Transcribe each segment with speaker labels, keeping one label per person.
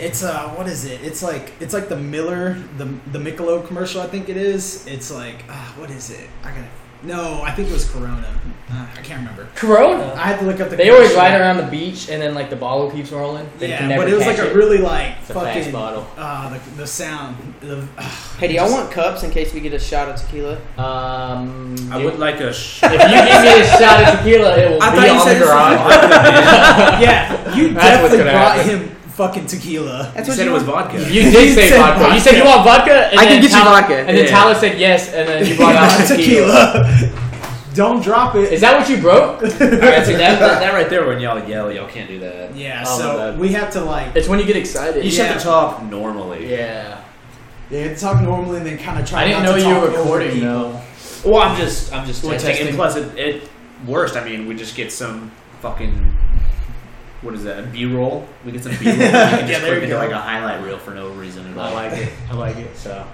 Speaker 1: It's uh, what is it? It's like it's like the Miller, the the Michelob commercial. I think it is. It's like uh, what is it? I gotta. No, I think it was Corona. Uh, I can't remember.
Speaker 2: Corona.
Speaker 1: I had to look up Uh, the.
Speaker 2: they always
Speaker 1: commercial.
Speaker 2: ride around the beach and then like the bottle keeps rolling. They
Speaker 1: Yeah,
Speaker 2: can never
Speaker 1: but it was
Speaker 2: catch
Speaker 1: like a really like
Speaker 2: It's a fast
Speaker 1: fucking
Speaker 2: bottle.
Speaker 1: Uh, the, the sound. The,
Speaker 3: Hey, do y'all want cups in case we get a shot of tequila?
Speaker 2: Um,
Speaker 4: I
Speaker 2: you-
Speaker 4: would like a. Sh-
Speaker 2: if you give me a shot of tequila, it will
Speaker 1: I thought
Speaker 2: be
Speaker 1: you
Speaker 2: on
Speaker 1: said
Speaker 2: the
Speaker 1: this was-
Speaker 2: garage.
Speaker 1: yeah, you
Speaker 2: That's what's
Speaker 1: definitely
Speaker 2: gonna
Speaker 1: brought
Speaker 2: happen.
Speaker 1: him fucking tequila.
Speaker 3: That's
Speaker 4: you
Speaker 3: what
Speaker 4: said
Speaker 3: you
Speaker 4: it was
Speaker 3: want?
Speaker 4: vodka.
Speaker 2: You did say
Speaker 1: said
Speaker 2: vodka. You said you want vodka. And
Speaker 3: I can
Speaker 2: then
Speaker 3: get you
Speaker 2: Tyler-
Speaker 3: vodka.
Speaker 2: And then
Speaker 4: Yeah.
Speaker 2: Tyler said yes, and then you brought out tequila.
Speaker 1: tequila. Don't drop it.
Speaker 2: Is that what you broke?
Speaker 4: Alright, so that, that, that right there, when y'all yell, y'all can't do that.
Speaker 1: yeah,
Speaker 2: Oh, my
Speaker 1: so
Speaker 2: bad.
Speaker 1: we have to like
Speaker 2: It's when you get excited.
Speaker 4: You
Speaker 1: Yeah.
Speaker 4: shut the top normally.
Speaker 2: yeah.
Speaker 1: they have to talk normally and then kind of try.
Speaker 2: I didn't
Speaker 1: not
Speaker 2: know
Speaker 1: to
Speaker 2: you
Speaker 1: talk
Speaker 2: were
Speaker 1: over
Speaker 2: recording
Speaker 1: people.
Speaker 2: though.
Speaker 4: Well, I'm just, I'm just
Speaker 2: We're
Speaker 4: testing.
Speaker 2: testing.
Speaker 4: And plus, it, it worst. I mean, we just get some fucking what is that? B roll. We get some B roll.
Speaker 1: Yeah, there
Speaker 4: just clip
Speaker 1: you
Speaker 4: into
Speaker 1: go.
Speaker 4: like a highlight reel for no reason at all.
Speaker 2: I like it. I like it.
Speaker 4: So,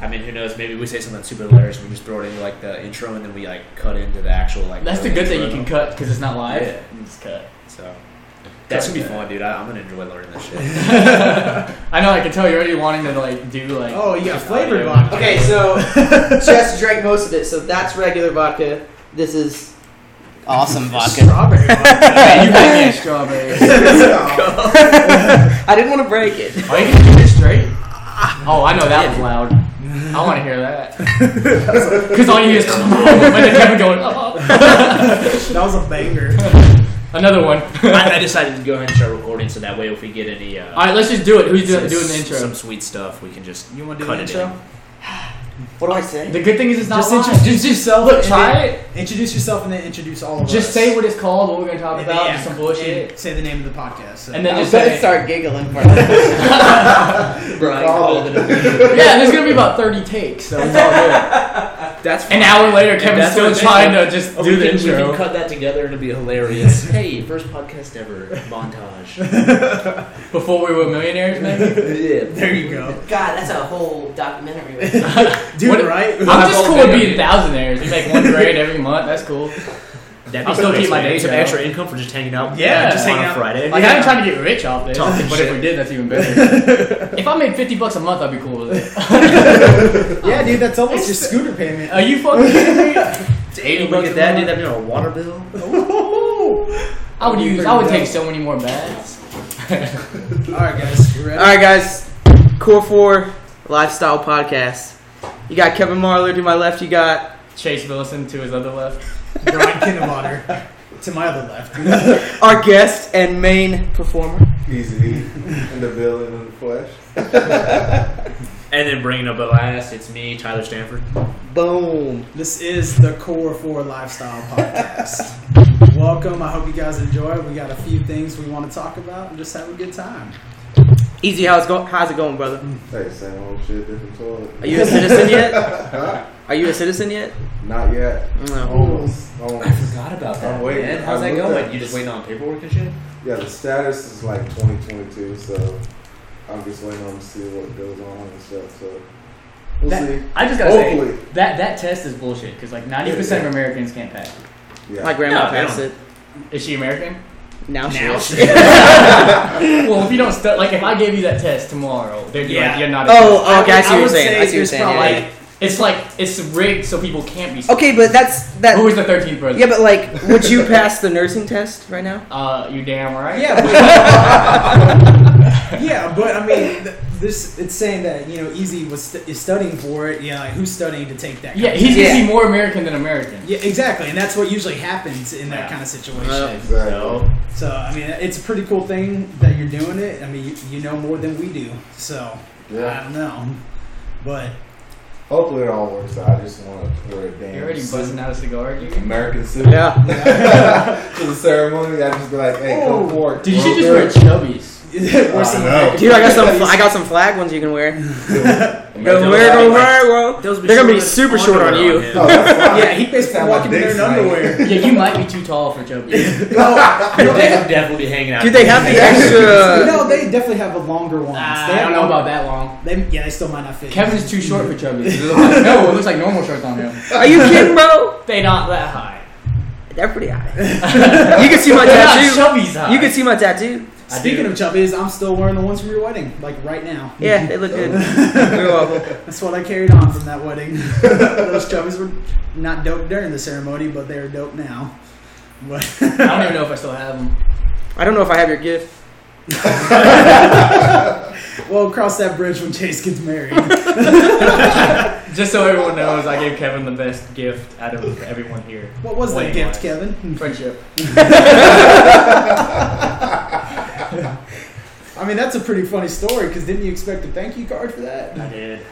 Speaker 4: I mean, who knows? Maybe we say something super hilarious. and We just throw it into like the intro, and then we like cut into the actual like.
Speaker 2: That's the
Speaker 4: real
Speaker 2: good thing you
Speaker 4: intro.
Speaker 2: can cut because it's not live.
Speaker 4: Yeah.
Speaker 2: You just cut.
Speaker 4: So that's gonna be
Speaker 2: Cut
Speaker 4: fun, dude. I, I'm gonna enjoy learning this shit.
Speaker 2: I know. I can tell you're already wanting to like do like.
Speaker 1: Oh, you got flavored
Speaker 2: audio.
Speaker 1: vodka.
Speaker 3: Okay, so Chess drank most of it, so that's regular vodka. This is awesome vodka.
Speaker 1: Strawberry vodka.
Speaker 2: Yeah, you might get strawberry.
Speaker 3: I didn't want to break it.
Speaker 2: Are you gonna do this straight? Oh, I know that was loud. I want to hear that. Because all you hear is but they kept going. "Oh."
Speaker 1: that was a banger.
Speaker 2: Another one.
Speaker 4: I, I decided to go ahead and start recording, so that way if we get any. Uh,
Speaker 2: All right, let's just do it. Who's doing,
Speaker 4: some-
Speaker 2: doing the intro?
Speaker 4: Some sweet stuff. We can just
Speaker 1: You want to do
Speaker 4: cut
Speaker 1: an
Speaker 4: it
Speaker 1: intro?
Speaker 4: in.
Speaker 3: What do I say?
Speaker 2: The good thing is it's not
Speaker 1: Just
Speaker 2: live.
Speaker 1: introduce
Speaker 2: just, just
Speaker 1: yourself
Speaker 2: Look,
Speaker 1: and
Speaker 2: try
Speaker 1: then-
Speaker 2: it.
Speaker 1: Introduce yourself and then introduce all of
Speaker 2: Just
Speaker 1: us.
Speaker 2: say what it's called, what we're gonna talk
Speaker 1: And then,
Speaker 2: about,
Speaker 1: yeah,
Speaker 2: just some bullshit,
Speaker 1: and say the name of the podcast. So.
Speaker 2: and then
Speaker 3: I'm
Speaker 2: just
Speaker 3: gonna
Speaker 2: say,
Speaker 3: start giggling for a minute.
Speaker 4: Brian
Speaker 3: Call
Speaker 4: called it.
Speaker 2: yeah. There's gonna be about 30 takes, so it's all good.
Speaker 4: That's
Speaker 2: An hour later,
Speaker 4: And
Speaker 2: Kevin's
Speaker 4: that's what
Speaker 2: still
Speaker 4: I'm saying,
Speaker 2: trying
Speaker 4: like,
Speaker 2: to just
Speaker 4: Oh,
Speaker 2: do
Speaker 4: we,
Speaker 2: the
Speaker 4: can, we can
Speaker 2: intro.
Speaker 4: cut that together and it'll be hilarious. hey, first podcast ever montage.
Speaker 2: Before we were millionaires, maybe.
Speaker 4: yeah.
Speaker 1: there you go,
Speaker 3: God, that's a whole documentary.
Speaker 1: dude.
Speaker 2: What-
Speaker 1: right?
Speaker 2: I'm just
Speaker 4: whole
Speaker 2: cool with
Speaker 4: video.
Speaker 2: being thousandaires. You make one grade every month. That's cool.
Speaker 4: That'd
Speaker 2: I'll still keep my day
Speaker 4: some
Speaker 2: job.
Speaker 4: extra income for just hanging out. uh,
Speaker 1: Yeah,
Speaker 2: just
Speaker 1: hanging
Speaker 4: on a
Speaker 1: out.
Speaker 4: Friday.
Speaker 2: Like I ain't trying to get rich off this,
Speaker 4: Talking
Speaker 2: but
Speaker 4: shit.
Speaker 2: if we did, that's even better. if I made 50 bucks a month, I'd be cool with it.
Speaker 1: yeah, dude. That's almost your scooter payment.
Speaker 2: Are you fucking kidding me?
Speaker 4: It's 80 bucks. That dude, that'd be a water bill.
Speaker 2: I would use. I would take so many more baths.
Speaker 1: all right, guys. You ready?
Speaker 3: All right, guys. Core Four Lifestyle Podcast. You got Kevin Marlar to my left. You got
Speaker 2: Chase Billison to his other left.
Speaker 1: Brian Kinnewater to my other left.
Speaker 3: our guest and main performer.
Speaker 5: Easily. and the villain in the flesh.
Speaker 4: And then bringing up the last, it's me, Tyler Stanford.
Speaker 3: Boom.
Speaker 1: This is the Core Four Lifestyle Podcast. Welcome. I hope you guys enjoy. We got a few things we want to talk about and just have a good time.
Speaker 3: Easy, how's go- how's it going, brother?
Speaker 5: Like same old shit, different toilet.
Speaker 3: Are you a citizen yet? Are you a citizen yet?
Speaker 5: Not yet.
Speaker 3: No.
Speaker 5: Almost. Almost.
Speaker 4: Forgot about
Speaker 5: I'm waiting.
Speaker 4: man. How's
Speaker 5: I
Speaker 4: that
Speaker 5: looked
Speaker 4: going?
Speaker 5: up.
Speaker 4: You just waiting on paperwork and shit?
Speaker 5: Yeah, the status is like 2022, so I'm just waiting on to see what goes on and stuff. So we'll
Speaker 2: That-
Speaker 5: see.
Speaker 2: I just gotta
Speaker 5: Hopefully.
Speaker 2: say that that test is bullshit because like 90 percent of Americans can't pass.
Speaker 5: Yeah.
Speaker 3: My grandma
Speaker 4: No, they
Speaker 3: passed
Speaker 4: don't.
Speaker 3: it.
Speaker 2: Is she American?
Speaker 3: Now she.
Speaker 1: Now
Speaker 3: is.
Speaker 2: Well, if you don't stu- like, if I gave you that test tomorrow, they'd be
Speaker 1: Yeah.
Speaker 2: like, "You're not." A
Speaker 3: Oh, oh, okay, I
Speaker 1: would-
Speaker 3: see what you're
Speaker 1: would
Speaker 3: saying.
Speaker 1: say
Speaker 3: I see what you're
Speaker 1: there's
Speaker 3: saying.
Speaker 1: probably-
Speaker 3: yeah, yeah.
Speaker 2: it's like it's rigged so people can't be.
Speaker 3: Okay, but that's that.
Speaker 2: Who was the 13th president?
Speaker 3: Yeah, but like, would you pass the nursing test right now?
Speaker 2: Uh, you damn right.
Speaker 1: Yeah, but, yeah, but I mean, th- this it's saying that you know Easy was st- is studying for it. Yeah, like who's studying to take that? kind
Speaker 2: Yeah,
Speaker 1: of-
Speaker 2: he's
Speaker 3: Yeah.
Speaker 2: gonna be more American than American.
Speaker 1: yeah, exactly, and that's what usually happens in that
Speaker 2: Yeah.
Speaker 1: kind of situation.
Speaker 4: Uh,
Speaker 5: Exactly.
Speaker 4: No.
Speaker 1: so I mean, it's a pretty cool thing that you're doing it. I mean, you, you know more than we do, so I
Speaker 5: Yeah.
Speaker 1: don't know, but
Speaker 5: Hopefully it all works out. I just want to wear a damn
Speaker 2: You're already
Speaker 5: suit.
Speaker 2: buzzing out a cigar. You can-
Speaker 5: American suit.
Speaker 3: Yeah.
Speaker 5: to the ceremony, I just be like, hey,
Speaker 1: Oh.
Speaker 5: come forward.
Speaker 2: Dude, you should just
Speaker 5: Well,
Speaker 2: wear chubbies.
Speaker 1: We're some-
Speaker 5: I
Speaker 3: Dude, I got some. I got some flag ones you can wear. Go wear, go wear, bro.
Speaker 4: Those would
Speaker 3: They're gonna be
Speaker 4: short
Speaker 3: super short on
Speaker 4: underwear
Speaker 3: you.
Speaker 4: him.
Speaker 5: Oh, that's fine.
Speaker 1: yeah, he basically
Speaker 5: Sound like
Speaker 1: walking in there in
Speaker 5: Dick's night.
Speaker 1: underwear.
Speaker 2: Yeah, you might be too tall for chubbies.
Speaker 4: they would definitely be hanging out.
Speaker 3: Do they have the extra?
Speaker 1: no, they definitely have a longer one.
Speaker 2: Ah, I don't know about that long.
Speaker 1: They, yeah, they still might not fit.
Speaker 2: Kevin's too short for chubbies. no, it looks like normal shorts on him.
Speaker 3: Are you kidding, bro?
Speaker 2: They not that high.
Speaker 3: They're pretty high. You can see my
Speaker 2: They're not
Speaker 3: tattoo.
Speaker 2: chubbies high.
Speaker 3: You can see my tattoo.
Speaker 4: I
Speaker 1: Speaking
Speaker 4: do.
Speaker 1: of chubbies, I'm still wearing the ones from your wedding, like right now.
Speaker 3: Yeah, they look good. You're welcome.
Speaker 1: That's what I carried on from that wedding. Those chubbies were not dope during the ceremony, but they are dope now. But
Speaker 2: I don't even know if I still have them.
Speaker 3: I don't know if I have your gift.
Speaker 1: we'll cross that bridge when Chase gets married.
Speaker 2: Just so everyone knows, I gave Kevin the best gift out of everyone here.
Speaker 1: What was that
Speaker 2: Wedding
Speaker 1: gift,
Speaker 2: wise.
Speaker 1: Kevin?
Speaker 2: Friendship.
Speaker 1: I mean, that's a pretty funny story because didn't you expect a thank you card for that?
Speaker 2: I did.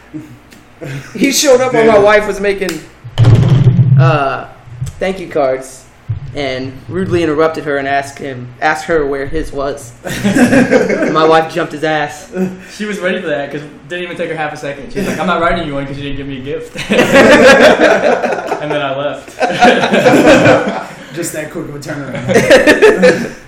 Speaker 3: He showed up when my wife was making uh, thank you cards and rudely interrupted her and asked him asked her where his was. And my wife jumped his ass.
Speaker 2: She was ready for that because didn't even take her half a second. She's like, "I'm not writing you one because you didn't give me a gift," and then I left.
Speaker 1: Just that quick of a turnaround.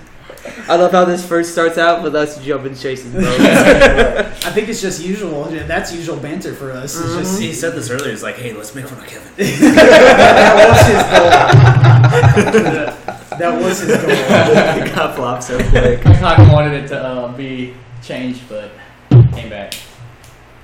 Speaker 3: I love how this first starts out with us jumping Chase's boat.
Speaker 1: I think it's just usual. That's usual banter for us. It's just
Speaker 4: He said this earlier. He's like, "Hey, let's make fun of Kevin."
Speaker 1: that was his goal. that was his goal.
Speaker 4: He got flopped so quick.
Speaker 2: I kind of wanted it to uh, be changed, but came back.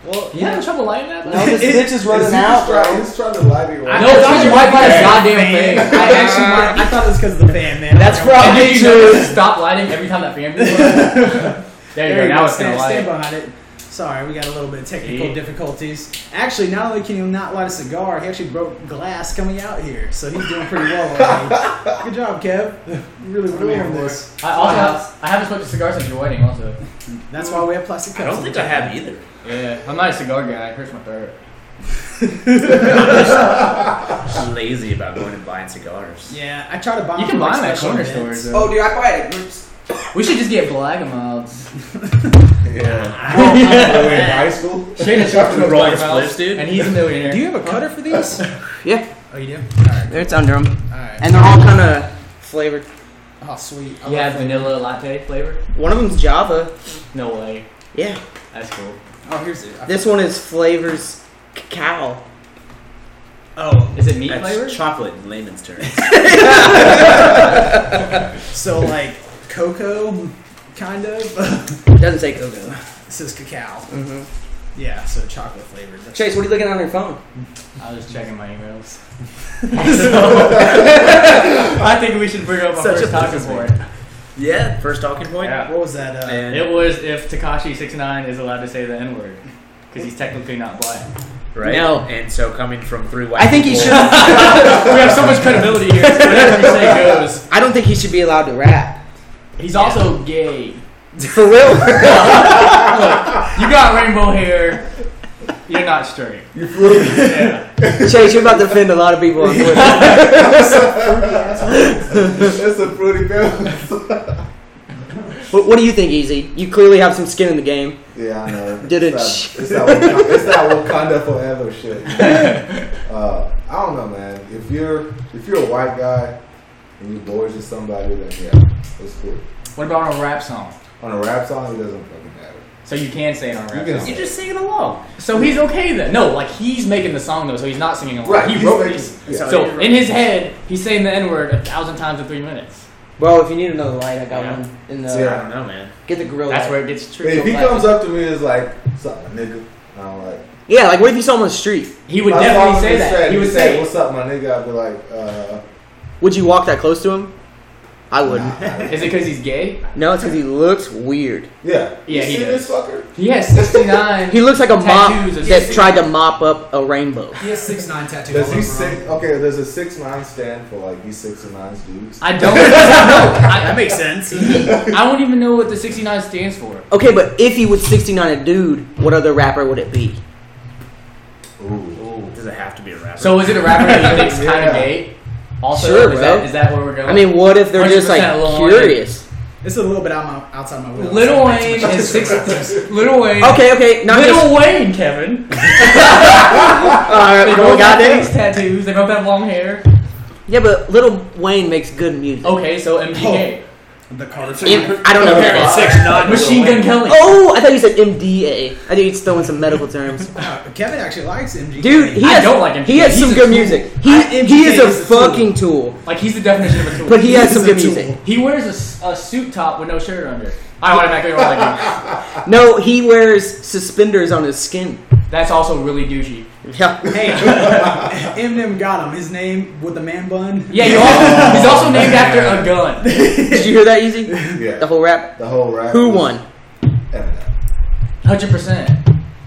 Speaker 1: Well,
Speaker 2: You having trouble lighting that?
Speaker 3: Now this
Speaker 1: It-
Speaker 3: bitch is running
Speaker 5: He's
Speaker 3: out,
Speaker 5: try-
Speaker 3: bro.
Speaker 5: he's trying to lie to you.
Speaker 2: I
Speaker 5: right
Speaker 2: know
Speaker 5: now.
Speaker 2: it's not your wife by this goddamn
Speaker 1: Fan.
Speaker 2: thing.
Speaker 1: I actually, might- I thought it was because of the fan, man.
Speaker 3: That's
Speaker 1: Okay.
Speaker 2: And
Speaker 3: probably
Speaker 2: did you notice
Speaker 3: true.
Speaker 2: it stopped lighting every time that fan blew up? There
Speaker 1: There
Speaker 2: you go.
Speaker 1: you
Speaker 2: Now
Speaker 1: go.
Speaker 2: it's gonna
Speaker 1: Stand, stand
Speaker 2: light.
Speaker 1: behind it. Sorry, we got a little bit of technical
Speaker 2: Yeah.
Speaker 1: difficulties. Actually, not only can he not light a cigar, he actually broke glass coming out here, so he's doing pretty well already. Good job, Kev. You really ruined this.
Speaker 2: I also have, I haven't smoked a cigar since your wedding. Also,
Speaker 1: That's why we have plastic
Speaker 4: I
Speaker 1: cups.
Speaker 4: don't think I have either.
Speaker 2: yeah, I'm not a cigar guy. It hurts my throat.
Speaker 4: I'm lazy about going and buying cigars.
Speaker 1: Yeah, I try to buy.
Speaker 2: You can
Speaker 1: from, like,
Speaker 2: buy them at
Speaker 1: special
Speaker 2: corner
Speaker 1: events.
Speaker 2: stores. Though.
Speaker 3: Oh, dude, I buy it at groups.
Speaker 2: We should just get Blagamouts.
Speaker 5: Yeah.
Speaker 2: Shane
Speaker 5: Are we in high school?
Speaker 2: and Chuck smoke
Speaker 4: Rolling
Speaker 2: Blagamouts,
Speaker 4: spliffs, dude?
Speaker 2: and he's a millionaire.
Speaker 1: Do you have a cutter for these?
Speaker 3: Yeah,
Speaker 1: oh, you do. All right,
Speaker 3: it's under them,
Speaker 1: all right.
Speaker 3: and they're all kind of flavored.
Speaker 1: Oh, sweet. I
Speaker 2: You
Speaker 1: love
Speaker 2: have vanilla latte flavor?
Speaker 3: One of them's Java.
Speaker 2: No way.
Speaker 3: Yeah,
Speaker 2: That's cool.
Speaker 1: Oh, here's it. I-
Speaker 3: this one is flavors cacao.
Speaker 4: Oh,
Speaker 2: Is it meat
Speaker 4: that's
Speaker 2: flavor?
Speaker 4: chocolate in layman's terms.
Speaker 1: So like cocoa, kind of.
Speaker 3: Doesn't say cocoa.
Speaker 1: this is cacao.
Speaker 3: hmm
Speaker 1: Yeah, so chocolate flavored. That's-
Speaker 3: Chase, what are you looking at on your phone?
Speaker 2: I was checking my emails. so, I think we should bring up our
Speaker 4: Such
Speaker 2: first
Speaker 4: a
Speaker 2: talking
Speaker 4: businessman.
Speaker 2: point.
Speaker 4: yeah, first talking point.
Speaker 2: Yeah.
Speaker 1: What was that? Uh,
Speaker 4: And
Speaker 2: It was if Takashi 69 is allowed to say the N word. Because he's technically not black.
Speaker 4: right.
Speaker 3: No.
Speaker 4: And so coming from three white.
Speaker 3: I think he
Speaker 4: people-
Speaker 3: should. I
Speaker 2: we have so much credibility here. so Whatever you say goes.
Speaker 3: don't think he should be allowed to rap.
Speaker 2: He's also gay.
Speaker 3: For real?
Speaker 2: You got rainbow hair. You're not straight.
Speaker 5: You flew.
Speaker 2: Yeah.
Speaker 3: Chase, you're about to offend a lot of people on Twitter.
Speaker 5: That's a fruity girl.
Speaker 3: what, what do you think, Easy? You clearly have some skin in the game.
Speaker 5: Yeah, I know.
Speaker 3: Did it
Speaker 5: It's
Speaker 3: sh-
Speaker 5: that, it's that, Wakanda, it's that Wakanda forever shit. Uh, I don't know, man. If you're if you're a white guy and you boys with somebody, then yeah, it's cool.
Speaker 2: What about on a rap song?
Speaker 5: On a rap song, it doesn't fucking matter.
Speaker 2: So you can say it on a rap
Speaker 5: You can
Speaker 2: song.
Speaker 5: say
Speaker 4: You're just singing along.
Speaker 2: So he's okay then. No, like he's making the song though, so he's not singing along.
Speaker 5: Right,
Speaker 2: He
Speaker 5: he's
Speaker 2: wrote
Speaker 5: making-
Speaker 2: these.
Speaker 5: yeah.
Speaker 2: So in his head, he's saying the N word a thousand times in three minutes.
Speaker 3: Bro, if you need another light, I got
Speaker 4: Yeah.
Speaker 3: one. In the
Speaker 4: I
Speaker 5: Yeah.
Speaker 4: don't know, man.
Speaker 3: get the gorilla.
Speaker 2: That's
Speaker 3: light.
Speaker 2: where it gets
Speaker 5: But if
Speaker 2: tricky.
Speaker 5: he comes up to me and is like, "What's up, my nigga?" and I'm like,
Speaker 3: Yeah, like what if you saw him on the street?
Speaker 2: He would
Speaker 5: if I saw
Speaker 2: definitely
Speaker 5: him
Speaker 2: say
Speaker 5: in the
Speaker 2: that.
Speaker 5: street
Speaker 2: He
Speaker 5: and
Speaker 2: would say,
Speaker 5: "What's up, my nigga?" I'd be like, uh,
Speaker 3: Would you walk that close to him? I wouldn't.
Speaker 5: nah.
Speaker 2: "Is it because he's gay?"
Speaker 3: No, it's because he looks weird.
Speaker 5: "Yeah,
Speaker 2: Yeah,
Speaker 5: you
Speaker 2: he
Speaker 5: see
Speaker 2: does.
Speaker 5: this fucker?
Speaker 2: He has 69.
Speaker 3: He looks like a mop
Speaker 2: Tattoos,
Speaker 3: that
Speaker 2: it's-
Speaker 3: tried to mop up a rainbow.
Speaker 1: He has six nine tattoo.
Speaker 5: Does
Speaker 1: all
Speaker 5: he
Speaker 1: over
Speaker 5: six?
Speaker 1: him.
Speaker 5: Okay, there's a six nine stand for like these six and nines dudes.
Speaker 2: I don't. I,
Speaker 1: That makes sense.
Speaker 2: I don't even know what the 69 stands for.
Speaker 3: Okay, but if he would 69 a dude, what other rapper would it be?
Speaker 5: Ooh,
Speaker 4: Does it have to be a rapper?
Speaker 2: So is it a rapper that you think's kind
Speaker 5: Yeah.
Speaker 2: of gay? Also,
Speaker 3: Sure,
Speaker 2: is,
Speaker 3: bro.
Speaker 2: that, is that where we're going?
Speaker 3: I mean, what if they're just
Speaker 2: 100% Lil
Speaker 3: like
Speaker 2: Wayne.
Speaker 3: curious?
Speaker 1: It's a little bit out my, outside my wheel.
Speaker 2: Little Wayne is six. Little Wayne.
Speaker 3: Okay, okay, not
Speaker 2: Little
Speaker 3: just.
Speaker 2: Wayne, Kevin.
Speaker 3: Alright,
Speaker 2: They
Speaker 3: well,
Speaker 2: both have
Speaker 3: goddamn.
Speaker 2: face tattoos. They both have long hair.
Speaker 3: Yeah, but Little Wayne makes good music.
Speaker 2: Okay, so MGK.
Speaker 1: The Carter.
Speaker 3: M- I don't
Speaker 4: Apparently
Speaker 3: know.
Speaker 4: six nine.
Speaker 2: Oh. Machine Gun Kelly.
Speaker 3: Oh, I thought you said MDA. I think he's throwing some medical terms.
Speaker 1: Wow, Kevin actually likes MG.
Speaker 3: Dude, he
Speaker 2: I
Speaker 3: has,
Speaker 2: don't like MGK.
Speaker 3: He has
Speaker 2: He's
Speaker 3: some
Speaker 2: a
Speaker 3: good
Speaker 2: tool.
Speaker 3: music. He,
Speaker 1: I-
Speaker 3: he
Speaker 1: MGK
Speaker 3: is a
Speaker 1: is a tool.
Speaker 3: fucking tool.
Speaker 2: Like he's the definition of a tool.
Speaker 3: But he has
Speaker 1: He's
Speaker 3: some
Speaker 1: a
Speaker 3: good
Speaker 1: tool.
Speaker 3: music.
Speaker 2: He wears a s- a, suit top with no shirt under. I automatically want to
Speaker 3: No, he wears suspenders on his skin.
Speaker 2: do. That's also really douchey.
Speaker 3: Yeah.
Speaker 1: Hey, Eminem got him. His name with the man bun.
Speaker 2: Yeah, you also, he's also named after a gun.
Speaker 3: Did you hear that, Easy?
Speaker 5: Yeah.
Speaker 3: The whole rap.
Speaker 5: The whole rap.
Speaker 3: Who
Speaker 5: was
Speaker 3: won?
Speaker 5: Eminem.
Speaker 2: Hundred percent.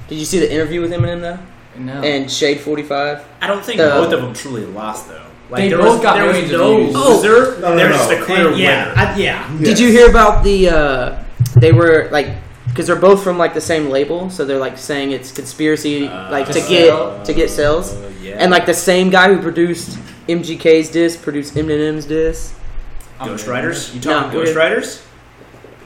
Speaker 3: Did you see the interview with Eminem though?
Speaker 2: No.
Speaker 3: And Shade Forty Five.
Speaker 4: I don't think
Speaker 3: The-
Speaker 4: both of them truly lost though. Like
Speaker 2: They
Speaker 4: there
Speaker 2: both
Speaker 4: was,
Speaker 2: got
Speaker 4: there was
Speaker 2: millions of
Speaker 4: no
Speaker 2: views.
Speaker 3: Oh.
Speaker 4: loser.
Speaker 5: No, no,
Speaker 4: There's
Speaker 5: no.
Speaker 4: just a clear
Speaker 1: And yeah,
Speaker 4: winner.
Speaker 1: I, yeah.
Speaker 5: Yes.
Speaker 3: Did you hear about the? uh They were like, because they're both from like the same label, so they're like saying it's conspiracy,
Speaker 4: Uh,
Speaker 3: like to
Speaker 2: to
Speaker 3: get
Speaker 2: sell.
Speaker 3: to get sales.
Speaker 4: Uh, yeah.
Speaker 3: And like the same guy who produced MGK's disc produced Eminem's disc.
Speaker 4: Ghost Riders. You
Speaker 3: No,
Speaker 4: talking Ghost
Speaker 3: we're-
Speaker 4: Riders?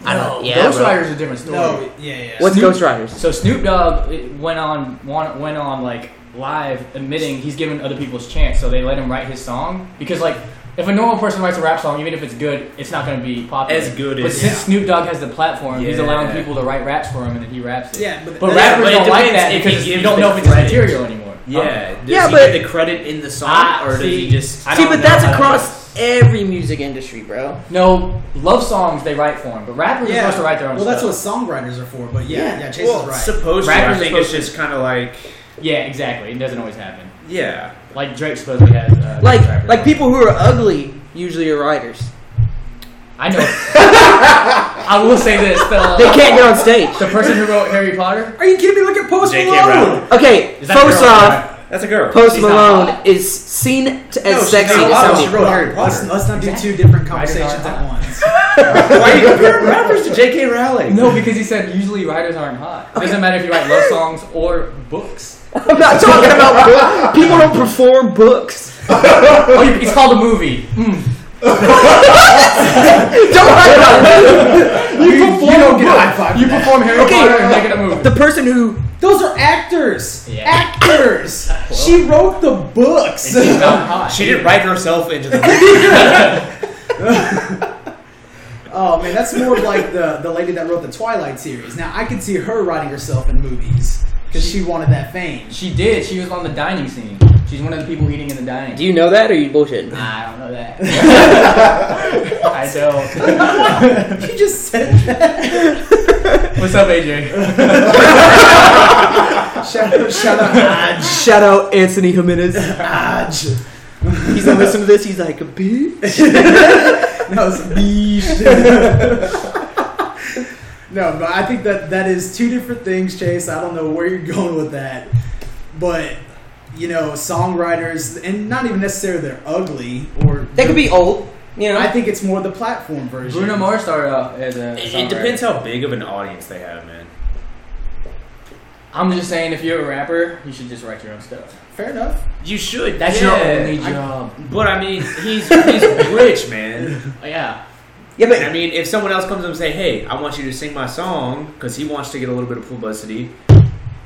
Speaker 2: I know.
Speaker 3: Yeah,
Speaker 2: Ghost
Speaker 3: bro.
Speaker 2: Rider's a different story.
Speaker 1: No, yeah, yeah.
Speaker 3: What's
Speaker 2: Snoop-
Speaker 3: Ghost Riders?
Speaker 2: So Snoop Dogg it went on wan- went on like live admitting he's giving other people's chance, so they let him write his song because like if a normal person writes a rap song, even if it's good, it's not going to be popular.
Speaker 4: As good
Speaker 2: but
Speaker 4: as-
Speaker 2: since
Speaker 4: yeah.
Speaker 2: Snoop Dogg has the platform, he's
Speaker 4: Yeah.
Speaker 2: allowing people to write raps for him, and then he raps it.
Speaker 1: Yeah, but,
Speaker 2: But
Speaker 1: that-
Speaker 2: rappers
Speaker 4: but it
Speaker 2: don't like
Speaker 4: depends
Speaker 2: that
Speaker 4: if he
Speaker 2: because you
Speaker 4: gives
Speaker 2: don't
Speaker 4: the
Speaker 2: know if it's his
Speaker 4: credit.
Speaker 2: material anymore.
Speaker 4: Yeah. Does
Speaker 3: Yeah,
Speaker 4: he
Speaker 3: but-
Speaker 4: get the credit in the song,
Speaker 2: Ah,
Speaker 4: or does
Speaker 2: see.
Speaker 4: he just? I
Speaker 3: See,
Speaker 4: don't
Speaker 3: but
Speaker 4: know
Speaker 3: that's
Speaker 4: how that
Speaker 3: across every music industry, bro.
Speaker 2: No love songs they write for him, but rappers are supposed to write their own
Speaker 1: Well, that's what
Speaker 2: stuff.
Speaker 1: songwriters are for. But yeah,
Speaker 3: Yeah.
Speaker 1: yeah, Chase
Speaker 4: goes. Well,
Speaker 1: is
Speaker 4: it's
Speaker 1: right.
Speaker 4: supposed to.
Speaker 2: Rappers
Speaker 4: I
Speaker 2: are
Speaker 4: think it's
Speaker 2: supposed
Speaker 4: just kind of like
Speaker 2: yeah, exactly. It doesn't always happen.
Speaker 4: yeah.
Speaker 2: Like Drake supposedly has uh,
Speaker 3: Like
Speaker 2: rappers
Speaker 3: like
Speaker 2: on.
Speaker 3: people who are ugly usually are writers.
Speaker 2: I know. I will say this: the,
Speaker 3: They can't get on stage.
Speaker 2: the person who wrote Harry Potter.
Speaker 1: Are you kidding me? Look at Post
Speaker 4: J.K.
Speaker 1: Malone.
Speaker 4: Rowling.
Speaker 3: Okay,
Speaker 2: Is that
Speaker 3: first
Speaker 2: girl?
Speaker 3: off,
Speaker 4: That's a girl.
Speaker 3: Post
Speaker 2: She's not
Speaker 3: Malone
Speaker 2: hot.
Speaker 3: is seen t- as
Speaker 1: No, she-
Speaker 3: sexy
Speaker 1: no,
Speaker 3: to
Speaker 1: wow,
Speaker 3: some
Speaker 1: she
Speaker 3: people.
Speaker 1: wrote Harry Potter. Let's, let's not do two different
Speaker 2: Writers
Speaker 1: conversations
Speaker 2: aren't
Speaker 1: at
Speaker 2: hot.
Speaker 1: once.
Speaker 4: Why are you comparing rappers to J.K. Rowling?
Speaker 2: No, because he said usually writers aren't hot. It doesn't matter if you write love songs or books.
Speaker 3: I'm not talking about book- people don't perform books.
Speaker 2: Oh, you- it's called a movie.
Speaker 3: Don't write about it.
Speaker 2: You, perform
Speaker 1: don't
Speaker 2: a
Speaker 1: get a
Speaker 2: book.
Speaker 1: high five for
Speaker 2: You
Speaker 1: that.
Speaker 2: perform Harry
Speaker 3: Okay.
Speaker 2: Potter and make it a movie.
Speaker 3: The person who
Speaker 1: Those are actors.
Speaker 2: Yeah.
Speaker 1: Actors. she wrote the books.
Speaker 2: She's not hot.
Speaker 4: She didn't write herself into the.
Speaker 1: Oh man, that's more of like the the lady that wrote the Twilight series. Now I can see her writing herself in movies because she wanted that fame.
Speaker 2: She did. She was on the dining scene. She's one of the people eating in the dining.
Speaker 3: Do you know that or are you bullshitting?
Speaker 2: Nah, I don't know that. I don't.
Speaker 1: She just said that.
Speaker 2: What's up, AJ?
Speaker 1: shout out, shout out,
Speaker 3: Shout out Anthony Jimenez.
Speaker 1: Aj.
Speaker 3: He's gonna listen to this. He's like, bitch.
Speaker 1: No, it's beesh. no, but I think that that is two different things, Chase. I don't know where you're going with that, but you know, songwriters, and not even necessarily they're ugly or
Speaker 3: They could be old. You know.
Speaker 1: I think it's more the platform version.
Speaker 2: Bruno Mars started off as a.
Speaker 4: It,
Speaker 2: songwriter.
Speaker 4: it depends how big of an audience they have, man.
Speaker 2: I'm just saying, if you're a rapper, you should just write your own stuff.
Speaker 1: Fair enough.
Speaker 4: You should.
Speaker 2: That's
Speaker 4: yeah.
Speaker 2: your only
Speaker 4: I-
Speaker 2: job.
Speaker 4: But I mean, he's he's rich, man.
Speaker 2: Oh, yeah.
Speaker 3: yeah,
Speaker 4: And I
Speaker 3: but
Speaker 4: mean, if someone else comes up and say, "Hey, I want you to sing my song," because he wants to get a little bit of publicity,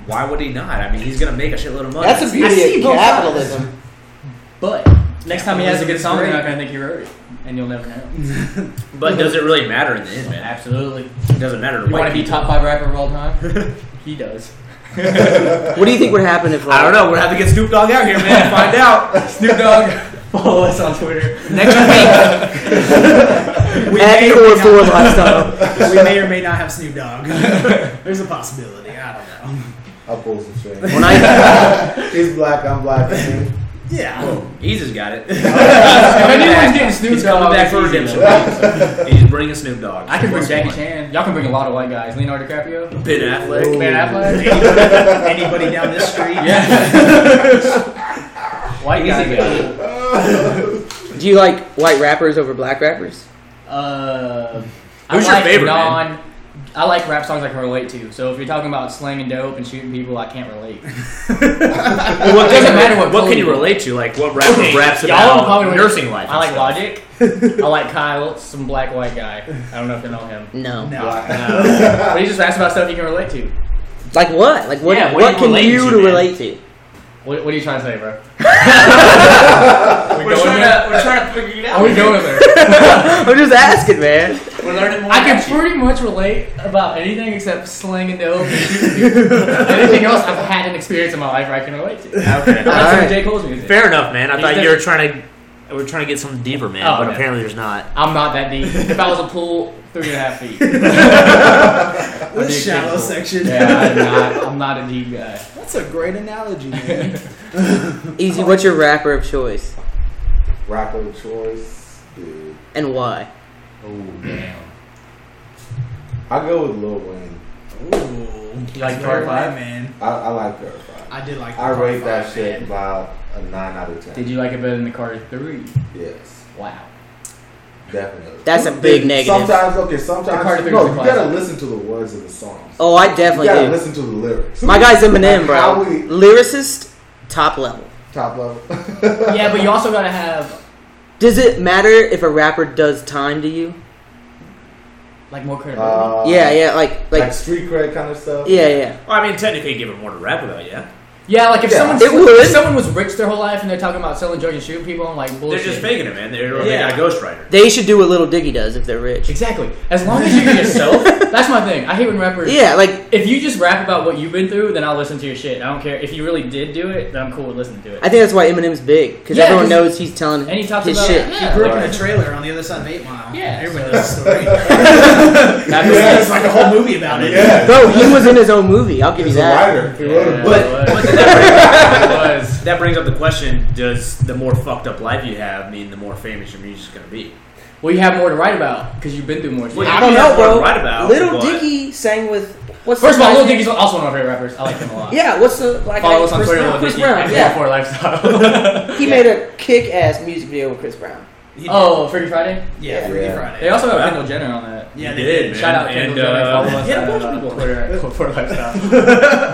Speaker 4: why would he not? I mean, he's gonna make a shitload of money.
Speaker 3: that's the
Speaker 2: I see
Speaker 3: beauty of
Speaker 2: both sides.
Speaker 3: capitalism.
Speaker 2: But next time he has a good song, you're not gonna think he wrote it, and you'll never know.
Speaker 4: but does it really matter in the end, man?
Speaker 2: Absolutely.
Speaker 4: It doesn't matter to
Speaker 2: You
Speaker 4: white
Speaker 2: want to be
Speaker 4: people.
Speaker 2: top five rapper of all time? he does.
Speaker 3: What do you think would happen if? Like,
Speaker 4: I don't know. We're gonna have to get Snoop Dogg out here, man. and Find out.
Speaker 2: Snoop Dogg, follow us on Twitter.
Speaker 4: Next week.
Speaker 1: We may
Speaker 3: At
Speaker 1: or
Speaker 3: or
Speaker 1: may
Speaker 3: for
Speaker 1: not-
Speaker 3: lifestyle.
Speaker 1: we may or may not have Snoop Dogg. There's a possibility. I don't know.
Speaker 5: I'll pull some strings.
Speaker 3: When I
Speaker 5: He's black, I'm black. man.
Speaker 1: Yeah.
Speaker 4: He's just got it.
Speaker 2: if anyone's getting Snoop
Speaker 4: He's coming
Speaker 2: Dogg,
Speaker 4: back for
Speaker 2: it's easy,
Speaker 4: redemption.
Speaker 2: though.
Speaker 4: He's bringing Snoop Dogg.
Speaker 2: I can bring Jackie Chan. Y'all can bring a lot of white guys. Leonardo DiCaprio,
Speaker 4: Ben Affleck.
Speaker 5: Ooh.
Speaker 2: Ben Affleck.
Speaker 1: Anybody down this street?
Speaker 2: Yeah. white
Speaker 4: Easy
Speaker 2: guy.
Speaker 3: do you like white rappers over black rappers?
Speaker 2: Uh, I
Speaker 4: Who's your
Speaker 2: like
Speaker 4: favorite, man?
Speaker 2: non. I like rap songs I can relate to. So if you're talking about slanging dope and shooting people, I can't relate.
Speaker 4: Well, what
Speaker 2: It doesn't matter what
Speaker 4: What
Speaker 2: color
Speaker 4: can you
Speaker 2: you are.
Speaker 4: relate to? Like what rap raps
Speaker 2: Y'all
Speaker 4: about
Speaker 2: probably wouldn't-
Speaker 4: nursing life?
Speaker 2: I
Speaker 4: and
Speaker 2: like
Speaker 4: stuff.
Speaker 2: Logic. I like Kyle, some black white guy. I don't know if you know him,
Speaker 3: No.
Speaker 1: No.
Speaker 2: but he just raps about stuff you can relate to.
Speaker 3: Like what? Like what?
Speaker 2: Yeah,
Speaker 3: what
Speaker 2: what do you
Speaker 3: can
Speaker 2: relate
Speaker 3: you
Speaker 2: to,
Speaker 3: to
Speaker 2: man?
Speaker 3: relate to?
Speaker 2: What, what are you trying to say, bro?
Speaker 4: We're trying, to, we're trying to figure it out.
Speaker 2: Are we going there?
Speaker 3: I'm just asking, man.
Speaker 4: We're learning more.
Speaker 2: I can
Speaker 4: about you.
Speaker 2: pretty much relate about anything except slanging dope. and shooting people. anything else, I've had an experience in my life where I can relate to.
Speaker 4: Okay.
Speaker 2: That's some
Speaker 3: right.
Speaker 2: J Cole's music.
Speaker 4: Fair enough, man. I
Speaker 2: He's
Speaker 4: thought you were trying to. We're trying to get something deeper, man.
Speaker 2: Oh,
Speaker 4: but
Speaker 2: okay.
Speaker 4: apparently there's not.
Speaker 2: I'm not that deep. If I was a pool three and a half feet. yeah,
Speaker 1: The
Speaker 2: dig
Speaker 1: shallow
Speaker 2: people.
Speaker 1: section.
Speaker 2: I'm not, I'm not a deep guy.
Speaker 1: That's a great analogy, man.
Speaker 3: Easy, what's your rapper of choice
Speaker 5: Rapper of choice, dude.
Speaker 3: and why?
Speaker 2: Oh damn!
Speaker 5: I go with Lil Wayne.
Speaker 1: Ooh.
Speaker 2: You like
Speaker 1: That's
Speaker 2: Park
Speaker 1: right,
Speaker 2: Five?
Speaker 1: man.
Speaker 5: I, I like Verified.
Speaker 1: I did like
Speaker 5: I
Speaker 1: Park
Speaker 5: rate that
Speaker 1: Five,
Speaker 5: shit
Speaker 1: man.
Speaker 5: about a nine out of ten.
Speaker 2: Did you like it better than the Carter Three?
Speaker 5: Yes,
Speaker 2: Wow.
Speaker 5: definitely.
Speaker 3: That's a big negative.
Speaker 5: Sometimes, okay,
Speaker 2: The Carter
Speaker 5: sometimes
Speaker 2: Three's
Speaker 5: no,
Speaker 2: a
Speaker 5: you
Speaker 2: classic.
Speaker 5: gotta listen to the words of the songs.
Speaker 3: Oh, I
Speaker 5: you
Speaker 3: definitely
Speaker 5: gotta
Speaker 3: do.
Speaker 5: listen to the lyrics.
Speaker 3: My guy's Eminem,
Speaker 5: How
Speaker 3: bro.
Speaker 5: we-
Speaker 3: Lyricist, top level.
Speaker 5: top level.
Speaker 2: Yeah, but you also gotta have
Speaker 3: Does it matter if a rapper does time to you?
Speaker 2: like more credibility.
Speaker 5: Uh,
Speaker 3: yeah, yeah, like,
Speaker 5: like,
Speaker 3: like,
Speaker 5: street cred kind of stuff.
Speaker 3: yeah, yeah.
Speaker 4: Well, I mean, technically, you give it more to rap about, yeah.
Speaker 2: yeah, like if
Speaker 5: yeah.
Speaker 2: someone
Speaker 3: It would.
Speaker 2: if someone was rich their whole life and they're talking about selling drugs and shooting people, I'm like
Speaker 4: They're
Speaker 2: bullshit.
Speaker 4: just faking it, man. They're, or
Speaker 2: Yeah.
Speaker 4: They got a ghostwriter.
Speaker 3: They should do what Little Diggy does if they're rich.
Speaker 2: Exactly. As long as you're yourself, that's my thing. I hate when rappers.
Speaker 3: Yeah, like,
Speaker 2: If you just rap about what you've been through, then I'll listen to your shit. I don't care if you really did do it. Then I'm cool with listening to it.
Speaker 3: I think that's why Eminem's big because
Speaker 2: Yeah,
Speaker 3: everyone
Speaker 2: 'cause-
Speaker 3: knows he's telling
Speaker 2: and he talks
Speaker 3: his
Speaker 2: about
Speaker 3: shit.
Speaker 2: yeah,
Speaker 1: Grew up in
Speaker 5: Right.
Speaker 1: a trailer on the other side of Eight Mile.
Speaker 2: Yeah,
Speaker 1: everyone
Speaker 2: so-
Speaker 1: knows the story.
Speaker 2: That's
Speaker 1: There's like a whole movie about it.
Speaker 5: yeah.
Speaker 3: Bro, he was in his own movie. I'll give
Speaker 5: He's
Speaker 3: you
Speaker 5: a
Speaker 3: that.
Speaker 5: writer. He wrote a
Speaker 2: Yeah,
Speaker 5: book.
Speaker 2: it was.
Speaker 4: But then that, brings,
Speaker 2: It was.
Speaker 4: that brings up the question: Does the more fucked up life you have mean the more famous your music's gonna be?
Speaker 2: Well, you have more to write about because you've been through more. shit.
Speaker 4: Well,
Speaker 3: I don't know, bro.
Speaker 4: Right about,
Speaker 3: Little
Speaker 4: but-
Speaker 3: Dicky sang with what's
Speaker 2: First of
Speaker 3: the
Speaker 2: all, Lil
Speaker 3: guy's
Speaker 2: Dicky's also one of my favorite rappers. I like him a
Speaker 3: name?
Speaker 2: lot.
Speaker 3: Yeah, what's the like?
Speaker 2: Follow us on
Speaker 3: Chris
Speaker 2: Twitter, Lil
Speaker 3: Brown, Chris
Speaker 2: Dicky.
Speaker 3: Brown.
Speaker 2: at
Speaker 3: Yeah,
Speaker 2: Four Lifestyle.
Speaker 3: he made a kick-ass music video with Chris Brown.
Speaker 1: He-
Speaker 2: oh, Freaky Friday.
Speaker 1: yeah, Freaky
Speaker 5: Yeah.
Speaker 1: Friday.
Speaker 2: They also have Kendall Jenner on that.
Speaker 1: yeah,
Speaker 4: You
Speaker 1: they did.
Speaker 4: man.
Speaker 2: Shout out Kendall
Speaker 4: And,
Speaker 2: Jenner.
Speaker 4: uh,
Speaker 2: Follow us
Speaker 4: hit a
Speaker 2: at,
Speaker 4: bunch of
Speaker 2: uh,
Speaker 4: people.
Speaker 2: Twitter at Code Four Lifestyle.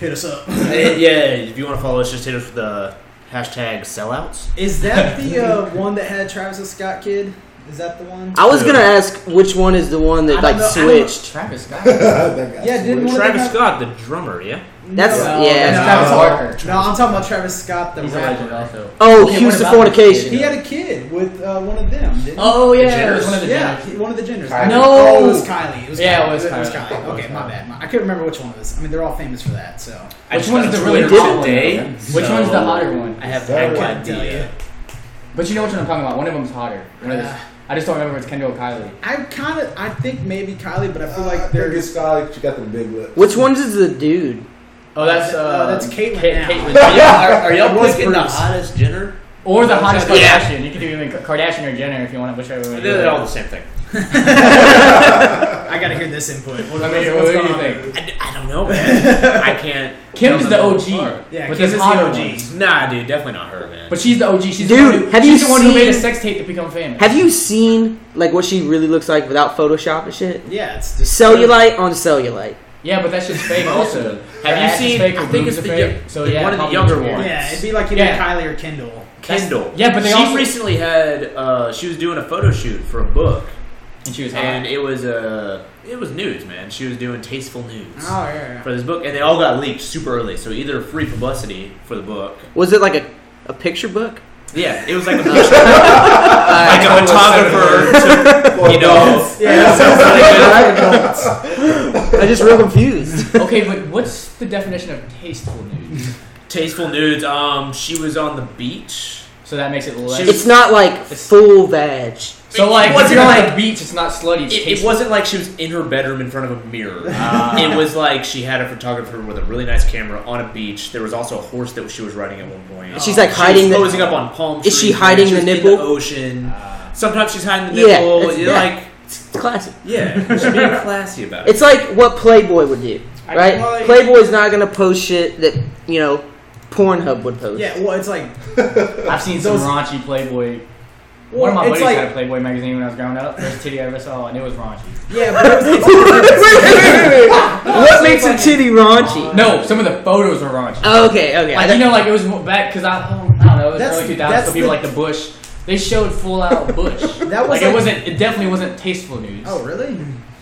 Speaker 1: Hit us up.
Speaker 4: Uh, yeah, if you want to follow us, just hit us with the hashtag sellouts.
Speaker 1: Is that the uh, one that had Travis and Scott kid? Is that the one?
Speaker 3: I was gonna ask which one is the one that
Speaker 1: I don't
Speaker 3: like
Speaker 1: know- I don't know.
Speaker 3: switched.
Speaker 2: Travis Scott.
Speaker 5: That guy
Speaker 1: Yeah, didn't
Speaker 5: switched.
Speaker 1: one-
Speaker 4: Travis Scott, the drummer, yeah.
Speaker 3: That's- yeah.
Speaker 2: that's
Speaker 1: No.
Speaker 2: Travis
Speaker 1: No, I'm talking about Travis Scott, the
Speaker 2: Barker. He's a legend
Speaker 1: rapper.
Speaker 2: also.
Speaker 3: Oh,
Speaker 1: Yeah,
Speaker 3: Houston
Speaker 1: what about the
Speaker 3: Fornication.
Speaker 1: He had a kid with uh, one of them. Didn't he?
Speaker 2: Oh
Speaker 4: The
Speaker 2: yeah, it
Speaker 4: Jenners?
Speaker 2: was one of the
Speaker 1: yeah,
Speaker 2: Jenners.
Speaker 1: he- one of the genders.
Speaker 5: Kylie.
Speaker 2: No.
Speaker 1: oh, it was Kylie. It was
Speaker 2: Yeah,
Speaker 1: Kylie.
Speaker 2: it was
Speaker 1: Kylie.
Speaker 2: Kylie. It was
Speaker 1: Okay, my
Speaker 2: Kylie.
Speaker 1: bad. My- I couldn't remember which one it was. I mean, they're all famous for that, so
Speaker 4: I
Speaker 2: Which
Speaker 4: just
Speaker 2: one's
Speaker 4: got
Speaker 2: the
Speaker 4: a
Speaker 2: really
Speaker 4: Twitter
Speaker 2: hot one?
Speaker 4: today,
Speaker 2: Which
Speaker 4: so
Speaker 2: one's the hotter one?
Speaker 4: I have
Speaker 5: That
Speaker 4: no
Speaker 5: one.
Speaker 4: idea.
Speaker 2: But you know which one I'm talking about. One of them's hotter. One of
Speaker 1: Yeah.
Speaker 2: these- I just don't remember if it's Kendall or Kylie.
Speaker 1: I kind of, I think maybe Kylie, but I feel
Speaker 5: Uh, I
Speaker 1: like
Speaker 5: think
Speaker 1: they're
Speaker 5: it's Scott. You got the big lips.
Speaker 3: Which one's is the dude?
Speaker 2: Oh, that's uh,
Speaker 1: Uh, that's Caitlyn
Speaker 2: Ca-
Speaker 1: now.
Speaker 2: Caitlyn.
Speaker 4: Are y'all, are, are
Speaker 1: It
Speaker 4: y'all
Speaker 1: was
Speaker 4: picking the
Speaker 1: Bruce.
Speaker 4: hottest Jenner?
Speaker 2: Or the hottest
Speaker 4: Yeah.
Speaker 2: Kardashian. You could do even Kardashian or Jenner if you want, whichever one.
Speaker 4: They're all the same thing.
Speaker 1: I gotta hear this input. What,
Speaker 2: I mean,
Speaker 1: what's- what's
Speaker 2: what do you
Speaker 1: going on?
Speaker 2: think?
Speaker 4: I, d- I don't know, man. I can't.
Speaker 2: Kim's the
Speaker 4: tell them
Speaker 2: OG.
Speaker 4: apart.
Speaker 1: Yeah,
Speaker 2: with
Speaker 1: Kim's
Speaker 2: this
Speaker 1: the
Speaker 2: hotter
Speaker 1: OG.
Speaker 2: one.
Speaker 4: Nah, dude, definitely not her, man.
Speaker 2: But she's the OG. She's
Speaker 3: Dude,
Speaker 2: the one who,
Speaker 3: have
Speaker 2: she's
Speaker 3: you
Speaker 2: the one who made a
Speaker 3: seen-
Speaker 2: sex tape to become famous.
Speaker 3: Have you seen like what she really looks like without Photoshop and shit?
Speaker 1: Yeah, it's just
Speaker 3: Cellulite on cellulite.
Speaker 2: yeah, but that shit's fake also. Her
Speaker 4: have you
Speaker 2: ass is
Speaker 4: seen?
Speaker 2: fake, her
Speaker 4: I think
Speaker 2: boobs
Speaker 4: it's
Speaker 2: are
Speaker 4: the
Speaker 2: fake.
Speaker 4: yo-
Speaker 2: so yeah,
Speaker 4: one of the
Speaker 2: probably
Speaker 4: younger
Speaker 2: it's-
Speaker 4: ones.
Speaker 1: Yeah, it'd be like either
Speaker 2: Yeah.
Speaker 1: Kylie or Kendall.
Speaker 4: Kendall.
Speaker 2: Yeah, but they
Speaker 4: she
Speaker 2: also-
Speaker 4: recently had. Uh, she was doing a photo shoot for a book,
Speaker 2: And she was hot.
Speaker 4: and it was uh, it was nudes, man. She was doing tasteful nudes
Speaker 1: Oh yeah.
Speaker 4: for this book, and they all got leaked super early. So either free publicity for the book.
Speaker 3: Was it like a, a picture book?
Speaker 4: Yeah, it was like a, like a photographer.
Speaker 5: Four
Speaker 4: you know,
Speaker 5: bucks.
Speaker 3: I'm just real confused.
Speaker 2: okay, but what's the definition of tasteful nude?
Speaker 4: tasteful nudes. Um, she was on the beach.
Speaker 2: So that makes it less.
Speaker 3: It's not like full veg.
Speaker 2: so like,
Speaker 4: it
Speaker 2: if
Speaker 4: wasn't
Speaker 2: you're on
Speaker 4: like-
Speaker 2: the beach, it's not slutty. It's
Speaker 4: It, it
Speaker 2: tasteful.
Speaker 4: wasn't like she was in her bedroom in front of a mirror.
Speaker 3: Ah.
Speaker 4: it was like she had a photographer with a really nice camera on a beach. There was also a horse that she was riding at one point.
Speaker 3: She's like hiding
Speaker 4: She
Speaker 3: the.
Speaker 4: was posing up on palm.
Speaker 3: Is she
Speaker 4: trees,
Speaker 3: hiding
Speaker 4: she
Speaker 3: the
Speaker 4: was in
Speaker 3: nipple? Ah.
Speaker 4: the ocean. Sometimes she's hiding the
Speaker 3: Yeah,
Speaker 4: nipple.
Speaker 3: it's-
Speaker 4: You're
Speaker 3: yeah.
Speaker 4: like,
Speaker 3: It's classic.
Speaker 4: yeah, she's being classy about it.
Speaker 3: It's like what Playboy would do,
Speaker 1: I-
Speaker 3: right?
Speaker 1: well, I-
Speaker 3: Playboy's not gonna post shit that you know Pornhub would post.
Speaker 1: Yeah, well, it's like
Speaker 2: I've seen some
Speaker 1: Those-
Speaker 2: raunchy Playboy. One of my
Speaker 1: Well,
Speaker 2: buddies
Speaker 1: it's like-
Speaker 2: had a Playboy magazine when I was growing up. First titty I ever saw, and it was raunchy.
Speaker 1: yeah, but it's,
Speaker 3: Wait, wait, wait, wait, wait. what makes a titty raunchy?
Speaker 2: No, some of the photos were raunchy.
Speaker 3: Oh, okay, okay.
Speaker 2: Like, you know, like it was more back because I, oh, I don't know, it was
Speaker 1: That's-
Speaker 2: early 2000s,
Speaker 1: that's
Speaker 2: so people
Speaker 1: the-
Speaker 2: like the Bush. They showed full out Bush.
Speaker 1: That was
Speaker 2: like, it
Speaker 1: like-
Speaker 2: wasn't. It definitely wasn't tasteful news.
Speaker 1: oh really?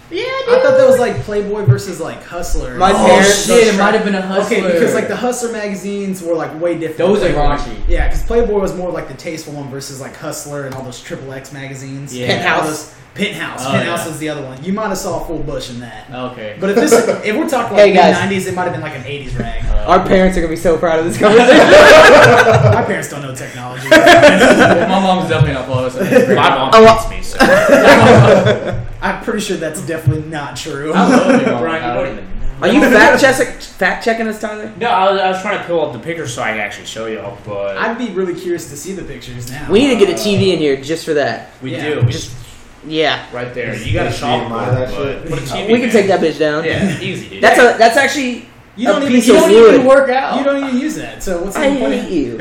Speaker 1: Yeah, I thought that was like Playboy versus like Hustler.
Speaker 3: My
Speaker 2: Oh,
Speaker 3: parents-
Speaker 2: shit! It might have been a hustler.
Speaker 1: Okay, because like the Hustler magazines were like way different.
Speaker 2: Those are
Speaker 1: Playboy.
Speaker 2: raunchy.
Speaker 1: Yeah, because Playboy was more like the tasteful one versus like Hustler and all those triple X magazines.
Speaker 2: Yeah.
Speaker 1: Penthouse.
Speaker 3: Penthouse.
Speaker 1: Those, Penthouse.
Speaker 2: Oh,
Speaker 1: Penthouse
Speaker 2: yeah. Uh,
Speaker 1: is the other one. You might have saw full bush in that.
Speaker 2: Okay.
Speaker 1: But if this, if we're talking
Speaker 3: Hey,
Speaker 1: like
Speaker 3: guys.
Speaker 1: mid '90s, it might have been like an '80s rag.
Speaker 2: Uh,
Speaker 3: Our parents are gonna be so proud of this conversation.
Speaker 1: My parents don't know technology.
Speaker 2: Well, my mom's definitely not following us. on Instagram.
Speaker 4: My mom
Speaker 3: Oh,
Speaker 4: hates me, so
Speaker 1: I I'm pretty sure that's definitely not true.
Speaker 2: I love Nick Marvin
Speaker 4: Brian, you
Speaker 2: Howard.
Speaker 4: don't even know.
Speaker 3: Are you fact checking fact checking us, Tyler?
Speaker 4: No, I was, I was trying to pull up the picture so I could actually show y'all, but
Speaker 1: I'd be really curious to see the pictures now.
Speaker 3: We need to get a TV in here just for that.
Speaker 4: we
Speaker 1: Yeah.
Speaker 4: do. We
Speaker 3: Just yeah,
Speaker 4: right there. You got a
Speaker 5: Just
Speaker 4: shop,
Speaker 5: DMI that
Speaker 4: but
Speaker 5: shit.
Speaker 4: put a TV
Speaker 3: we can
Speaker 4: in.
Speaker 3: take that bitch down.
Speaker 4: Yeah, easy, dude.
Speaker 3: That's a that's actually
Speaker 1: you don't
Speaker 3: a
Speaker 1: even
Speaker 3: piece
Speaker 1: you
Speaker 3: of
Speaker 1: don't even,
Speaker 3: wood.
Speaker 2: Work out.
Speaker 1: you don't even use that. So what's the
Speaker 3: I hate
Speaker 1: point?
Speaker 3: you,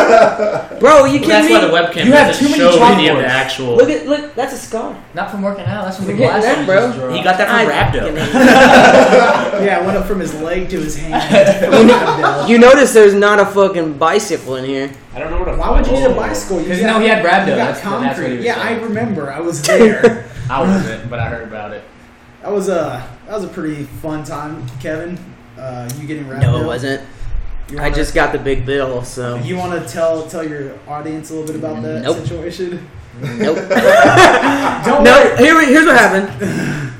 Speaker 3: bro. You
Speaker 4: Well, that's
Speaker 3: kidding
Speaker 4: why the
Speaker 3: me?
Speaker 4: webcam
Speaker 2: You have
Speaker 4: doesn't
Speaker 2: too many
Speaker 4: show any of
Speaker 2: chalkboards.
Speaker 4: the actual.
Speaker 3: Look at look. That's a scar.
Speaker 2: Not from working out. That's from the
Speaker 3: We're getting
Speaker 2: glass.
Speaker 3: that, bro.
Speaker 4: he got that
Speaker 3: I-
Speaker 4: from Rapdo.
Speaker 1: Yeah, it went up from his leg to his hand.
Speaker 3: You notice there's not a fucking bicycle in here.
Speaker 4: I don't know what. A
Speaker 1: Why would you
Speaker 4: Oh.
Speaker 1: need a bicycle? You
Speaker 2: 'Cause,
Speaker 1: got-
Speaker 2: no, he had rhabdo.
Speaker 1: You got
Speaker 2: That's- that's what he
Speaker 1: concrete.
Speaker 2: was
Speaker 1: yeah,
Speaker 2: saying.
Speaker 1: I remember. I was there.
Speaker 2: I wasn't, but I heard about it.
Speaker 1: that was a that was a pretty fun time, Kevin. Uh, you getting wrapped
Speaker 3: No,
Speaker 1: up?
Speaker 3: it wasn't.
Speaker 1: You
Speaker 3: I
Speaker 1: wanna-
Speaker 3: just got the big bill, so
Speaker 1: You want to tell tell your audience a little bit about that
Speaker 3: Nope.
Speaker 1: situation?
Speaker 3: nope.
Speaker 1: Don't
Speaker 3: no, here we- here's what happened.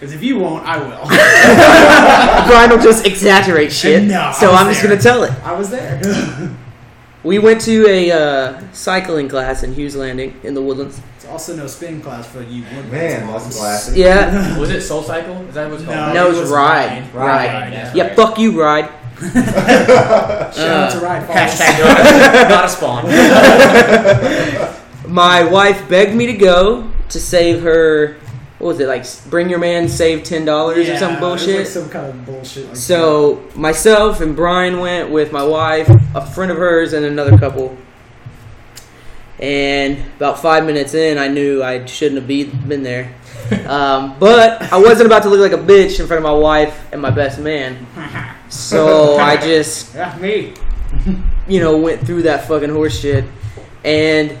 Speaker 1: because if you won't, I will.
Speaker 3: Brian will just exaggerate shit,
Speaker 1: No, I
Speaker 3: so
Speaker 1: was
Speaker 3: I'm just
Speaker 1: there.
Speaker 3: gonna tell it.
Speaker 1: I was there.
Speaker 3: We went to a uh, cycling class in Hughes Landing in the Woodlands.
Speaker 1: it's also no spin class for you. woodlands
Speaker 5: Man,
Speaker 1: moms.
Speaker 5: that's classic.
Speaker 3: Yeah.
Speaker 2: Was it Soul Cycle? Is that what it's called?
Speaker 3: No,
Speaker 1: Uh, it
Speaker 3: it's
Speaker 1: was
Speaker 3: ride. Ride.
Speaker 1: Ride.
Speaker 2: Ride, yeah.
Speaker 3: Yeah, fuck you, ride.
Speaker 1: Shout out to ride. Follows.
Speaker 4: Hashtag not, not a spawn.
Speaker 3: My wife begged me to go to save her. What was it like? s- Bring your man, save ten dollars
Speaker 1: Yeah,
Speaker 3: or some
Speaker 1: it was
Speaker 3: bullshit.
Speaker 1: Like some kind of bullshit. Like
Speaker 3: so myself and Brian went with my wife, a friend of hers, and another couple. And about five minutes in, I knew I shouldn't have be, been there. Um, but I wasn't about to look like a bitch in front of my wife and my best man. So I just
Speaker 1: that. yeah, me.
Speaker 3: you know, went through that fucking horse shit. And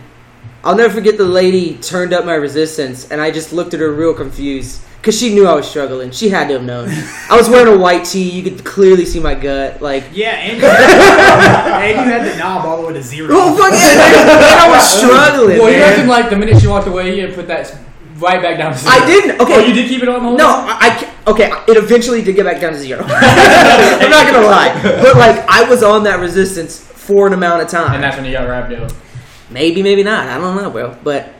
Speaker 3: I'll never forget the lady turned up my resistance, and I just looked at her real confused because she knew I was struggling. She had to have known. I was wearing a white tee. You could clearly see my gut. Like,
Speaker 1: Yeah, and you, and you had the knob all the way to zero.
Speaker 3: oh, fuck yeah, man. Man, I was struggling.
Speaker 2: Well, you
Speaker 3: man.
Speaker 2: reckon like the minute she walked away, you put that right back down. to
Speaker 3: I
Speaker 2: zero.
Speaker 3: didn't. Okay.
Speaker 2: Oh, you did keep it on the whole
Speaker 3: No,
Speaker 2: time?
Speaker 3: I, I ca- okay. It eventually did get back down to zero. I'm not gonna lie, but like I was on that resistance for an amount of time.
Speaker 2: And that's when you got rhabdo.
Speaker 3: Maybe, maybe not. I don't know, bro. But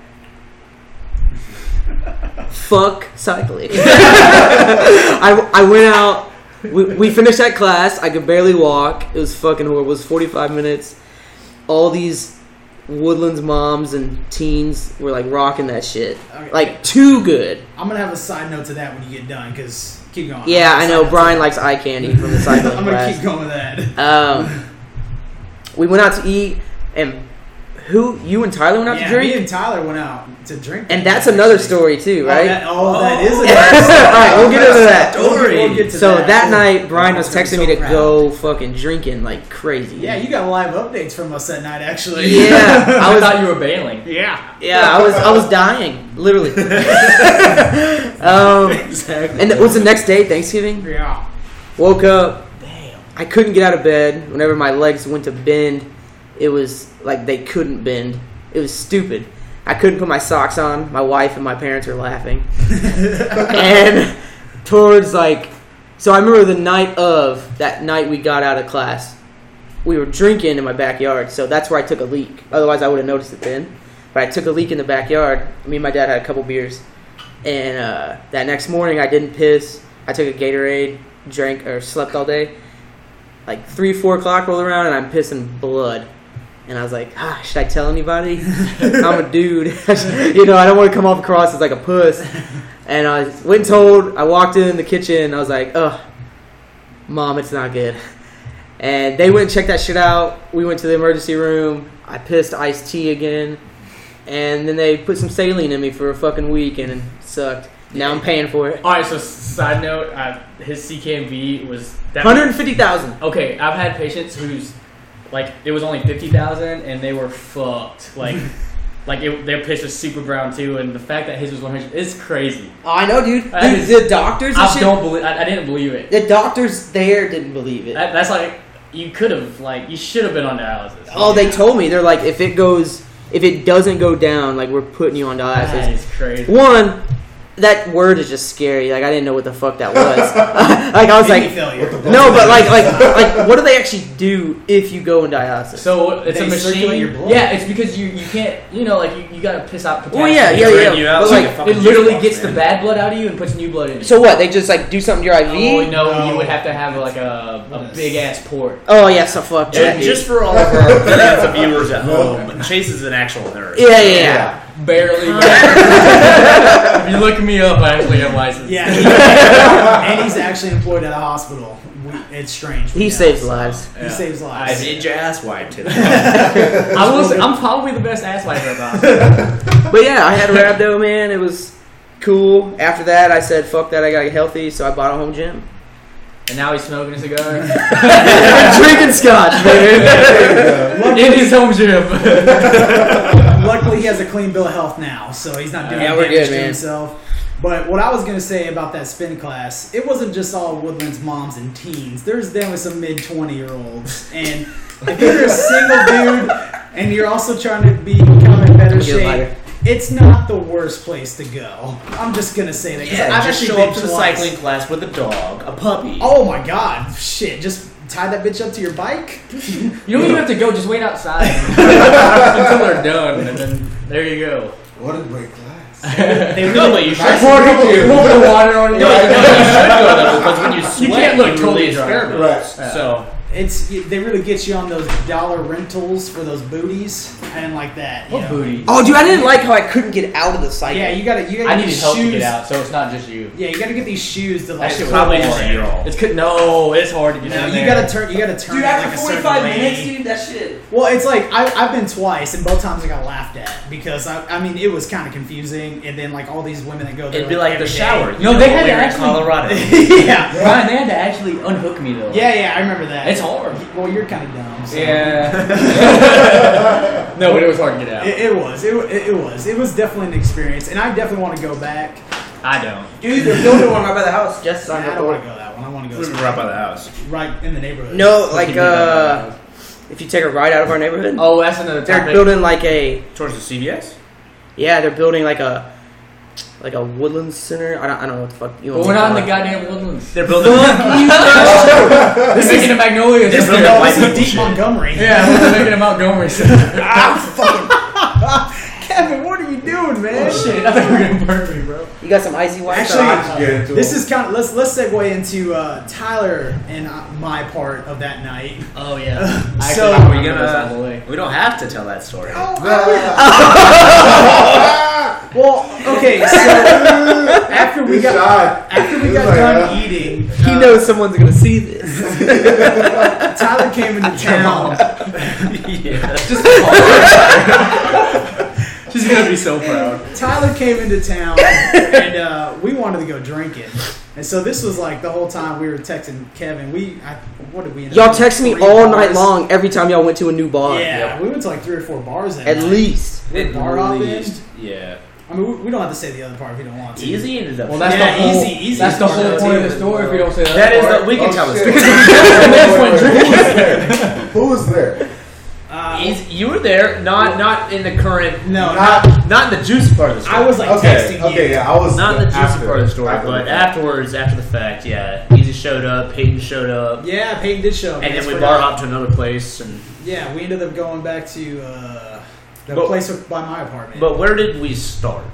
Speaker 3: fuck cycling. I, I went out. We, we finished that class. I could barely walk. It was fucking horrible. It was 45 minutes. All these woodlands moms and teens were like rocking that shit.
Speaker 1: Okay.
Speaker 3: Like too good.
Speaker 1: I'm gonna have a side note to that when you get done, because keep going.
Speaker 3: Yeah, I know.
Speaker 1: Side
Speaker 3: Brian likes eye candy from the
Speaker 1: note.
Speaker 3: cycling
Speaker 1: I'm
Speaker 3: class.
Speaker 1: gonna keep going with that.
Speaker 3: Um, we went out to eat, and who you and Tyler went out
Speaker 1: yeah,
Speaker 3: to drink.
Speaker 1: me and Tyler went out to drink.
Speaker 3: And that's another story too,
Speaker 1: Oh,
Speaker 3: right?
Speaker 1: that, oh, that is another story.
Speaker 3: All right, we'll get into that.
Speaker 1: We'll get- we'll get to
Speaker 3: So that
Speaker 1: Ooh,
Speaker 3: night, Brian was
Speaker 1: I'm
Speaker 3: texting
Speaker 1: so
Speaker 3: me to
Speaker 1: proud.
Speaker 3: go fucking drinking like crazy.
Speaker 1: Yeah, you got live updates from us that night, actually.
Speaker 3: yeah,
Speaker 2: I,
Speaker 3: I was,
Speaker 2: thought you were bailing.
Speaker 1: yeah.
Speaker 3: yeah, I was, I was dying, literally. um,
Speaker 1: Exactly.
Speaker 3: and what's the next day? Thanksgiving.
Speaker 1: Yeah.
Speaker 3: Woke up. I couldn't get out of bed. Whenever my legs went to bend, it was like they couldn't bend. It was stupid. I couldn't put my socks on. My wife and my parents were laughing. and towards like, so I remember the night of that night we got out of class, we were drinking in my backyard. So that's where I took a leak. Otherwise, I would have noticed it then. But I took a leak in the backyard. Me and my dad had a couple beers. And uh, that next morning, I didn't piss. I took a Gatorade, drank, or slept all day. Like three, four o'clock rolled around, and I'm pissing blood. And I was like, ah, should I tell anybody? I'm a dude. you know, I don't want to come off across as like a puss. And I went and told, I walked in the kitchen, and I was like, ugh, mom, it's not good. And they went and checked that shit out. We went to the emergency room. I pissed iced tea again. And then they put some saline in me for a fucking week and it sucked. Now I'm paying for it.
Speaker 2: All right. So side note, uh, his CKMV was that
Speaker 3: 150,000.
Speaker 2: Okay, I've had patients who's like it was only fifty thousand and they were fucked. Like, like it, their pitch was super brown too, and the fact that his was one hundred is crazy.
Speaker 3: I know, dude.
Speaker 2: I
Speaker 3: Dude,
Speaker 2: just-
Speaker 3: the doctors and
Speaker 2: I
Speaker 3: shit.
Speaker 2: don't believe. I, I didn't believe it.
Speaker 3: The doctors there didn't believe it.
Speaker 2: That, that's like you could have like you should have been on dialysis.
Speaker 3: Oh, they told me. They're like, if it goes, if it doesn't go down, like, we're putting you on dialysis.
Speaker 2: that is crazy.
Speaker 3: One, that word is just scary. Like I didn't know what the fuck that was. like I was
Speaker 1: Kidney
Speaker 3: like,
Speaker 1: failure.
Speaker 3: no, but like like like what do they actually do if you go in dialysis?
Speaker 2: So it's
Speaker 1: They
Speaker 2: a machine.
Speaker 1: circulate your blood.
Speaker 2: Yeah, it's because you you can't you know like you, you gotta piss out potassium.
Speaker 3: well, yeah,
Speaker 4: They
Speaker 3: yeah, yeah.
Speaker 4: drain you out
Speaker 3: But
Speaker 4: so you
Speaker 3: like,
Speaker 4: can fucking
Speaker 2: It literally
Speaker 4: walk,
Speaker 2: gets the
Speaker 4: man.
Speaker 2: bad blood out of you and puts new blood in. you.
Speaker 3: so what? They just like do something to your IV?
Speaker 2: oh no, you would
Speaker 1: No.
Speaker 2: have to have like a, a
Speaker 1: Yes.
Speaker 2: big ass port.
Speaker 3: Oh, yeah, so fuck that,
Speaker 4: And
Speaker 3: dude.
Speaker 4: just for all of our millions of viewers at home, Chase is an actual nurse.
Speaker 3: yeah, yeah, yeah,
Speaker 2: Barely. if you look me up, I actually am licensed.
Speaker 1: Yeah, he- and he's actually employed at a hospital. We- It's strange.
Speaker 3: He
Speaker 1: Yeah.
Speaker 3: saves lives.
Speaker 1: He saves
Speaker 4: I
Speaker 1: lives.
Speaker 4: did your ass wiped today.
Speaker 2: I will say, I'm probably the best ass wiper about.
Speaker 3: But yeah, I had rhabdo, man. It was cool. After that, I said, fuck that, I gotta get healthy, so I bought a home gym.
Speaker 2: And now he's smoking a cigar
Speaker 3: I'm drinking scotch, baby.
Speaker 2: in his home gym.
Speaker 1: Luckily, he has a clean bill of health now, so he's not doing
Speaker 3: Yeah, we're
Speaker 1: damage
Speaker 3: good,
Speaker 1: to
Speaker 3: man.
Speaker 1: himself. But what I was going to say about that spin class, it wasn't just all Woodlands moms and teens. There's definitely some mid 20 year olds. And if you're a single dude and you're also trying to be become in better
Speaker 3: Get a lighter.
Speaker 1: shape, it's not the worst place to go. I'm just going to say that. 'cause
Speaker 4: Yeah,
Speaker 1: I've
Speaker 4: just
Speaker 1: actually
Speaker 4: show
Speaker 1: been
Speaker 4: up to the
Speaker 1: twice.
Speaker 4: cycling class with a dog, a puppy.
Speaker 1: Oh my god, shit. Just tie that bitch up to your bike?
Speaker 2: You don't even have to go. Just wait outside until they're done, and then there you go.
Speaker 5: What a great class.
Speaker 1: They
Speaker 4: no,
Speaker 1: really,
Speaker 4: but you should.
Speaker 5: Nice
Speaker 4: No,
Speaker 5: to meet you.
Speaker 2: Pour Oh, the water on
Speaker 4: you should go though, because when you sweat,
Speaker 2: You can't look
Speaker 4: you
Speaker 2: totally
Speaker 4: release
Speaker 2: dry.
Speaker 4: pheromones.
Speaker 5: Right.
Speaker 4: So
Speaker 1: it's they really get you on those dollar rentals for those booties and like that. you
Speaker 2: What
Speaker 1: know.
Speaker 2: booty?
Speaker 3: oh, dude, I didn't like how I couldn't get out of the cycle.
Speaker 1: Yeah, you gotta you gotta get
Speaker 2: I needed
Speaker 1: these
Speaker 2: help
Speaker 1: shoes.
Speaker 2: to get out, so it's not just you.
Speaker 1: Yeah, you gotta get these shoes to like.
Speaker 2: That shit was
Speaker 4: probably
Speaker 2: hard.
Speaker 4: just a year old.
Speaker 2: It's could no, it's hard to get
Speaker 1: No,
Speaker 2: down
Speaker 1: you
Speaker 2: there.
Speaker 1: gotta turn. You gotta turn. it like a certain way.
Speaker 3: dude, that shit.
Speaker 1: Well, it's like I, I've been twice, and both times I got laughed at because I, I mean it was kind of confusing, and then like all these women that go. there,
Speaker 4: it'd be like the
Speaker 1: every day.
Speaker 4: shower. You
Speaker 2: No,
Speaker 4: know,
Speaker 2: they had
Speaker 4: when
Speaker 2: to
Speaker 4: we were in
Speaker 2: actually-
Speaker 4: Colorado.
Speaker 1: yeah,
Speaker 2: Ryan, they had to actually unhook me though.
Speaker 1: yeah, yeah. I remember that.
Speaker 2: it's hard.
Speaker 1: well, you're kind of dumb. So.
Speaker 2: Yeah. no, but it was hard to get out.
Speaker 1: It, it was. It, wa- it, it was. It was definitely an experience, and I definitely want to go back.
Speaker 2: I don't.
Speaker 3: Dude, there's building one right by the house. Just
Speaker 1: Nah, I don't want to go that one. I want to go
Speaker 4: We were right by the house.
Speaker 1: somewhere right in the neighborhood.
Speaker 3: No, like, uh, if you take a ride out of our neighborhood,
Speaker 2: Oh, that's another
Speaker 3: they're
Speaker 2: topic.
Speaker 3: building like a,
Speaker 4: Towards the CVS?
Speaker 3: yeah, they're building like a, like a woodland center. I don't, I don't know what the fuck you
Speaker 2: But
Speaker 3: want
Speaker 2: we're
Speaker 3: me to
Speaker 2: not in
Speaker 3: call
Speaker 2: the
Speaker 3: it.
Speaker 2: goddamn woodlands.
Speaker 4: They're building.
Speaker 2: They're making a magnolia.
Speaker 4: They're
Speaker 2: system.
Speaker 4: building
Speaker 1: no,
Speaker 4: white
Speaker 1: this is
Speaker 4: people
Speaker 1: deep
Speaker 4: shit.
Speaker 1: Montgomery.
Speaker 2: Yeah, they're making a Montgomery. system. Ah,
Speaker 1: Kevin, what are you doing, man?
Speaker 2: Oh, shit, I thought you were gonna burn me, bro.
Speaker 3: You got some icy water.
Speaker 1: Actually-
Speaker 5: Get into
Speaker 1: This
Speaker 5: it.
Speaker 1: is kind of let's let's segue into uh, Tyler and uh, my part of that night.
Speaker 2: Oh yeah. uh,
Speaker 1: So-
Speaker 2: I
Speaker 4: Are
Speaker 2: remember
Speaker 4: we
Speaker 2: this all the way.
Speaker 4: gonna? We don't have to tell that story.
Speaker 1: Well, okay, so after we
Speaker 5: Good
Speaker 1: got
Speaker 5: shot.
Speaker 1: after we
Speaker 5: He's
Speaker 1: got
Speaker 5: like,
Speaker 1: done
Speaker 5: uh,
Speaker 1: eating,
Speaker 3: he knows someone's gonna see this.
Speaker 1: Tyler came into town.
Speaker 4: yeah.
Speaker 2: She's gonna be so proud.
Speaker 1: Tyler came into town and uh, we wanted to go drinking. And so this was like the whole time we were texting Kevin. We, I, what did we? End
Speaker 3: Y'all
Speaker 1: up with,
Speaker 3: text me
Speaker 1: three
Speaker 3: all
Speaker 1: bars?
Speaker 3: night long every time y'all went to a new bar.
Speaker 1: Yeah, we went to like three or four bars that
Speaker 3: At
Speaker 1: night.
Speaker 3: least.
Speaker 1: At bar hopping.
Speaker 4: Yeah.
Speaker 1: I mean, we, we don't have to say the other part if you don't want to.
Speaker 4: Easy ended up.
Speaker 2: Well, that's
Speaker 1: Yeah,
Speaker 2: the whole.
Speaker 1: easy, easy.
Speaker 2: That's the whole
Speaker 1: Yeah,
Speaker 2: point of
Speaker 1: dude.
Speaker 2: the story. If you don't say that,
Speaker 4: That is
Speaker 2: part.
Speaker 4: the. We can
Speaker 5: Oh,
Speaker 4: tell the
Speaker 5: shit.
Speaker 4: story.
Speaker 5: Who was there?
Speaker 1: Uh,
Speaker 4: Easy- You were there, not not in the current,
Speaker 1: no,
Speaker 5: Not-
Speaker 4: not in the juicy part of the story.
Speaker 1: I was like
Speaker 5: Okay,
Speaker 1: texting
Speaker 5: okay,
Speaker 1: you.
Speaker 5: yeah, I was
Speaker 4: not the juicy
Speaker 5: after-
Speaker 4: part of the story,
Speaker 5: after
Speaker 4: but
Speaker 5: the-
Speaker 4: afterwards, after the fact, yeah. Easy showed up. Peyton showed up.
Speaker 1: Yeah, Peyton did show. up.
Speaker 4: And
Speaker 1: That's
Speaker 4: then we
Speaker 1: right.
Speaker 4: bar hopped to another place, and
Speaker 1: Yeah, we ended up going back to uh, the
Speaker 4: But-
Speaker 1: place with- by my apartment.
Speaker 4: but where did we start?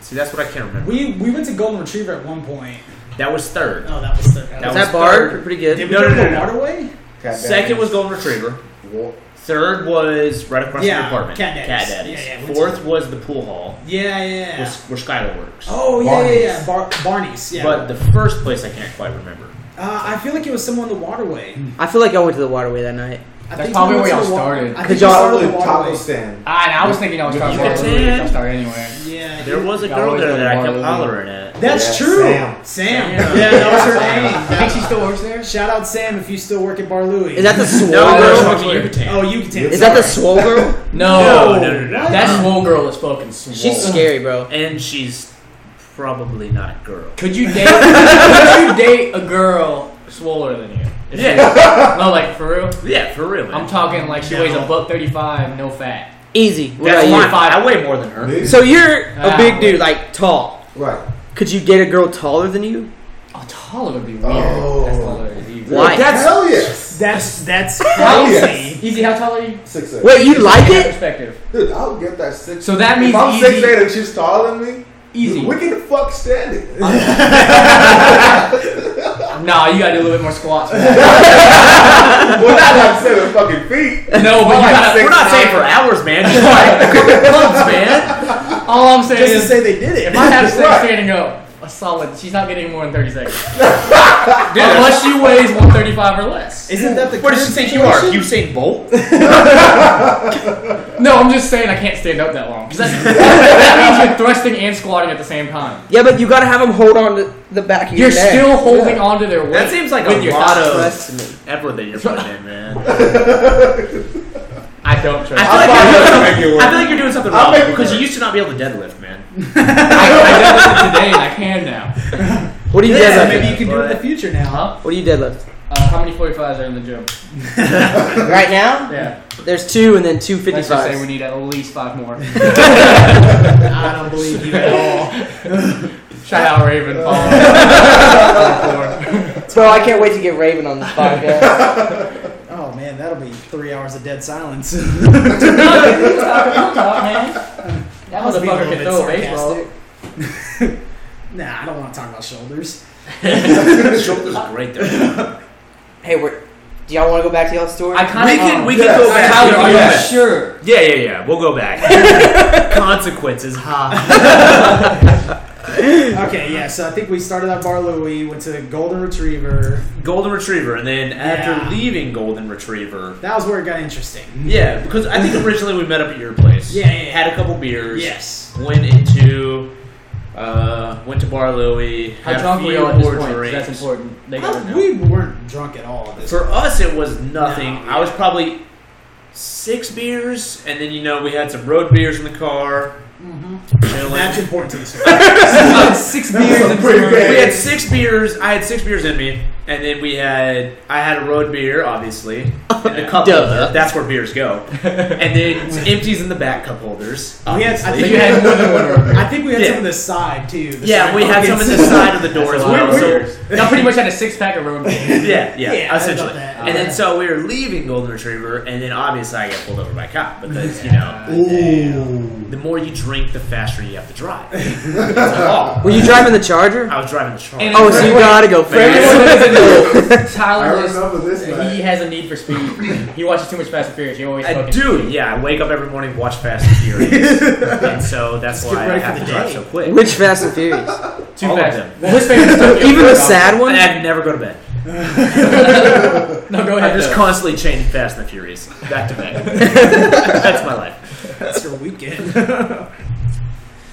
Speaker 4: See, that's what I can't remember.
Speaker 1: we we went to Golden Retriever at one point.
Speaker 4: That was third.
Speaker 1: Oh, that was the
Speaker 4: That
Speaker 3: Is
Speaker 4: was
Speaker 3: that bar
Speaker 4: third.
Speaker 3: pretty
Speaker 1: did
Speaker 3: good?
Speaker 1: we
Speaker 4: no,
Speaker 1: go
Speaker 4: no,
Speaker 1: to
Speaker 4: no,
Speaker 1: the
Speaker 4: no.
Speaker 1: waterway?
Speaker 5: Cat
Speaker 4: Second
Speaker 5: Daddy.
Speaker 4: was Golden Retriever.
Speaker 5: Wa-
Speaker 4: Third was right across
Speaker 1: Yeah,
Speaker 4: from the apartment.
Speaker 1: Cat Daddy's.
Speaker 4: Daddy's.
Speaker 1: Yeah, yeah, we
Speaker 4: Fourth was the pool hall,
Speaker 1: Yeah, yeah.
Speaker 4: where, where Skylar works.
Speaker 1: oh yeah, yeah,
Speaker 5: Barney's.
Speaker 1: yeah. Bar- Barney's. Yeah.
Speaker 4: But the first place I can't quite remember.
Speaker 1: uh, I feel like it was somewhere on the waterway.
Speaker 3: I feel like I went to the waterway that
Speaker 1: I
Speaker 3: night.
Speaker 2: Hmm. That's
Speaker 1: think
Speaker 2: probably
Speaker 1: we went
Speaker 2: where
Speaker 1: to
Speaker 2: y'all
Speaker 1: the wa-
Speaker 2: started.
Speaker 1: I
Speaker 5: Could
Speaker 1: think we
Speaker 5: y'all
Speaker 1: started
Speaker 5: order
Speaker 1: the
Speaker 5: taco
Speaker 1: waterway.
Speaker 5: stand?
Speaker 2: Ah, and I was thinking I was trying to
Speaker 4: You
Speaker 2: start
Speaker 4: did.
Speaker 2: I start anyway.
Speaker 1: Yeah.
Speaker 4: There
Speaker 1: dude.
Speaker 4: was a
Speaker 2: Y'all
Speaker 4: girl
Speaker 2: always
Speaker 4: there
Speaker 2: go to
Speaker 4: that I
Speaker 2: bar
Speaker 4: kept
Speaker 2: with
Speaker 4: hollering at.
Speaker 1: That's
Speaker 5: Yeah,
Speaker 1: true.
Speaker 5: Sam.
Speaker 1: Sam.
Speaker 4: Sam.
Speaker 1: Yeah, that was her name.
Speaker 2: I think she still works there.
Speaker 1: Shout out Sam if you still work at Bar Louie.
Speaker 3: Is that the swole
Speaker 4: No,
Speaker 2: Oh,
Speaker 4: we're
Speaker 2: that's
Speaker 3: girl?
Speaker 4: talking
Speaker 2: weird.
Speaker 4: Yucatan.
Speaker 1: Oh, you can take.
Speaker 3: Is that the swole girl?
Speaker 2: No,
Speaker 4: No, no, no, no.
Speaker 2: That swole girl is fucking swole.
Speaker 3: She's scary, bro.
Speaker 4: and she's probably not a girl.
Speaker 2: Could you date? could you date a girl swoller than you? If
Speaker 4: Yeah.
Speaker 2: you- No, like for real.
Speaker 4: Yeah, for real. man.
Speaker 2: I'm talking like she weighs a
Speaker 1: No.
Speaker 2: buck thirty-five, no fat.
Speaker 3: Easy. What
Speaker 4: That's
Speaker 3: about
Speaker 4: mine.
Speaker 2: Five.
Speaker 4: I weigh more than her.
Speaker 5: Me?
Speaker 3: you? So you're a
Speaker 2: Ah,
Speaker 3: big dude,
Speaker 2: wait.
Speaker 3: like tall.
Speaker 5: right.
Speaker 3: Could you get a girl taller than you?
Speaker 2: Oh, taller would be weird.
Speaker 5: Oh.
Speaker 2: That's taller is easy.
Speaker 3: Why?
Speaker 5: That's hell yes.
Speaker 1: That's that's
Speaker 5: Yes.
Speaker 1: crazy.
Speaker 2: Easy, how tall are you?
Speaker 5: Six eight.
Speaker 3: Wait, you like
Speaker 2: From that
Speaker 3: it?
Speaker 2: Perspective.
Speaker 5: Dude, I'll get that six.
Speaker 2: So that means
Speaker 5: if I'm
Speaker 2: easy.
Speaker 5: six eight and she's taller than me,
Speaker 2: Easy.
Speaker 5: we can fuck stand it.
Speaker 2: Nah, you gotta do a little bit more squats. for that.
Speaker 5: well, not like seven fucking feet.
Speaker 2: no, but you
Speaker 4: Like
Speaker 2: gotta.
Speaker 4: six
Speaker 2: We're not saying
Speaker 4: nine.
Speaker 2: for hours, man. Just like a couple clubs, man. All I'm saying
Speaker 1: Just to
Speaker 2: is,
Speaker 1: say they did it.
Speaker 2: if I have sex
Speaker 5: Right.
Speaker 2: standing up, a solid. She's not getting more than 30 seconds. Unless she weighs 135 or less.
Speaker 1: Isn't that the
Speaker 4: What does
Speaker 1: current
Speaker 4: she think you are?
Speaker 1: situation?
Speaker 4: Usain Bolt?
Speaker 2: No, I'm just saying I can't stand up that long. 'Cause That's, that means you're thrusting and squatting at the same time.
Speaker 3: Yeah, but you gotta have them hold on to the back of your
Speaker 2: You're
Speaker 3: neck.
Speaker 2: still holding on to their weight.
Speaker 4: That seems like
Speaker 2: with
Speaker 4: a
Speaker 2: your
Speaker 4: lot
Speaker 2: thighs.
Speaker 4: of
Speaker 3: Trust me.
Speaker 4: effort that you're putting in, man.
Speaker 2: I don't trust.
Speaker 4: I feel like
Speaker 5: I'll
Speaker 4: you're doing
Speaker 5: make it
Speaker 4: something-
Speaker 5: work.
Speaker 4: I feel like you're doing something
Speaker 5: I'll
Speaker 4: wrong
Speaker 5: make it
Speaker 4: because you
Speaker 5: work.
Speaker 4: used to not be able to deadlift, man.
Speaker 2: I, I deadlifted today and I can now.
Speaker 3: What do you
Speaker 1: Yeah,
Speaker 3: deadlift?
Speaker 1: maybe you can do it in
Speaker 4: But-
Speaker 1: the future now.
Speaker 2: Huh?
Speaker 3: What do you deadlift?
Speaker 2: Uh, how many 45s are in the gym?
Speaker 3: Right now,
Speaker 2: Yeah.
Speaker 3: there's two and then two
Speaker 2: Let's just say we
Speaker 3: 55s.
Speaker 2: need at least five more.
Speaker 1: I don't believe you at all.
Speaker 2: Shout out Raven. follow us.
Speaker 3: Bro, I can't wait to get Raven on the podcast.
Speaker 1: Oh man, that'll be three hours of dead silence.
Speaker 2: that
Speaker 1: was being a little
Speaker 2: motherfucker can
Speaker 1: bit
Speaker 2: throw a baseball.
Speaker 1: nah, I don't want to talk about shoulders.
Speaker 4: Shoulders are great there.
Speaker 3: hey, we're, do y'all want to go back to y'all's story?
Speaker 2: I um, kind of
Speaker 5: yes.
Speaker 4: go
Speaker 2: Tyler, are you
Speaker 5: Yes.
Speaker 2: sure?
Speaker 4: Yeah, yeah, yeah. We'll go back. Consequences, ha.
Speaker 1: Okay, yeah. So I think we started at Bar Louie, went to Golden Retriever.
Speaker 4: Golden Retriever, and then after
Speaker 1: Yeah.
Speaker 4: leaving Golden Retriever,
Speaker 1: That was where it got interesting.
Speaker 4: yeah, because I think originally we met up at your place.
Speaker 1: Yeah, yeah, yeah.
Speaker 4: Had a couple beers.
Speaker 1: Yes.
Speaker 4: Went into, uh, went to Bar Louie.
Speaker 2: How
Speaker 4: had a
Speaker 2: drunk were
Speaker 4: few
Speaker 2: you at this
Speaker 4: more
Speaker 2: point? 'Cause That's
Speaker 4: drinks.
Speaker 2: important. They gotta
Speaker 1: I-
Speaker 2: know.
Speaker 1: we weren't drunk at all. This
Speaker 4: For us, it was nothing.
Speaker 1: No.
Speaker 4: I was probably six beers, and then you know we had some road beers in the car.
Speaker 2: Mm-hmm.
Speaker 4: Chilling.
Speaker 1: that's important to us.
Speaker 2: six
Speaker 5: That was
Speaker 2: beers
Speaker 5: a
Speaker 2: and
Speaker 5: pretty
Speaker 2: some-
Speaker 5: bad-
Speaker 4: we had six beers. I had six beers in me, and then we had I had a road beer, obviously, and a cup
Speaker 3: Duh.
Speaker 4: holder. That's where beers go. And then some empties in the back cup holders.
Speaker 1: We had- I
Speaker 4: obviously.
Speaker 2: So
Speaker 1: think-
Speaker 2: you had more than one room.
Speaker 1: I think we had
Speaker 4: Yeah.
Speaker 1: some of the side too. the
Speaker 4: yeah,
Speaker 1: side
Speaker 4: we had some in
Speaker 1: pockets.
Speaker 4: the side of the door as
Speaker 2: That's a
Speaker 4: well.
Speaker 2: lot.
Speaker 4: So
Speaker 2: Y'all pretty much had a six pack of room.
Speaker 4: yeah, yeah,
Speaker 1: Yeah, I
Speaker 4: essentially.
Speaker 1: got that.
Speaker 4: And then so we were leaving Golden Retriever, and then obviously I got pulled over by a cop because you know
Speaker 5: Ooh.
Speaker 4: the more you drink, the faster you have to drive. It's a law.
Speaker 3: were you driving the Charger?
Speaker 4: I was driving the truck.
Speaker 2: And-
Speaker 3: Oh, so you gotta go fast.
Speaker 5: I
Speaker 2: Tyler is
Speaker 5: remember this
Speaker 2: He
Speaker 5: night.
Speaker 2: has a need for speed. he watches too much Fast and Furious. He always
Speaker 4: I
Speaker 2: fucking
Speaker 4: do, yeah. I wake up every morning, watch Fast and Furious, and so that's
Speaker 1: Just get
Speaker 4: why I
Speaker 1: ready
Speaker 4: have
Speaker 1: for
Speaker 4: to
Speaker 1: the
Speaker 4: drive
Speaker 1: day.
Speaker 4: so quick.
Speaker 3: Which Fast and Furious?
Speaker 2: too
Speaker 4: all of
Speaker 2: fast.
Speaker 4: them.
Speaker 2: Well, his favorite stuff
Speaker 3: Even the sad one?
Speaker 4: And I never go to bed.
Speaker 2: No, go
Speaker 4: I
Speaker 2: ahead.
Speaker 4: just
Speaker 2: though.
Speaker 4: constantly change Fast and the Furious back to back. that's my life.
Speaker 1: That's your weekend.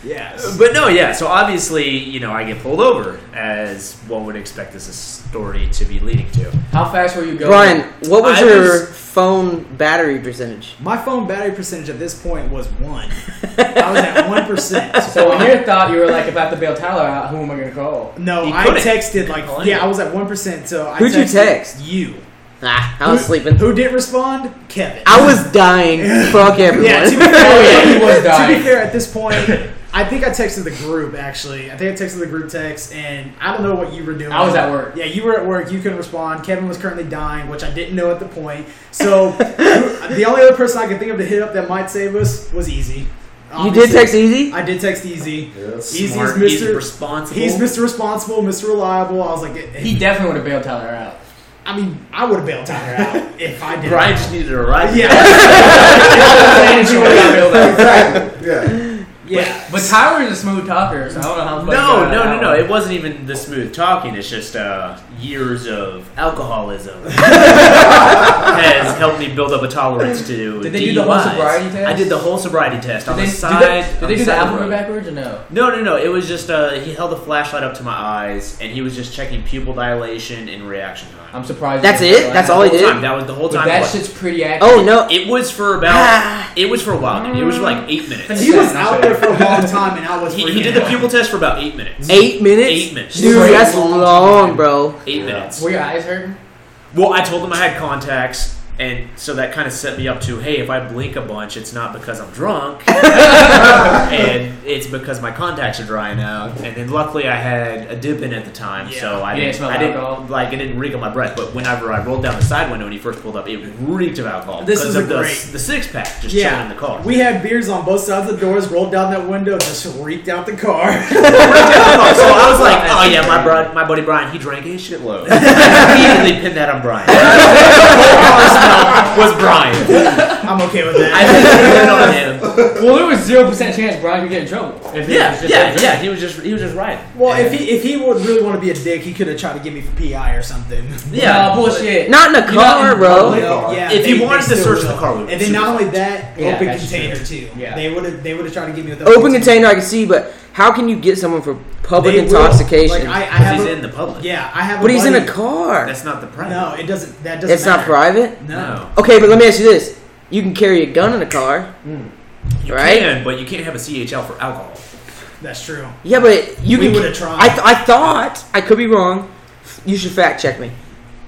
Speaker 1: yes.
Speaker 4: But no, yeah. So obviously, you know, I get pulled over, as one would expect this story to be leading to.
Speaker 2: How fast were you going?
Speaker 3: Brian, what was
Speaker 4: I
Speaker 3: your
Speaker 4: was-
Speaker 3: phone battery percentage?
Speaker 1: My phone battery percentage at this point was one. I was at one percent.
Speaker 2: So when you thought you were like about to bail Tyler out, who am I gonna call?
Speaker 1: No,
Speaker 4: You
Speaker 1: I
Speaker 4: couldn't.
Speaker 1: texted like
Speaker 4: Couldn't.
Speaker 1: yeah, I was at one percent. So I
Speaker 3: Who'd you
Speaker 1: texted
Speaker 3: text?
Speaker 1: You.
Speaker 3: Ah, I was
Speaker 1: Who-
Speaker 3: sleeping.
Speaker 1: Who didn't respond? Kevin.
Speaker 3: I was dying. Fuck everyone.
Speaker 1: Yeah, to be
Speaker 2: Oh yeah,
Speaker 1: fair,
Speaker 2: he was
Speaker 1: to be
Speaker 2: dying.
Speaker 1: fair, at this point, I think I texted the group actually. I think I texted the group text, and I don't know what you were doing.
Speaker 2: I was at work.
Speaker 1: Yeah, you were at work. You couldn't respond. Kevin was currently dying, which I didn't know at the point. So the only other person I could think of to hit up that might save us was Easy.
Speaker 3: you did
Speaker 1: Obviously,
Speaker 3: text Easy?
Speaker 1: I did text Easy.
Speaker 5: Yes.
Speaker 1: Easy
Speaker 4: Smart,
Speaker 1: is
Speaker 4: He's
Speaker 1: Mr.
Speaker 4: responsible.
Speaker 1: He's Mr. Responsible, Mr. Reliable. I was like,
Speaker 2: He definitely would have bailed Tyler out.
Speaker 1: I mean, I would have bailed Tyler out if I did.
Speaker 4: Brian just needed a ride.
Speaker 1: Yeah.
Speaker 2: And you would've got bailed out.
Speaker 5: Exactly. Yeah.
Speaker 1: yeah.
Speaker 2: But Tyler is a smooth talker, so I don't know how. the fuck he
Speaker 4: No,
Speaker 2: got
Speaker 4: no,
Speaker 2: out.
Speaker 4: no, no. uh, It wasn't even the smooth talking. It's just uh, years of alcoholism has helped me build up a tolerance to.
Speaker 2: Did they do the whole
Speaker 4: DUIs.
Speaker 2: sobriety test?
Speaker 4: I did the whole sobriety test on
Speaker 2: Did they,
Speaker 4: the
Speaker 2: did
Speaker 4: side.
Speaker 2: they,
Speaker 4: on
Speaker 2: did they do the
Speaker 4: side of
Speaker 2: alphabet
Speaker 4: road.
Speaker 2: backwards or no?
Speaker 4: No, no, no. It was just uh, he held a flashlight up to my eyes, and he was just checking pupil dilation and reaction time.
Speaker 2: I'm surprised.
Speaker 3: That's
Speaker 2: you didn't
Speaker 3: it?
Speaker 2: bail
Speaker 3: That's
Speaker 2: out.
Speaker 3: all he
Speaker 4: The whole
Speaker 3: did?
Speaker 4: time. That was the whole
Speaker 2: But
Speaker 4: time.
Speaker 2: that
Speaker 4: What-
Speaker 2: shit's pretty accurate.
Speaker 3: Oh, no.
Speaker 4: it was for
Speaker 3: Ah.
Speaker 4: about. it was for a while. Dude. It was for like eight minutes.
Speaker 1: He was out there for a long time, and I was.
Speaker 4: He, he did
Speaker 1: freaking
Speaker 4: the
Speaker 1: out.
Speaker 4: pupil test for about eight minutes.
Speaker 3: Eight minutes?
Speaker 4: Eight minutes.
Speaker 3: Dude,
Speaker 2: Wait,
Speaker 3: that's
Speaker 2: long
Speaker 3: long,
Speaker 2: time.
Speaker 3: bro.
Speaker 4: Eight
Speaker 5: Yeah.
Speaker 3: Oh.
Speaker 4: minutes.
Speaker 2: Were your eyes hurting?
Speaker 4: Well, I told him I had contacts. And so that kind of set me up to, hey, if I blink a bunch, it's not because I'm drunk, and it's because my contacts are drying out. And then luckily I had a dip in at the time, so I
Speaker 2: You didn't
Speaker 4: didn't,
Speaker 2: smell
Speaker 4: I didn't
Speaker 2: alcohol?
Speaker 4: like it didn't reek on my breath. But whenever I rolled down the side window and you first pulled up, it reeked of alcohol
Speaker 1: This
Speaker 4: because
Speaker 1: is
Speaker 4: of
Speaker 1: a
Speaker 4: the,
Speaker 1: great-
Speaker 4: the six pack just chilling in the car.
Speaker 1: We had beers on both sides of the doors, rolled down that window, just reeked out the car.
Speaker 4: Oh, so I was like, oh yeah, my bro- my buddy Brian, he drank a shitload. Immediately pinned that on Brian. was Brian.
Speaker 1: I'm okay with that.
Speaker 4: I think it on him.
Speaker 2: Well, there was zero percent chance Brian could get in trouble. If he was
Speaker 4: Yeah,
Speaker 2: just
Speaker 4: yeah,
Speaker 2: like-
Speaker 4: yeah. He was just he was just right.
Speaker 1: well, if he if he would really want to be a dick, he could have tried to get me for PI or something.
Speaker 4: Yeah,
Speaker 2: Nah, bullshit.
Speaker 3: Not in a
Speaker 2: You're not
Speaker 3: car,
Speaker 2: in
Speaker 3: bro.
Speaker 1: You
Speaker 5: public.
Speaker 1: know,
Speaker 5: Car.
Speaker 1: yeah,
Speaker 4: If you
Speaker 1: they-
Speaker 4: wanted
Speaker 1: they
Speaker 4: to
Speaker 1: still
Speaker 4: search the
Speaker 1: will.
Speaker 4: car, we would
Speaker 1: and then
Speaker 4: super
Speaker 1: not only that,
Speaker 2: Yeah,
Speaker 1: open
Speaker 2: that's
Speaker 1: container
Speaker 2: true.
Speaker 1: too.
Speaker 2: Yeah.
Speaker 1: they would have they would have tried to get me with the
Speaker 3: Open container, I can see, but how can you get someone for public
Speaker 1: They will.
Speaker 3: intoxication?
Speaker 1: Like, I, I
Speaker 4: Because
Speaker 1: have
Speaker 4: he's
Speaker 1: a-
Speaker 4: in the public.
Speaker 1: Yeah, I have.
Speaker 3: but he's in a
Speaker 1: buddy-
Speaker 3: car.
Speaker 4: that's not the problem.
Speaker 1: No, it doesn't. That doesn't.
Speaker 3: It's not
Speaker 1: matter.
Speaker 3: private.
Speaker 1: No.
Speaker 4: no.
Speaker 3: Okay, but let me ask you this: You can carry a gun in a car,
Speaker 4: You
Speaker 3: right?
Speaker 4: can, but you can't have a CHL for alcohol.
Speaker 1: That's true.
Speaker 3: Yeah, but you
Speaker 1: We
Speaker 3: can.
Speaker 1: would've tried.
Speaker 3: I, th- I thought I could be wrong. You should fact check me.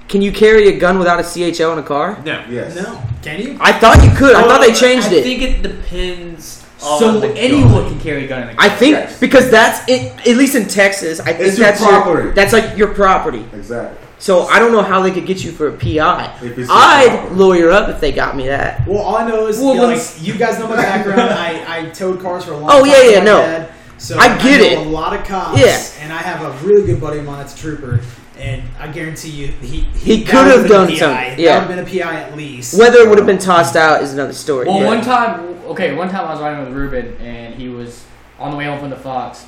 Speaker 3: Can you carry a gun without a CHL in a car?
Speaker 4: No.
Speaker 5: Yes.
Speaker 1: No, can you?
Speaker 3: I thought you could. I thought they changed
Speaker 4: I
Speaker 3: it.
Speaker 4: think it depends.
Speaker 2: So
Speaker 4: on the
Speaker 2: anyone
Speaker 4: gun.
Speaker 2: can carry a gun in the car.
Speaker 3: I think
Speaker 2: Yes.
Speaker 3: because that's it. At least in Texas, I think
Speaker 5: It's your
Speaker 3: that's
Speaker 5: property.
Speaker 3: that's like your property.
Speaker 5: Exactly.
Speaker 3: So I don't know how they could get you for a PI.
Speaker 5: If it's your
Speaker 3: I'd
Speaker 5: property.
Speaker 3: lawyer up if they got me that.
Speaker 1: Well, all I know is
Speaker 2: Well,
Speaker 1: yeah, like,
Speaker 2: let's-
Speaker 1: you guys know my background. I, I towed cars for a long
Speaker 3: Oh,
Speaker 1: time.
Speaker 3: yeah,
Speaker 1: with
Speaker 3: yeah,
Speaker 1: my
Speaker 3: no.
Speaker 1: dad. so
Speaker 3: I get
Speaker 1: know
Speaker 3: it.
Speaker 1: A lot of cops.
Speaker 3: Yeah.
Speaker 1: And I have a really good buddy of mine that's a trooper, and I guarantee you he
Speaker 3: He
Speaker 1: he, that
Speaker 3: could
Speaker 1: would've
Speaker 3: have
Speaker 1: been a
Speaker 3: done
Speaker 1: PI.
Speaker 3: something,
Speaker 1: That
Speaker 3: yeah.
Speaker 1: would have been a PI at least.
Speaker 3: Whether it would have been tossed out is another story.
Speaker 2: Well,
Speaker 3: yeah.
Speaker 2: one time, okay, one time I was riding with Ruben and he was on the way home from the Fox.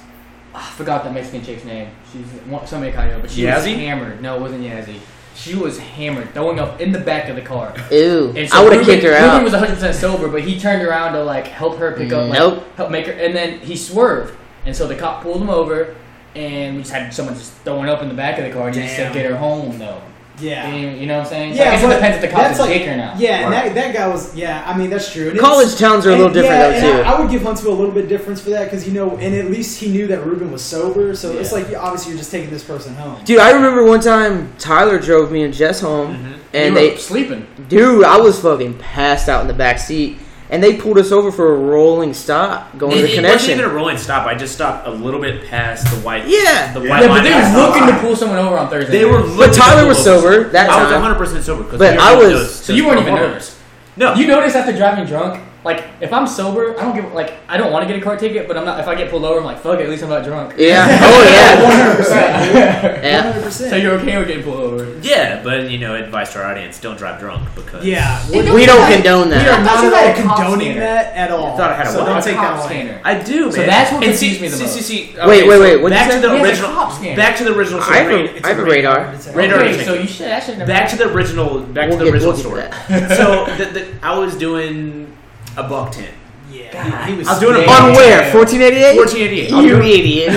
Speaker 2: I forgot that Mexican chick's name. She's one- somebody I know, but she was
Speaker 4: Yazzie?
Speaker 2: hammered. No, it wasn't Yazzie. She was hammered, throwing up in the back of the car.
Speaker 3: Ew,
Speaker 2: And so
Speaker 3: I would have
Speaker 2: Ruben-
Speaker 3: kicked her
Speaker 2: Ruben
Speaker 3: out.
Speaker 2: was 100 percent sober, but he turned around to like help her pick up, like,
Speaker 3: Nope.
Speaker 2: help make her, and then he swerved, and so the cop pulled him over, and we just had someone just throwing up in the back of the car, and he just
Speaker 1: Damn.
Speaker 2: said, "Get her home, though."
Speaker 1: yeah.
Speaker 2: You, you know what I'm saying? So I
Speaker 1: Yeah,
Speaker 2: guess it
Speaker 1: but
Speaker 2: depends if the cop
Speaker 1: that's
Speaker 2: is
Speaker 1: like-
Speaker 2: dick or not.
Speaker 1: Yeah, and that, that guy was. Yeah, I mean that's true. And it's-
Speaker 3: College towns are a little
Speaker 1: and-
Speaker 3: different
Speaker 1: yeah,
Speaker 3: though
Speaker 1: and
Speaker 3: too.
Speaker 1: I, I would give Huntsville a little bit difference for that because you know, and at least he knew that Ruben was sober, so it's
Speaker 2: Yeah.
Speaker 1: like obviously you're just taking this person home.
Speaker 3: Dude, I remember one time Tyler drove me and Jess home,
Speaker 4: Mm-hmm.
Speaker 2: You
Speaker 3: and
Speaker 2: were
Speaker 3: they,
Speaker 2: sleeping.
Speaker 3: dude, I was fucking passed out in the back seat, and they pulled us over for a rolling stop going
Speaker 4: It,
Speaker 3: to the
Speaker 4: it wasn't
Speaker 3: connection.
Speaker 4: even a rolling stop. I just stopped a little bit past the white.
Speaker 3: Yeah.
Speaker 4: the
Speaker 5: Yeah,
Speaker 4: white
Speaker 2: Yeah,
Speaker 4: line
Speaker 2: but they
Speaker 4: outside.
Speaker 2: were looking to pull someone over on Thursday.
Speaker 4: They were.
Speaker 3: but
Speaker 4: looking
Speaker 3: Tyler
Speaker 4: to
Speaker 3: was
Speaker 4: pull
Speaker 3: sober that
Speaker 4: I was
Speaker 3: time.
Speaker 4: 100 percent sober. 'cause
Speaker 3: But
Speaker 4: we were
Speaker 3: I
Speaker 4: both
Speaker 3: was-
Speaker 4: those-
Speaker 2: So you weren't even
Speaker 4: those-
Speaker 2: nervous.
Speaker 4: No,
Speaker 2: You notice after driving drunk, like if I'm sober, I don't give like I don't want to get a car ticket, but I'm not. If I get pulled over, I'm like, fuck it, at least I'm not drunk.
Speaker 3: Yeah. Oh
Speaker 1: One hundred percent.
Speaker 3: yeah.
Speaker 1: One
Speaker 3: yeah.
Speaker 1: hundred
Speaker 2: So
Speaker 1: percent.
Speaker 2: you're okay with getting pulled over?
Speaker 4: Yeah, but you know, advice to our audience: don't drive drunk because
Speaker 1: Yeah,
Speaker 3: We
Speaker 1: we're
Speaker 3: don't, condone
Speaker 1: we
Speaker 3: that.
Speaker 1: are
Speaker 2: I'm
Speaker 1: not
Speaker 2: not
Speaker 1: at all
Speaker 2: a cop
Speaker 1: condoning
Speaker 2: scanner.
Speaker 1: that at all.
Speaker 4: I thought I had a
Speaker 1: so
Speaker 4: what?
Speaker 1: don't
Speaker 2: I'm a
Speaker 1: take
Speaker 2: cop
Speaker 1: that one.
Speaker 2: scanner.
Speaker 4: I do.
Speaker 2: So
Speaker 4: man.
Speaker 2: that's what
Speaker 4: And
Speaker 2: confused
Speaker 4: see,
Speaker 2: me the
Speaker 4: see,
Speaker 2: most.
Speaker 4: see, see,
Speaker 3: Wait,
Speaker 4: okay,
Speaker 3: wait,
Speaker 4: so
Speaker 3: wait, what'd you
Speaker 4: Back
Speaker 3: say?
Speaker 4: to the
Speaker 2: Yeah, it's a cop
Speaker 4: original.
Speaker 2: scan.
Speaker 4: Back to the original
Speaker 3: I
Speaker 4: story.
Speaker 3: have a, I have a radar.
Speaker 1: It's a-
Speaker 4: Radar
Speaker 2: Okay,
Speaker 4: ticket.
Speaker 2: so you should. I should never.
Speaker 4: Back to the original. Back
Speaker 3: We'll
Speaker 4: to
Speaker 3: get-
Speaker 4: the original
Speaker 3: we'll get
Speaker 4: story.
Speaker 3: to
Speaker 4: so the, the, I was doing a buck ten.
Speaker 1: Yeah, he, he was.
Speaker 4: I was doing a
Speaker 1: sick.
Speaker 4: buck-
Speaker 3: On
Speaker 4: Yeah.
Speaker 3: where? Fourteen eighty eight.
Speaker 4: 1488. E. I'll do-
Speaker 3: You idiot!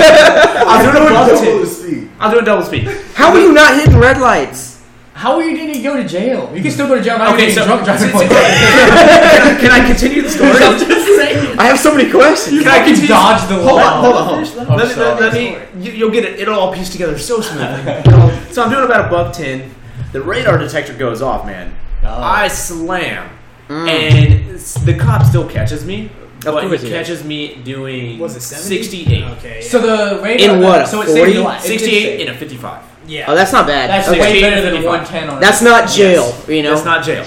Speaker 4: I'll do a buck
Speaker 5: Double the
Speaker 4: ten.
Speaker 5: speed.
Speaker 4: I'll do a double speed.
Speaker 3: How are you not hitting red lights?
Speaker 2: How are you didn't go to jail? You can still go to jail. How
Speaker 4: Okay,
Speaker 2: you
Speaker 4: so
Speaker 2: getting drunk driving.
Speaker 4: can I- can I continue the story?
Speaker 3: I have so many questions.
Speaker 4: Can I
Speaker 2: can
Speaker 4: continue?
Speaker 2: dodge the
Speaker 4: Hold
Speaker 2: law.
Speaker 4: on, hold on, hold on.
Speaker 2: I'm
Speaker 4: Let me, let, let
Speaker 2: sorry.
Speaker 4: me, you, you'll get it. It'll all piece together so smoothly. so I'm doing about a buck ten. The radar detector goes off, man.
Speaker 2: Oh.
Speaker 4: I slam, and s- the cop still catches me, but
Speaker 3: Mm. course
Speaker 4: he
Speaker 3: he does.
Speaker 4: catches me doing
Speaker 1: Was it 70?
Speaker 4: 68,
Speaker 1: Okay.
Speaker 2: So the radar.
Speaker 3: In what, a
Speaker 2: So it saved
Speaker 3: 40?
Speaker 2: your life. It did
Speaker 4: 68
Speaker 2: save-
Speaker 4: in a 55.
Speaker 1: yeah.
Speaker 3: Oh, that's not bad. Oh,
Speaker 2: That's
Speaker 4: Okay.
Speaker 2: way better than
Speaker 4: 55.
Speaker 2: one ten on. a-
Speaker 3: That's not jail. You know.
Speaker 4: That's not jail.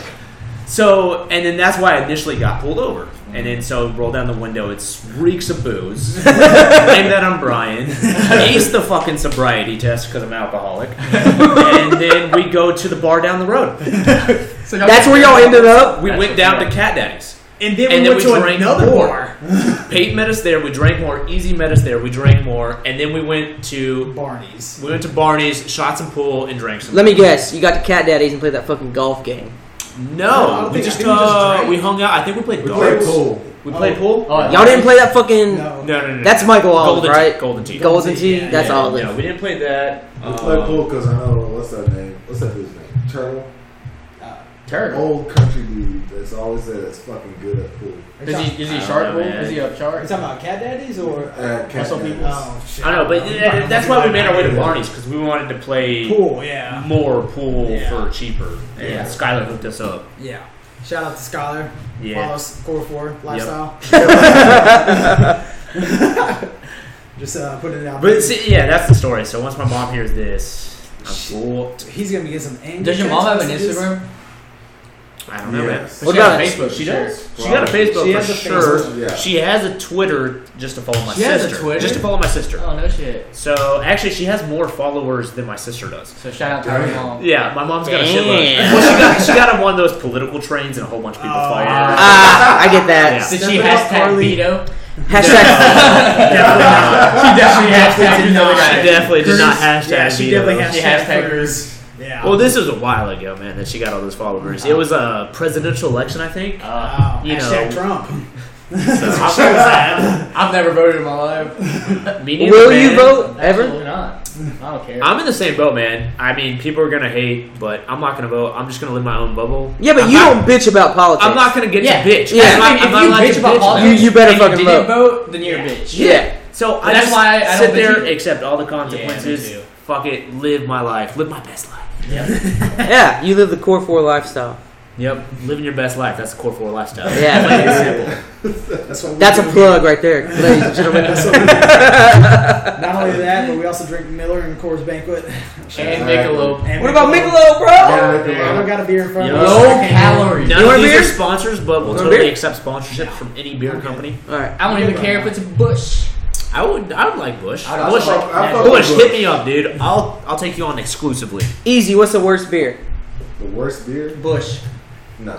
Speaker 4: So, and then that's why I initially got pulled over. And then so roll down the window, it's reeks of booze. Blame that on Brian. Ace the fucking sobriety test because I'm alcoholic. and then we go to the bar down the road.
Speaker 2: So
Speaker 3: That's where y'all ended up.
Speaker 4: We
Speaker 2: That's
Speaker 4: went
Speaker 2: what we
Speaker 4: down to
Speaker 2: did.
Speaker 4: Cat Daddy's.
Speaker 1: and then we
Speaker 4: And then
Speaker 1: went
Speaker 4: we
Speaker 1: to
Speaker 4: drank
Speaker 1: another
Speaker 4: more.
Speaker 1: bar.
Speaker 4: Pate met us there, we drank more. Easy met us there, we drank more. And then we went to
Speaker 1: Barney's.
Speaker 4: we went to Barney's, shot some pool, and drank some.
Speaker 3: Let me guess. You got to Cat Daddy's and played that fucking golf game.
Speaker 1: I
Speaker 4: No,
Speaker 1: don't
Speaker 4: we
Speaker 1: think- I
Speaker 4: just,
Speaker 1: think we just
Speaker 4: uh,
Speaker 1: drank.
Speaker 4: we hung out. I think we played
Speaker 5: We
Speaker 4: darts.
Speaker 5: played pool.
Speaker 4: We played
Speaker 1: Oh.
Speaker 4: pool.
Speaker 2: Oh,
Speaker 3: Y'all didn't play that fucking
Speaker 1: No.
Speaker 4: No, no, no, no.
Speaker 3: That's Michael Olive,
Speaker 4: Golden
Speaker 3: right?
Speaker 4: Tee. Golden Tee.
Speaker 3: Golden Tee.
Speaker 1: Yeah,
Speaker 3: That's
Speaker 1: yeah,
Speaker 3: all.
Speaker 4: No, we didn't play that.
Speaker 5: We played
Speaker 4: Um,
Speaker 5: pool because I know what's that name? What's that dude's name? Turtle.
Speaker 1: Uh,
Speaker 2: Turd.
Speaker 5: old country dude that's always there that's fucking good at pool.
Speaker 1: Are you
Speaker 2: Is
Speaker 1: talking,
Speaker 2: he is
Speaker 4: I
Speaker 2: he
Speaker 4: don't
Speaker 2: shark?
Speaker 4: know,
Speaker 2: Wolf?
Speaker 4: man.
Speaker 2: Is he a
Speaker 1: are you
Speaker 2: shark?
Speaker 1: talking about cat daddies or?
Speaker 5: Uh, cat
Speaker 2: Wrestle
Speaker 5: daddies.
Speaker 2: people.
Speaker 1: oh shit!
Speaker 4: I don't know, but
Speaker 1: You
Speaker 4: th-
Speaker 1: probably
Speaker 4: that's why we made our way to
Speaker 5: Yeah.
Speaker 4: Barney's because we wanted to play
Speaker 1: Cool. Yeah.
Speaker 4: more pool
Speaker 1: Yeah.
Speaker 4: for cheaper. And
Speaker 1: Yeah.
Speaker 4: Skylar hooked us up.
Speaker 1: Yeah. Shout out to Scholar.
Speaker 4: Yeah.
Speaker 1: Follows Core Four Lifestyle. Just uh, putting it out. there.
Speaker 4: But see, yeah, that's the story. So once my mom hears this, I'm
Speaker 1: Shit.
Speaker 4: fucked.
Speaker 1: He's gonna be getting some angry.
Speaker 2: Does your mom have an
Speaker 1: text messages.
Speaker 2: Instagram?
Speaker 4: I don't know, man.
Speaker 5: Yes.
Speaker 2: But
Speaker 3: What
Speaker 2: she has
Speaker 3: about-
Speaker 2: a Facebook?
Speaker 4: She
Speaker 2: for sure.
Speaker 4: does. She got a Facebook
Speaker 1: She
Speaker 4: for
Speaker 1: has a
Speaker 4: sure.
Speaker 1: Facebook.
Speaker 5: Yeah.
Speaker 4: She has a Twitter just to follow my
Speaker 2: She has a
Speaker 4: sister.
Speaker 2: Twitter?
Speaker 4: Just to follow my sister.
Speaker 2: Oh no shit.
Speaker 4: So actually, she has more followers than my sister does.
Speaker 2: So shout out to her
Speaker 5: Damn.
Speaker 2: mom.
Speaker 4: Yeah, my mom's got a
Speaker 3: Damn.
Speaker 4: shitload. Well, she got she got on one of those political trains, and a whole bunch of people
Speaker 1: Oh.
Speaker 4: follow
Speaker 2: Ah.
Speaker 4: her.
Speaker 3: Ah, I get
Speaker 4: Yeah.
Speaker 3: that.
Speaker 2: Did she
Speaker 1: Stepping up,
Speaker 2: hashtag
Speaker 1: Carly.
Speaker 2: veto?
Speaker 3: Hashtag.
Speaker 4: Definitely not.
Speaker 2: She definitely hashtag
Speaker 1: did not.
Speaker 4: She definitely did not
Speaker 1: Hers-
Speaker 4: hashtag.
Speaker 1: Yeah, she
Speaker 4: veto.
Speaker 1: definitely
Speaker 2: She
Speaker 1: hashtag
Speaker 2: hashtag
Speaker 1: hers. Yeah.
Speaker 4: Well, this was a while ago, man, that she got all those followers. It was a presidential election, I think.
Speaker 2: Uh,
Speaker 1: wow.
Speaker 4: you
Speaker 1: hashtag
Speaker 4: know.
Speaker 1: Trump.
Speaker 4: So I was sad.
Speaker 2: I've never voted in my life.
Speaker 4: Me neither,
Speaker 3: Will you
Speaker 4: man.
Speaker 3: vote ever?
Speaker 2: Absolutely not. I don't care.
Speaker 4: I'm in the same boat, man. I mean, people are gonna hate, but I'm not gonna vote. I'm just gonna live my own bubble.
Speaker 3: Yeah, but
Speaker 4: I'm
Speaker 3: you don't
Speaker 4: not,
Speaker 3: bitch about politics.
Speaker 4: I'm not gonna get
Speaker 2: Yeah.
Speaker 4: to bitch.
Speaker 3: Yeah.
Speaker 4: I'm not,
Speaker 2: If
Speaker 4: I'm not
Speaker 2: you
Speaker 4: allowed
Speaker 2: bitch
Speaker 4: to
Speaker 2: about
Speaker 4: bitch,
Speaker 2: all
Speaker 4: man.
Speaker 3: You, you better
Speaker 2: If you
Speaker 3: fucking
Speaker 2: didn't
Speaker 3: vote.
Speaker 2: vote, then you're a bitch.
Speaker 3: Yeah.
Speaker 4: So I
Speaker 2: That's
Speaker 4: just
Speaker 2: why I don't
Speaker 4: sit
Speaker 2: bitch
Speaker 4: there,
Speaker 2: either.
Speaker 4: accept all the
Speaker 2: Yeah,
Speaker 4: consequences.
Speaker 2: me too.
Speaker 4: Fuck it, live my life, live my best life.
Speaker 3: Yeah, you live the core four lifestyle.
Speaker 4: Yep, living your best life. That's the core four lifestyle.
Speaker 3: Yeah.
Speaker 4: Plain and simple.
Speaker 1: That's what. We
Speaker 3: That's a
Speaker 1: do.
Speaker 3: plug right there, ladies and gentlemen.
Speaker 1: That's what we do. Not only that, but we also drink Miller and Coors Banquet.
Speaker 2: And
Speaker 5: Exactly.
Speaker 2: Michelob.
Speaker 1: And
Speaker 3: What about
Speaker 1: Michelob?
Speaker 3: Michelob, bro?
Speaker 5: Yeah, Michelob.
Speaker 1: I don't got a beer in front of
Speaker 4: Yeah.
Speaker 1: me.
Speaker 4: Low
Speaker 1: I can't-
Speaker 2: calories.
Speaker 4: None
Speaker 3: want
Speaker 4: of
Speaker 3: a
Speaker 4: these
Speaker 3: beer?
Speaker 4: are sponsors, but we'll
Speaker 3: Want a
Speaker 4: totally
Speaker 3: beer?
Speaker 4: accept sponsorships from any beer company.
Speaker 3: All right.
Speaker 2: I don't even care if it's a bush.
Speaker 4: I would, I would like Bush.
Speaker 2: I'd also
Speaker 4: Bush,
Speaker 5: like- I'd fuck
Speaker 4: Bush,
Speaker 5: with Bush.
Speaker 4: hit me up, dude. I'll, I'll take you on exclusively.
Speaker 3: Easy. What's the worst beer?
Speaker 5: The worst beer?
Speaker 2: Bush.
Speaker 5: No.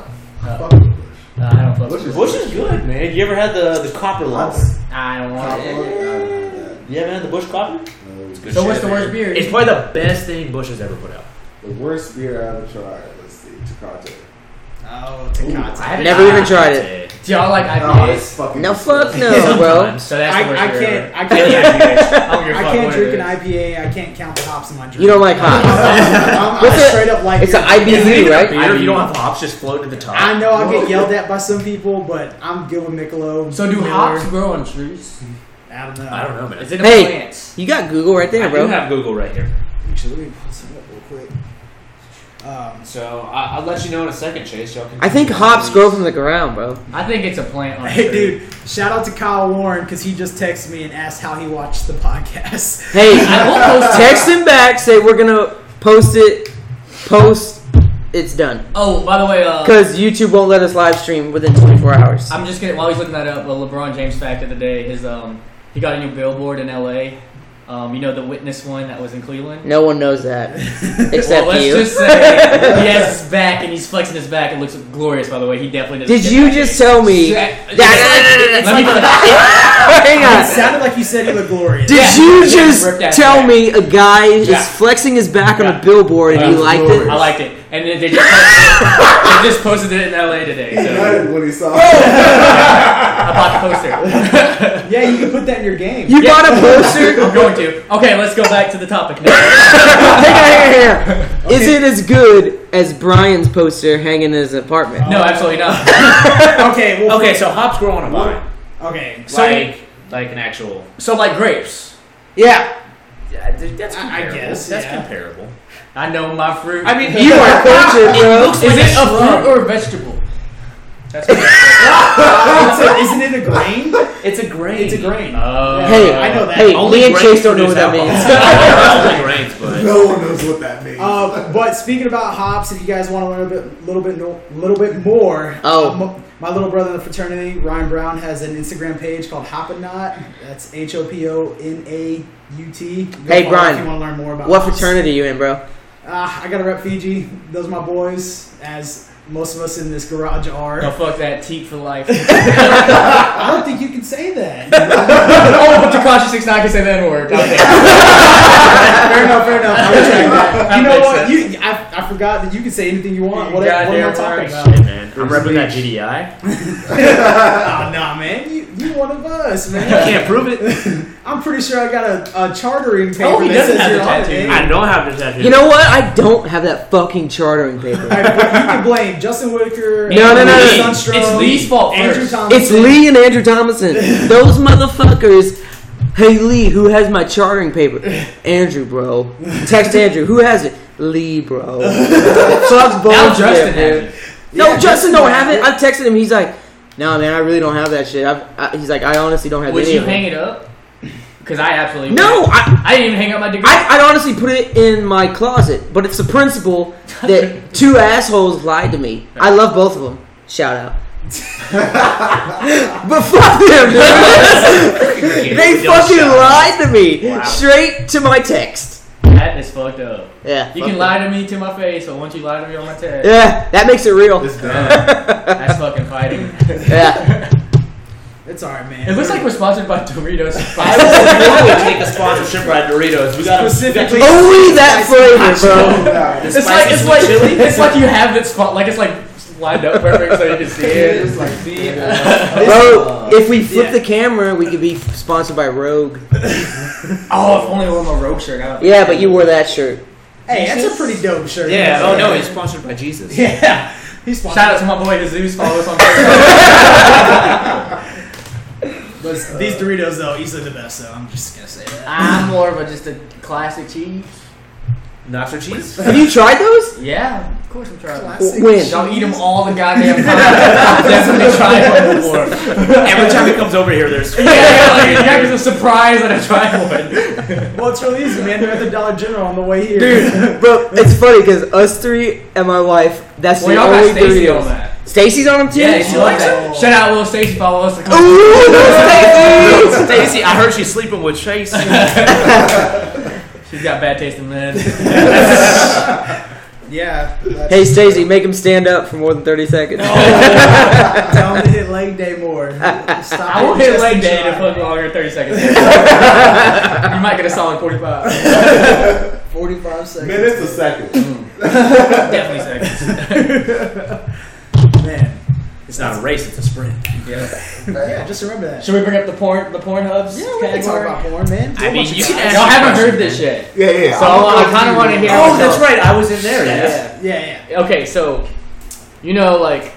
Speaker 2: Uh,
Speaker 5: Fuck with Bush.
Speaker 2: Uh, I don't fuck
Speaker 5: Bush
Speaker 2: with
Speaker 5: is-
Speaker 2: Bush.
Speaker 6: Bush is good, man. You ever had the the copper lumps?
Speaker 2: I don't want
Speaker 5: Copper? I
Speaker 2: it.
Speaker 5: don't like that.
Speaker 6: Yeah, man. The Bush copper.
Speaker 5: No.
Speaker 4: good.
Speaker 2: So what's
Speaker 4: Shit,
Speaker 2: the worst beer?
Speaker 4: It's probably the best thing Bush has ever put out.
Speaker 5: The worst beer I ever tried. Let's see, Tecate.
Speaker 1: Oh, Tecate.
Speaker 4: I haven't-
Speaker 3: Never
Speaker 4: I-
Speaker 3: even tried it.
Speaker 4: I'd say
Speaker 2: Do y'all like
Speaker 5: Oh,
Speaker 2: IPAs?
Speaker 5: that's fucking.
Speaker 3: No, fuck no, bro.
Speaker 4: Sometimes. So that's the
Speaker 1: I,
Speaker 4: worst
Speaker 1: I
Speaker 4: beer
Speaker 1: can't. I
Speaker 4: ever.
Speaker 1: can't.
Speaker 2: I don't give a
Speaker 1: I
Speaker 2: fuck
Speaker 1: can't
Speaker 2: what
Speaker 1: drink an
Speaker 2: it is.
Speaker 1: IPA. I can't count the hops in my drink.
Speaker 3: You don't like hops.
Speaker 1: I'm, I'm
Speaker 3: What's it?
Speaker 1: straight up like
Speaker 3: It's an
Speaker 1: beer.
Speaker 3: IBU, right?
Speaker 4: I don't, you don't have hops just floating to the top.
Speaker 1: I know I get yelled at by some people, but I'm good with Michelob.
Speaker 2: So do
Speaker 1: Miller.
Speaker 2: hops grow on trees?
Speaker 1: I don't know.
Speaker 4: I don't know, man.
Speaker 2: Is it
Speaker 3: Hey.
Speaker 2: plants?
Speaker 3: You got Google right there,
Speaker 4: I do
Speaker 3: bro.
Speaker 4: have Google right here.
Speaker 1: Actually, let me pull something up real quick. Um,
Speaker 6: So I, I'll let you know in a second, Chase. Y'all can.
Speaker 3: I think hops grow from the ground, bro.
Speaker 2: I think it's a plant on a
Speaker 1: hey,
Speaker 2: tree.
Speaker 1: dude! Shout out to Kyle Warren because he just texted me and asked how he watched the podcast.
Speaker 3: Hey,
Speaker 2: I will post it.
Speaker 3: text him back. Say we're gonna post it. Post. It's done.
Speaker 2: Oh, by the way, uh,
Speaker 3: Because YouTube won't let us live stream within 24 hours.
Speaker 2: I'm just gonna while he's looking that up. The LeBron James fact of the day is um he got a new billboard in LA. Um, you know the witness one that was in Cleveland.
Speaker 3: No one knows that except
Speaker 2: well, let's
Speaker 3: you.
Speaker 2: just say he has his back and he's flexing his back. It looks glorious, by the way. He definitely doesn't
Speaker 3: Did
Speaker 2: get
Speaker 3: you
Speaker 2: back
Speaker 3: just
Speaker 2: ache.
Speaker 3: tell me
Speaker 2: Shit.
Speaker 3: that?
Speaker 2: Let me
Speaker 1: It
Speaker 3: Hang on.
Speaker 1: sounded like you said he looked glorious.
Speaker 3: Did
Speaker 2: Yeah,
Speaker 3: you
Speaker 2: yeah,
Speaker 3: just
Speaker 2: ripped that
Speaker 3: tell
Speaker 2: back.
Speaker 3: me a guy
Speaker 2: Yeah.
Speaker 3: is flexing his back on
Speaker 2: Yeah.
Speaker 3: a billboard and he
Speaker 5: Yeah.
Speaker 3: liked it?
Speaker 2: I liked it, and then they just posted, they just posted it in LA today.
Speaker 5: He
Speaker 2: So
Speaker 5: nutted when he saw
Speaker 2: I bought the poster.
Speaker 1: Yeah, you can put that in your game.
Speaker 3: You got a poster?
Speaker 2: I'm going to. Okay, let's go back to the topic now.
Speaker 3: Hang on, hang on, hang on. Is it as good as Brian's poster hanging in his apartment?
Speaker 2: No, absolutely not.
Speaker 1: okay, well,
Speaker 4: Okay, so hops grow on a vine.
Speaker 1: okay.
Speaker 2: So-
Speaker 4: like, like an actual.
Speaker 2: So like grapes.
Speaker 3: Yeah.
Speaker 4: Yeah, dude, that's
Speaker 1: I- I
Speaker 4: comparable.
Speaker 1: guess,
Speaker 4: that's
Speaker 1: yeah.
Speaker 4: comparable.
Speaker 2: I know my fruit.
Speaker 4: I mean,
Speaker 3: You are cultured, bro.
Speaker 2: is it a
Speaker 4: shrub.
Speaker 2: fruit or a vegetable? That's what I
Speaker 1: It's a- isn't it a grain?
Speaker 4: it's a grain.
Speaker 1: It's a grain.
Speaker 2: Oh.
Speaker 3: Hey,
Speaker 1: I know that.
Speaker 3: Hey,
Speaker 4: Only
Speaker 3: me and
Speaker 4: grains
Speaker 3: Chase don't know what
Speaker 4: produce
Speaker 3: that means.
Speaker 4: Only grains, but
Speaker 5: No one knows what that means.
Speaker 1: Uh, but speaking about hops, if you guys want to learn a bit, little bit, no- little bit more,
Speaker 3: Oh.
Speaker 1: uh, m- my little brother in the fraternity, Ryan Brown, has an Instagram page called Hop and Not. That's H O P O N A U T. Go
Speaker 3: Hey,
Speaker 1: follow
Speaker 3: Brian,
Speaker 1: if you want to learn more about
Speaker 3: What
Speaker 1: hops.
Speaker 3: fraternity you in, bro?
Speaker 1: Uh, I got to rep Fiji. Those are my boys, as most of us in this garage are.
Speaker 2: No, fuck that teak for life.
Speaker 1: I don't think you can say that.
Speaker 2: oh, but Takashi Six Nine can say that word. Okay.
Speaker 1: fair enough, fair enough. I retract that. You know
Speaker 2: makes
Speaker 1: what?
Speaker 2: sense.
Speaker 1: You, I, I I forgot that you can say anything you want.
Speaker 2: You
Speaker 1: What, what am I
Speaker 2: goddamn
Speaker 1: talking
Speaker 2: right.
Speaker 1: about?
Speaker 4: Shit, man. I'm repping that GDI.
Speaker 1: Oh, nah, man. You, you one of us,
Speaker 4: I
Speaker 1: man.
Speaker 4: can't prove it.
Speaker 1: I'm pretty sure I got a, a chartering paper
Speaker 2: he
Speaker 1: that
Speaker 2: does
Speaker 1: says
Speaker 2: have
Speaker 1: you're
Speaker 2: the
Speaker 1: on it,
Speaker 2: tattoo.
Speaker 1: baby.
Speaker 4: I don't have the tattoo.
Speaker 3: You know what? I don't have that fucking chartering paper.
Speaker 1: All right, but you can blame Justin Whitaker.
Speaker 3: No, no, no, no.
Speaker 1: Lee
Speaker 2: It's
Speaker 1: Sundstrom,
Speaker 2: Lee's fault
Speaker 1: Andrew
Speaker 2: first.
Speaker 1: Thompson.
Speaker 3: It's Lee and Andrew Thomason. Those motherfuckers. Hey Lee, who has my chartering paper? Andrew, bro. Text Andrew. Who has it? Lee, bro. Fuck both
Speaker 2: Now
Speaker 3: of
Speaker 2: Justin
Speaker 3: them, dude.
Speaker 2: has it.
Speaker 3: No,
Speaker 1: Yeah,
Speaker 3: Justin don't have
Speaker 1: has
Speaker 3: it. I texted him. He's like, "No, man, I really don't have that shit." I've, I, he's like, "I honestly don't have
Speaker 2: Would
Speaker 3: any
Speaker 2: you
Speaker 3: of it."
Speaker 2: hang it up? Because I absolutely
Speaker 3: no,
Speaker 2: would.
Speaker 3: I,
Speaker 2: I didn't even hang up my degree.
Speaker 3: I, I honestly put it in my closet, but it's the principle that two assholes lied to me. I love both of them. Shout out. but fuck them, dude. they
Speaker 4: Don't
Speaker 3: fucking
Speaker 4: shout out.
Speaker 3: lied to me
Speaker 4: Wow.
Speaker 3: straight to my text.
Speaker 2: that is fucked up.
Speaker 3: Yeah,
Speaker 2: You can
Speaker 3: fuck them.
Speaker 2: lie to me to my face, but once you lie to me on my text,
Speaker 3: Yeah, that makes it real.
Speaker 5: It's done.
Speaker 2: that's fucking fighting.
Speaker 3: Yeah,
Speaker 1: It's all right, man.
Speaker 2: It looks like we're sponsored by Doritos.
Speaker 6: I would take a sponsorship by Doritos. We got
Speaker 1: specifically.
Speaker 3: only that flavor, bro.
Speaker 5: Yeah,
Speaker 2: It's like it's like it's like you have it spot like it's like lined up perfect so you can see it.
Speaker 5: it's like see,
Speaker 3: Bro, if we flip
Speaker 1: yeah.
Speaker 3: the camera, we could be sponsored by Rogue.
Speaker 2: Oh, if only I wore my rogue shirt. I don't-
Speaker 3: Yeah, but you wore that shirt.
Speaker 1: hey, that's a pretty dope shirt.
Speaker 6: Yeah. Oh no, it's sponsored by Jesus.
Speaker 1: Yeah. He's fine.
Speaker 2: Shout out to my boy Jesus. Follow us on Facebook.
Speaker 1: But it's- these Doritos though, easily the best. So I'm just gonna say that.
Speaker 2: I'm more of a just a classic cheese.
Speaker 6: Nacho cheese.
Speaker 3: Have you tried those?
Speaker 2: Yeah, of course I'm trying.
Speaker 3: When?
Speaker 2: I'll eat them all the goddamn time. I'll definitely try one before.
Speaker 4: Every time he comes over here, there's.
Speaker 2: Yeah, yeah, like, yeah, it's a surprise that I tried one.
Speaker 1: Well, it's really easy, man. They're at the Dollar General on the way here.
Speaker 3: Dude, bro, it's funny because us three and my wife, that's
Speaker 2: Well,
Speaker 3: the
Speaker 2: y'all got
Speaker 3: only
Speaker 2: Stacy
Speaker 3: Doritos.
Speaker 2: on that.
Speaker 3: Stacy's on them too?
Speaker 2: Yeah, she likes that. Shout out, little Stacy. Follow us.
Speaker 3: Ooh, Stacy!
Speaker 4: Stacy, I heard she's sleeping with Chase.
Speaker 2: She's got bad taste in men.
Speaker 1: Yeah. that's-
Speaker 3: hey, Stacy, make him stand up for more than 30 seconds.
Speaker 1: Tell him to hit leg day more. Stop
Speaker 2: I
Speaker 1: it
Speaker 2: will hit
Speaker 1: just
Speaker 2: leg day
Speaker 1: try.
Speaker 2: to put longer than 30 seconds. you might get a solid 45.
Speaker 1: 45 seconds.
Speaker 5: minutes a second.
Speaker 2: Definitely seconds.
Speaker 1: Man.
Speaker 4: It's not a race, it's a sprint.
Speaker 1: Yeah, just remember that.
Speaker 2: Should we bring up the porn, the porn hubs?
Speaker 1: Yeah, we can talk about porn, man.
Speaker 4: I mean, you can ask.
Speaker 2: Y'all
Speaker 4: your
Speaker 2: haven't
Speaker 4: question.
Speaker 2: heard this yet.
Speaker 5: Yeah, yeah.
Speaker 2: So uh,
Speaker 5: I'm-
Speaker 2: I kind of want to hear.
Speaker 4: Oh,
Speaker 2: myself.
Speaker 4: that's right. I was in there. Yes.
Speaker 1: Yeah, yeah.
Speaker 2: Okay, so, you know, like,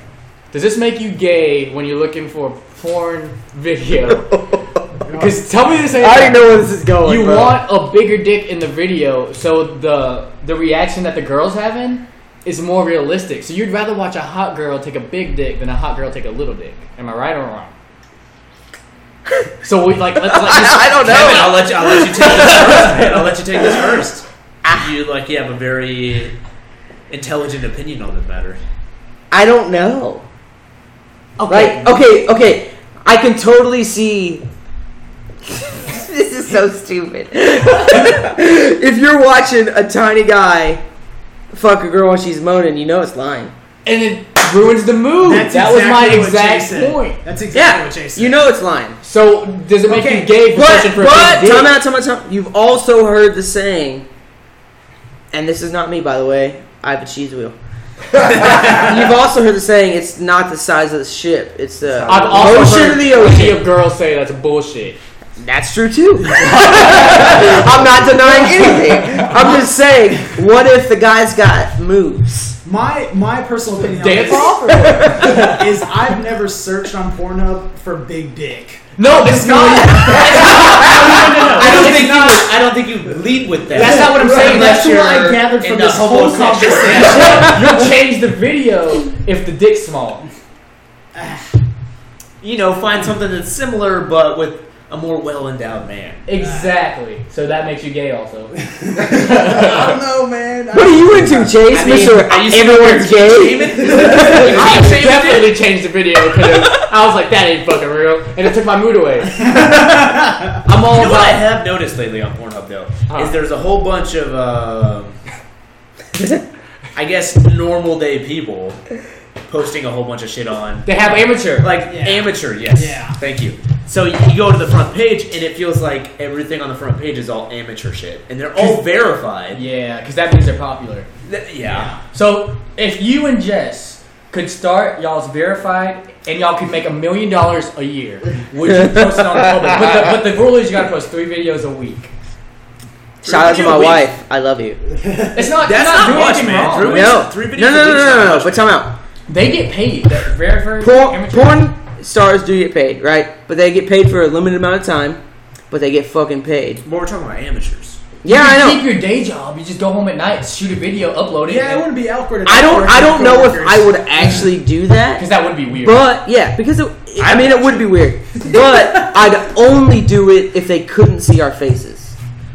Speaker 2: does this make you gay when you're looking for a porn video? Because tell me this ain't.
Speaker 3: I already know where this is going.
Speaker 2: You
Speaker 3: bro.
Speaker 2: want a bigger dick in the video, so the the reaction that the girls having is more realistic. So you'd rather watch a hot girl take a big dick than a hot girl take a little dick. Am I right or wrong? So we like let's like
Speaker 3: I, I don't
Speaker 4: Kevin,
Speaker 3: know.
Speaker 4: I'll let you. I'll let you take this first. Man. I'll let you take this first. You like you have a very intelligent opinion on the matter.
Speaker 3: I don't know. Okay. Like, okay, okay. I can totally see. this is so stupid. if you're watching a tiny guy fuck a girl while she's moaning, you know it's lying.
Speaker 2: and it ruins the mood.
Speaker 1: That's
Speaker 2: that was my
Speaker 1: exactly what Jay
Speaker 2: exact
Speaker 1: said.
Speaker 2: point.
Speaker 1: That's exactly
Speaker 3: Yeah,
Speaker 1: what Chase said.
Speaker 3: you know it's lying.
Speaker 2: So does it make
Speaker 1: Okay,
Speaker 2: you gay for
Speaker 3: But,
Speaker 2: searching for a
Speaker 3: but,
Speaker 2: big dick?
Speaker 3: time out, time out, time You've also heard the saying, and this is not me, by the way, I have a cheese wheel. You've also heard the saying, it's not the size of the ship, it's the
Speaker 2: I've also
Speaker 3: motion
Speaker 2: heard
Speaker 3: of the ocean.
Speaker 2: plenty of girls say that's bullshit.
Speaker 3: That's true too. I'm not denying anything. I'm just saying, what if the guy's got moves?
Speaker 1: My my personal opinion on
Speaker 2: Dance
Speaker 1: this
Speaker 2: off
Speaker 1: is I've never searched on Pornhub for big dick.
Speaker 2: No, it's not.
Speaker 4: I don't think you. would- I don't think you would lead with that.
Speaker 2: That's not what I'm saying.
Speaker 1: That's
Speaker 2: That's
Speaker 1: what
Speaker 2: your
Speaker 1: I gathered
Speaker 4: in
Speaker 1: from
Speaker 4: the
Speaker 1: this whole
Speaker 4: homosexual-
Speaker 1: conversation.
Speaker 2: You'll change the video if the dick's small.
Speaker 4: you know, find something that's similar but with a more well endowed man.
Speaker 2: Exactly. So that makes you gay, also.
Speaker 1: I don't know, man. I
Speaker 3: What are you into, Chase?
Speaker 4: I mean,
Speaker 3: Mr.
Speaker 4: are you sitting
Speaker 3: Everyone's
Speaker 4: there
Speaker 3: gay?
Speaker 4: shaving?
Speaker 2: I definitely changed the video because I was like, that ain't fucking real, and it took my mood away. I'm all
Speaker 4: You know what I
Speaker 2: about.
Speaker 4: have noticed lately on Pornhub though
Speaker 2: Huh.
Speaker 4: is there's a whole bunch of, um I guess, normal day people posting a whole bunch of shit on
Speaker 2: They have amateur.
Speaker 4: like
Speaker 1: Yeah.
Speaker 4: amateur. Yes,
Speaker 1: Yeah.
Speaker 4: thank you. So you go to the front page, and it feels like everything on the front page is all amateur shit, and they're all verified.
Speaker 2: Yeah, because that means they're popular.
Speaker 4: Th- yeah.
Speaker 2: So if you and Jess could start y'all's verified and y'all could make a million dollars a year, would you post it on the public? But the, but the rule is you gotta post three videos a week.
Speaker 3: Shout out to
Speaker 4: Video
Speaker 3: my
Speaker 4: week.
Speaker 3: wife. I love you.
Speaker 2: It's not you're
Speaker 4: That's
Speaker 2: not,
Speaker 4: not
Speaker 2: doing
Speaker 4: much,
Speaker 2: anything
Speaker 4: man.
Speaker 2: wrong.
Speaker 4: Three
Speaker 3: No,
Speaker 4: weeks-
Speaker 3: no,
Speaker 4: three
Speaker 3: no,
Speaker 4: videos
Speaker 3: no,
Speaker 4: a
Speaker 3: no,
Speaker 4: week's
Speaker 3: no,
Speaker 4: not
Speaker 3: no.
Speaker 4: much.
Speaker 3: But time out.
Speaker 2: They get paid. That verified
Speaker 3: Porn,
Speaker 2: amateur-
Speaker 3: porn stars do get paid, right? But they get paid for a limited amount of time. But they get fucking paid.
Speaker 4: But we're talking about amateurs.
Speaker 3: Yeah, I know.
Speaker 2: Keep your day job. You just go home at night, shoot a video, upload it.
Speaker 1: Yeah, it wouldn't be awkward. if
Speaker 3: I don't.
Speaker 1: worked
Speaker 3: I
Speaker 1: with
Speaker 3: don't know if
Speaker 1: coworkers.
Speaker 3: I would actually do that.
Speaker 2: because that would be weird.
Speaker 3: But yeah, because it, I mean, it would be weird. But I'd only do it if they couldn't see our faces.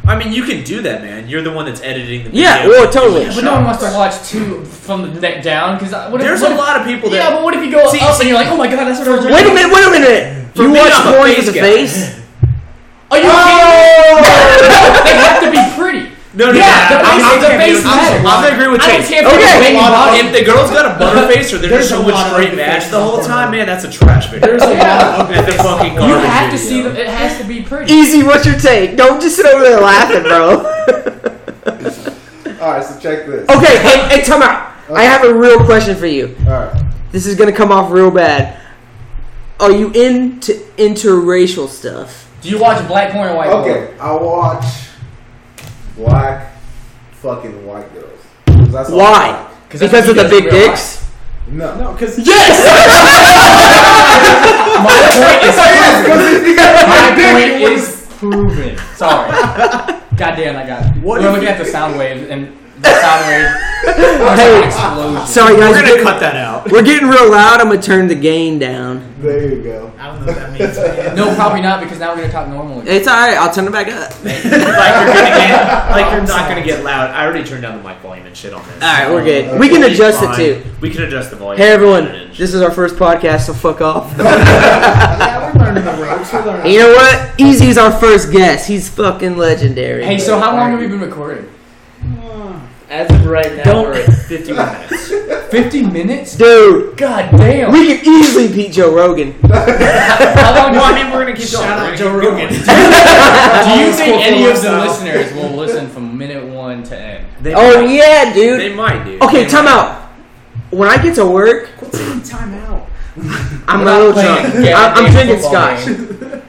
Speaker 4: I mean, you can do that, man. You're the one that's editing the video.
Speaker 3: Yeah, well, totally.
Speaker 2: but no one wants to watch two from the neck down. Because what if,
Speaker 4: There's
Speaker 2: what
Speaker 4: a
Speaker 2: if-
Speaker 4: lot of people that.
Speaker 2: Yeah, but what if you go
Speaker 4: See,
Speaker 2: up and you're like, oh my god, that's what I was
Speaker 3: Wait a minute. Wait a minute.
Speaker 4: For
Speaker 3: you
Speaker 4: me,
Speaker 3: watch
Speaker 4: I'm a
Speaker 3: porn
Speaker 4: face
Speaker 3: for the
Speaker 4: guy.
Speaker 3: face?
Speaker 2: Are you
Speaker 3: Oh!
Speaker 2: kidding me? they have to be pretty.
Speaker 4: No, no,
Speaker 2: Yeah,
Speaker 4: no.
Speaker 2: the face-
Speaker 4: I'm, I'm,
Speaker 2: the
Speaker 4: I'm,
Speaker 2: face
Speaker 4: I'm,
Speaker 2: matters.
Speaker 4: I'm agree with
Speaker 2: I
Speaker 4: Chase.
Speaker 2: don't care if
Speaker 3: Okay.
Speaker 2: okay.
Speaker 3: A
Speaker 2: baby
Speaker 1: lot of-
Speaker 2: body.
Speaker 4: If the girl's got a butterface or they're
Speaker 1: There's a
Speaker 4: just so much
Speaker 1: lot of
Speaker 4: straight
Speaker 1: ugly
Speaker 4: match
Speaker 1: faces
Speaker 4: the whole
Speaker 1: out there.
Speaker 4: time, man, that's a trash video.
Speaker 1: There's a lot of
Speaker 4: That's a fucking garbage
Speaker 2: You have to see
Speaker 4: video.
Speaker 2: them. It has to be pretty.
Speaker 3: Easy. What's your take? Don't just sit over there laughing, bro.
Speaker 5: All right, so check this.
Speaker 2: Oh.
Speaker 3: Okay, hey, hey, time out. I have a real question for you.
Speaker 5: All right.
Speaker 3: This is gonna come off real bad. Are you into interracial stuff?
Speaker 2: Do you watch black porn or white porn?
Speaker 5: Okay, I watch black fucking white girls. 'Cause that's all I
Speaker 3: Why?
Speaker 5: like.
Speaker 2: 'Cause that's
Speaker 3: Because
Speaker 2: what
Speaker 3: of
Speaker 2: you do
Speaker 3: the
Speaker 2: in
Speaker 3: big
Speaker 2: real
Speaker 3: dicks?
Speaker 5: No, no, because
Speaker 3: Yes.
Speaker 2: My point is My
Speaker 5: dick
Speaker 2: point is proven. Sorry. God damn, I got it.
Speaker 5: What
Speaker 2: We're
Speaker 5: if
Speaker 2: looking
Speaker 5: you-
Speaker 2: at the sound waves and the sound waves. are
Speaker 3: Hey.
Speaker 2: an explosion.
Speaker 3: Sorry guys,
Speaker 4: We're
Speaker 3: we're,
Speaker 4: gonna cut that out.
Speaker 3: we're getting real loud. I'm gonna turn the gain down.
Speaker 5: there you go.
Speaker 1: I don't know what that means, man.
Speaker 2: No, probably not because now we're gonna talk normally.
Speaker 3: It's all right. I'll turn it back up.
Speaker 4: Like you're gonna get, like you're not gonna get loud. I already turned down the mic volume and shit on this.
Speaker 3: All right, we're good. We can
Speaker 4: We'll be
Speaker 3: adjust it
Speaker 4: fine.
Speaker 3: too.
Speaker 4: We can adjust the volume.
Speaker 3: Hey everyone,
Speaker 4: Edit it.
Speaker 3: this is our first podcast, so fuck off.
Speaker 1: yeah, we're learning the ropes. We're learning.
Speaker 3: you know what? Easy is our first guest. He's fucking legendary.
Speaker 2: Hey, so how long have we been recording?
Speaker 6: As of right now,
Speaker 4: Don't
Speaker 6: we're
Speaker 4: worry.
Speaker 6: at
Speaker 4: 50 minutes.
Speaker 2: Fifty minutes?
Speaker 3: dude,
Speaker 2: God damn.
Speaker 3: we could easily beat Joe Rogan.
Speaker 2: How long
Speaker 4: No,
Speaker 2: do
Speaker 4: I mean we're gonna keep
Speaker 1: Shout
Speaker 4: going.
Speaker 1: out Joe Rogan.
Speaker 2: Do you
Speaker 1: Old school
Speaker 2: think any of the
Speaker 1: style.
Speaker 2: listeners will listen from minute one to end?
Speaker 4: They
Speaker 3: Oh
Speaker 4: might.
Speaker 3: yeah, dude.
Speaker 4: They might, dude.
Speaker 3: Okay,
Speaker 4: They
Speaker 3: time
Speaker 4: might.
Speaker 3: out. When I get to work,
Speaker 1: Time out.
Speaker 3: I'm
Speaker 2: We're
Speaker 3: a little
Speaker 2: not playing
Speaker 3: drunk.
Speaker 2: a goddamn
Speaker 3: I'm, I'm drinking
Speaker 2: football
Speaker 3: scotch.
Speaker 2: game.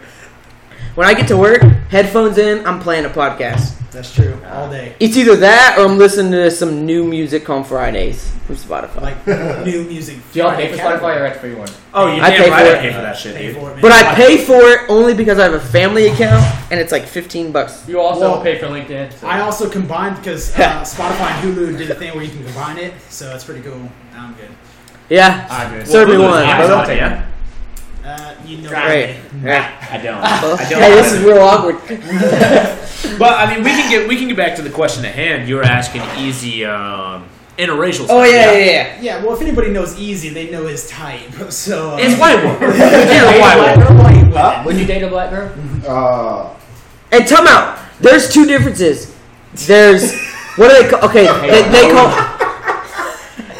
Speaker 3: When I get to work, headphones in, I'm playing a podcast.
Speaker 1: That's true. All day.
Speaker 3: It's either that or I'm listening to some new music on Fridays from Spotify.
Speaker 1: Like new music.
Speaker 2: Do y'all pay for
Speaker 1: Friday
Speaker 2: Spotify or have to pay one?
Speaker 4: Oh, you
Speaker 3: I
Speaker 4: damn
Speaker 3: pay
Speaker 4: right
Speaker 3: for
Speaker 4: I
Speaker 3: it.
Speaker 4: pay for that shit,
Speaker 1: Pay
Speaker 4: dude.
Speaker 1: for it, man.
Speaker 3: But I pay for it only because I have a family account and it's like 15 bucks.
Speaker 2: You also
Speaker 1: Well,
Speaker 2: pay for LinkedIn. so-
Speaker 1: I also combined because uh, Spotify and Hulu did a thing where you can combine it, so it's pretty cool. Now I'm good.
Speaker 3: Yeah.
Speaker 2: I do.
Speaker 3: So everyone,
Speaker 4: Hulu's
Speaker 3: I
Speaker 4: Amazon,
Speaker 3: don't take
Speaker 4: yeah?
Speaker 1: Uh, you know,
Speaker 3: Great. Yeah.
Speaker 4: I don't.
Speaker 3: Well,
Speaker 4: I don't
Speaker 3: hey, this is real awkward.
Speaker 4: But I mean, we can get we can get back to the question at hand. You were asking easy um, interracial.
Speaker 3: Oh
Speaker 4: stuff,
Speaker 3: yeah, yeah, yeah.
Speaker 1: Yeah, well, if anybody knows Easy, they know his type. So uh,
Speaker 4: It's white woman.
Speaker 2: Date
Speaker 4: yeah,
Speaker 2: a
Speaker 4: white
Speaker 2: black
Speaker 4: woman.
Speaker 2: girl?
Speaker 5: Huh?
Speaker 2: Would you date a black girl?
Speaker 5: Uh,
Speaker 3: And time out. There's two differences. There's what do they call? Okay, they, they call.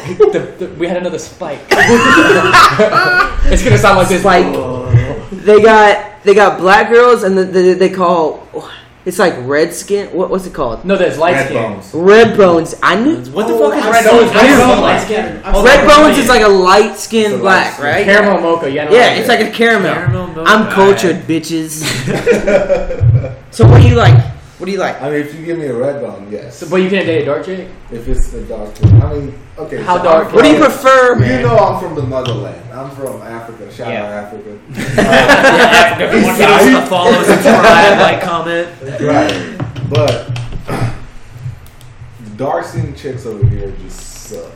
Speaker 2: The, the, we had another spike. it's gonna sound like this.
Speaker 3: Spike. They got they got black girls and the, the, they call it's like red skin. What what's it called?
Speaker 2: No, there's light
Speaker 5: red
Speaker 2: skin.
Speaker 5: bones.
Speaker 3: Red bones. I knew.
Speaker 4: What the
Speaker 1: Oh,
Speaker 4: fuck is
Speaker 1: I've
Speaker 4: red
Speaker 1: seen-
Speaker 4: bones?
Speaker 1: I've
Speaker 4: Red
Speaker 1: seen
Speaker 4: bones.
Speaker 1: light skin. I've seen
Speaker 3: Red
Speaker 1: light
Speaker 3: bones
Speaker 1: skin.
Speaker 3: is like a light skin
Speaker 5: It's a
Speaker 3: black,
Speaker 5: light
Speaker 3: right?
Speaker 2: Caramel mocha. Yeah. I don't
Speaker 3: Yeah,
Speaker 2: like it.
Speaker 3: it's like a caramel.
Speaker 4: Caramel mocha.
Speaker 3: I'm cultured, bitches. so what do you like? What do you like?
Speaker 5: I mean, if you give me a red bone, yes.
Speaker 2: So, but you can't date a dark chick.
Speaker 5: if it's the dark, one. I mean, okay.
Speaker 2: How
Speaker 5: so
Speaker 2: dark?
Speaker 5: I'm
Speaker 3: What do you
Speaker 5: from-
Speaker 3: prefer, man?
Speaker 5: You know I'm from the motherland. I'm from Africa. Shout
Speaker 2: Yeah.
Speaker 5: out Africa. Uh,
Speaker 4: Everyone knows the follows, subscribe, like, comment.
Speaker 5: right. But dark skinned chicks over here just suck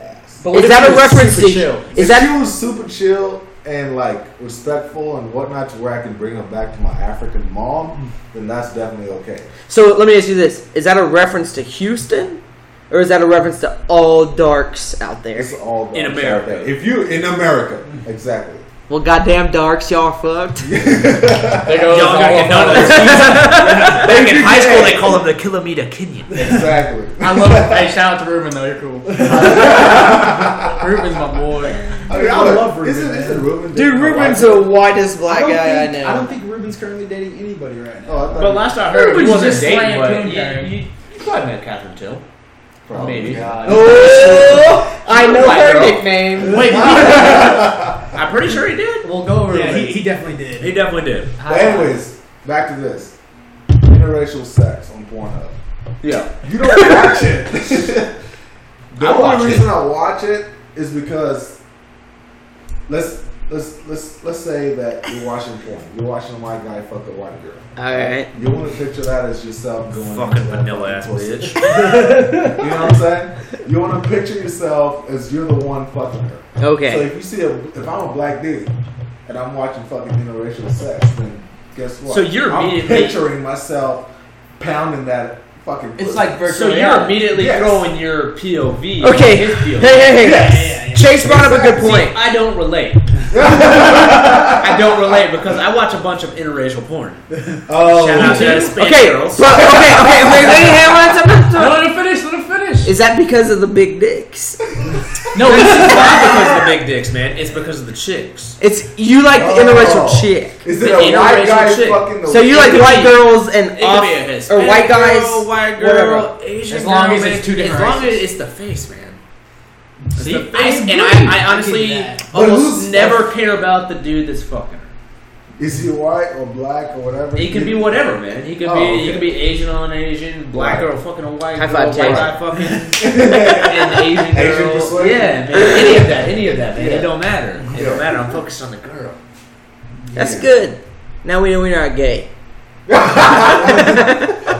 Speaker 5: ass.
Speaker 2: But
Speaker 3: Is
Speaker 2: what if
Speaker 3: that
Speaker 2: she
Speaker 3: a
Speaker 2: was
Speaker 3: reference
Speaker 2: super
Speaker 3: to-
Speaker 2: chill?
Speaker 3: Is
Speaker 5: if
Speaker 3: that-
Speaker 5: she was super chill and like respectful and whatnot to where I can bring her back to my African mom, then that's definitely okay.
Speaker 3: So let me ask you this: Is that a reference to Houston, or is that a reference to all darks out there?
Speaker 5: It's all dark
Speaker 4: In
Speaker 5: out
Speaker 4: America.
Speaker 5: there. If you in America, exactly.
Speaker 3: Well, goddamn darks, y'all are fucked.
Speaker 2: There goes
Speaker 4: Y'all gotta get
Speaker 2: all
Speaker 4: none of
Speaker 2: of
Speaker 4: this.
Speaker 2: us.
Speaker 4: Back in high school, they call him the Kilometer Kenyan.
Speaker 5: Exactly.
Speaker 2: I love. Hey, shout out to Ruben though. You're cool. Ruben's my boy.
Speaker 5: I, mean, I
Speaker 1: I love Ruben.
Speaker 5: Isn't,
Speaker 1: man.
Speaker 5: isn't Ruben?
Speaker 3: Dude,
Speaker 5: dating a
Speaker 3: Ruben's
Speaker 5: white
Speaker 3: the
Speaker 5: girl?
Speaker 3: whitest black
Speaker 1: I don't
Speaker 3: guy
Speaker 1: think,
Speaker 3: I know.
Speaker 1: don't think Ruben's currently dating anybody right now.
Speaker 5: Oh, I thought
Speaker 4: But last I heard, he
Speaker 2: Ruben's
Speaker 4: wasn't
Speaker 2: just
Speaker 4: dating,
Speaker 2: slaying
Speaker 4: but
Speaker 2: pin
Speaker 4: you,
Speaker 2: down.
Speaker 4: you, you probably met Catherine Till.
Speaker 5: probably.
Speaker 4: maybe.
Speaker 5: Yeah.
Speaker 3: oh, I know
Speaker 4: White
Speaker 3: her
Speaker 4: girl.
Speaker 3: nickname.
Speaker 4: Wait, I'm pretty sure he did.
Speaker 2: We'll go over.
Speaker 1: yeah,
Speaker 2: it.
Speaker 1: he, he definitely did.
Speaker 4: He definitely did.
Speaker 5: But anyways, back to this interracial sex on Pornhub.
Speaker 4: Yeah.
Speaker 5: You don't watch it. the
Speaker 4: I watch
Speaker 5: only reason
Speaker 4: it.
Speaker 5: I watch it is because let's let's let's let's say that you're watching porn. You're watching a white guy fuck a white girl.
Speaker 3: All right.
Speaker 5: You want to picture that as yourself going
Speaker 4: Fucking
Speaker 5: into that
Speaker 4: vanilla ass
Speaker 5: pussy.
Speaker 4: bitch.
Speaker 5: You know what I'm saying? You want to picture yourself as you're the one fucking her. So
Speaker 3: Okay.
Speaker 5: if you see a, if I'm a black dude and I'm watching fucking interracial sex, then guess what?
Speaker 4: So you're
Speaker 5: I'm
Speaker 4: immediately-
Speaker 5: picturing myself pounding that fucking.
Speaker 6: It's
Speaker 5: pussy.
Speaker 6: like
Speaker 4: So
Speaker 6: virtual
Speaker 4: you're immediately
Speaker 5: Yes.
Speaker 4: throwing your POV.
Speaker 3: Okay.
Speaker 4: His
Speaker 3: Hey,
Speaker 4: POV.
Speaker 3: hey, hey.
Speaker 1: yeah, yeah.
Speaker 3: Chase brought up a good
Speaker 4: See,
Speaker 3: point.
Speaker 4: I don't relate. I don't relate because I watch a bunch of interracial porn.
Speaker 5: oh,
Speaker 4: Shout out to
Speaker 5: yeah.
Speaker 4: the Spanish
Speaker 3: Okay,
Speaker 4: girls.
Speaker 3: but okay, okay, wait, wait, hang on, something.
Speaker 2: No, let him finish. Let him finish.
Speaker 3: Is that because of the big dicks?
Speaker 4: No, it's not because of the big dicks, man. It's because of the chicks.
Speaker 3: It's you like the interracial
Speaker 5: Oh.
Speaker 3: chick.
Speaker 5: Is it
Speaker 4: The
Speaker 5: a white
Speaker 4: interracial
Speaker 5: guy
Speaker 4: chick.
Speaker 5: fucking the
Speaker 3: So you like
Speaker 4: could
Speaker 3: white
Speaker 4: be-
Speaker 3: girls and
Speaker 4: It
Speaker 3: off,
Speaker 4: could be a Hispanic
Speaker 3: or white guys?
Speaker 4: girl, white
Speaker 3: whatever.
Speaker 4: girl, Asian
Speaker 2: As long
Speaker 4: girl,
Speaker 2: as it's
Speaker 4: man.
Speaker 2: two different
Speaker 4: As long as
Speaker 2: races.
Speaker 4: it's the face, man. It's
Speaker 2: See?
Speaker 4: the face,
Speaker 2: I
Speaker 4: and
Speaker 2: agree.
Speaker 4: I, I
Speaker 2: I
Speaker 4: honestly
Speaker 2: give you that.
Speaker 5: But
Speaker 4: almost
Speaker 5: who's-
Speaker 4: never care about the dude that's fucking her.
Speaker 5: Is he white or black or whatever?
Speaker 4: He could be whatever, man. He could
Speaker 5: Oh,
Speaker 4: be
Speaker 5: okay.
Speaker 4: he could be Asian on Asian, black
Speaker 5: Right.
Speaker 4: girl fucking on white
Speaker 3: High
Speaker 4: girl,
Speaker 3: five,
Speaker 4: white
Speaker 3: Jay.
Speaker 4: guy fucking and Asian
Speaker 5: Asian
Speaker 4: girl.
Speaker 5: persuasion.
Speaker 4: yeah, man. Any of that, any of that, man.
Speaker 5: Yeah.
Speaker 4: It don't matter. It
Speaker 5: Yeah.
Speaker 4: don't matter. I'm focused on the girl.
Speaker 3: That's good. Now we know we're not gay.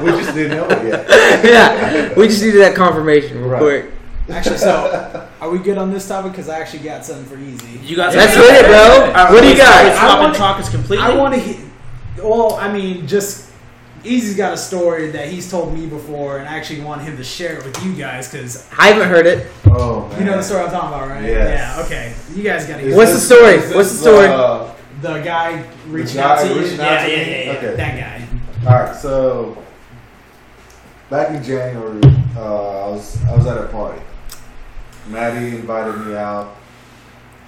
Speaker 5: We just didn't know it yet.
Speaker 3: yeah, we just needed that confirmation real
Speaker 5: Right.
Speaker 3: quick.
Speaker 1: Actually, so are we good on this topic? Because I actually got something for Easy.
Speaker 4: You got
Speaker 3: Let's hit it, bro. what do you got?
Speaker 1: I
Speaker 4: Swap and
Speaker 1: wanna-
Speaker 4: talk is completely.
Speaker 1: I want to. He- well, I mean, just Easy's got a story that he's told me before, and I actually want him to share it with you guys because
Speaker 3: I haven't heard it.
Speaker 5: Oh, man.
Speaker 1: you know the story I'm talking about, right?
Speaker 5: Yes.
Speaker 1: Yeah. Okay. You guys got to
Speaker 5: Is
Speaker 1: hear
Speaker 3: What's
Speaker 1: it.
Speaker 3: the
Speaker 5: this-
Speaker 3: story?
Speaker 5: is
Speaker 3: What's
Speaker 5: this,
Speaker 3: the story?
Speaker 5: uh,
Speaker 1: the guy reaching
Speaker 5: guy
Speaker 1: out to you?
Speaker 5: reaching out
Speaker 1: yeah,
Speaker 5: to
Speaker 1: yeah,
Speaker 5: me?
Speaker 1: yeah, yeah.
Speaker 5: Okay.
Speaker 1: That guy.
Speaker 5: All right, so back in January, uh, I was I was at a party. Maddie invited me out.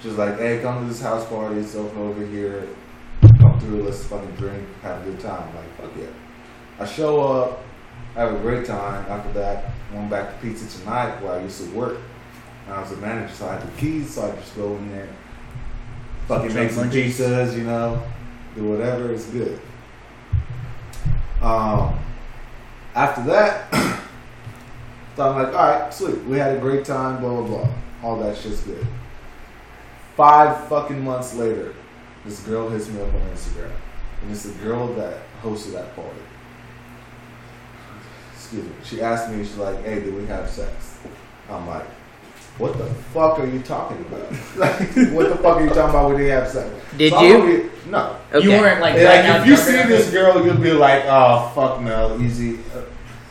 Speaker 5: She was like, "Hey, come to this house party. It's open over here. Come through. Let's fucking drink, have a good time." I'm like, fuck yeah. I show up. I have a great time. After that, went back to pizza tonight where I used to work. And I was a manager, so I had the keys, so I just go in there, fucking make some pizzas, you know, do whatever. It's good. Um, after that, so I'm like, all right, sweet. We had a great time, blah, blah, blah. All that shit's good. Five fucking months later, this girl hits me up on Instagram. And it's the girl that hosted that party. Excuse me. She asked me, she's like, hey, did we have sex? I'm like, what the fuck are you talking about? like, what the fuck are you talking about? We didn't have sex.
Speaker 3: Did
Speaker 5: I'm
Speaker 3: you?
Speaker 5: over here- no.
Speaker 3: Okay.
Speaker 2: You weren't like
Speaker 5: Yeah,
Speaker 2: right
Speaker 5: like,
Speaker 2: now
Speaker 5: if you
Speaker 2: jumping
Speaker 5: see
Speaker 2: up
Speaker 5: this
Speaker 2: and-
Speaker 5: girl, you'll be like, oh fuck no, easy, Uh,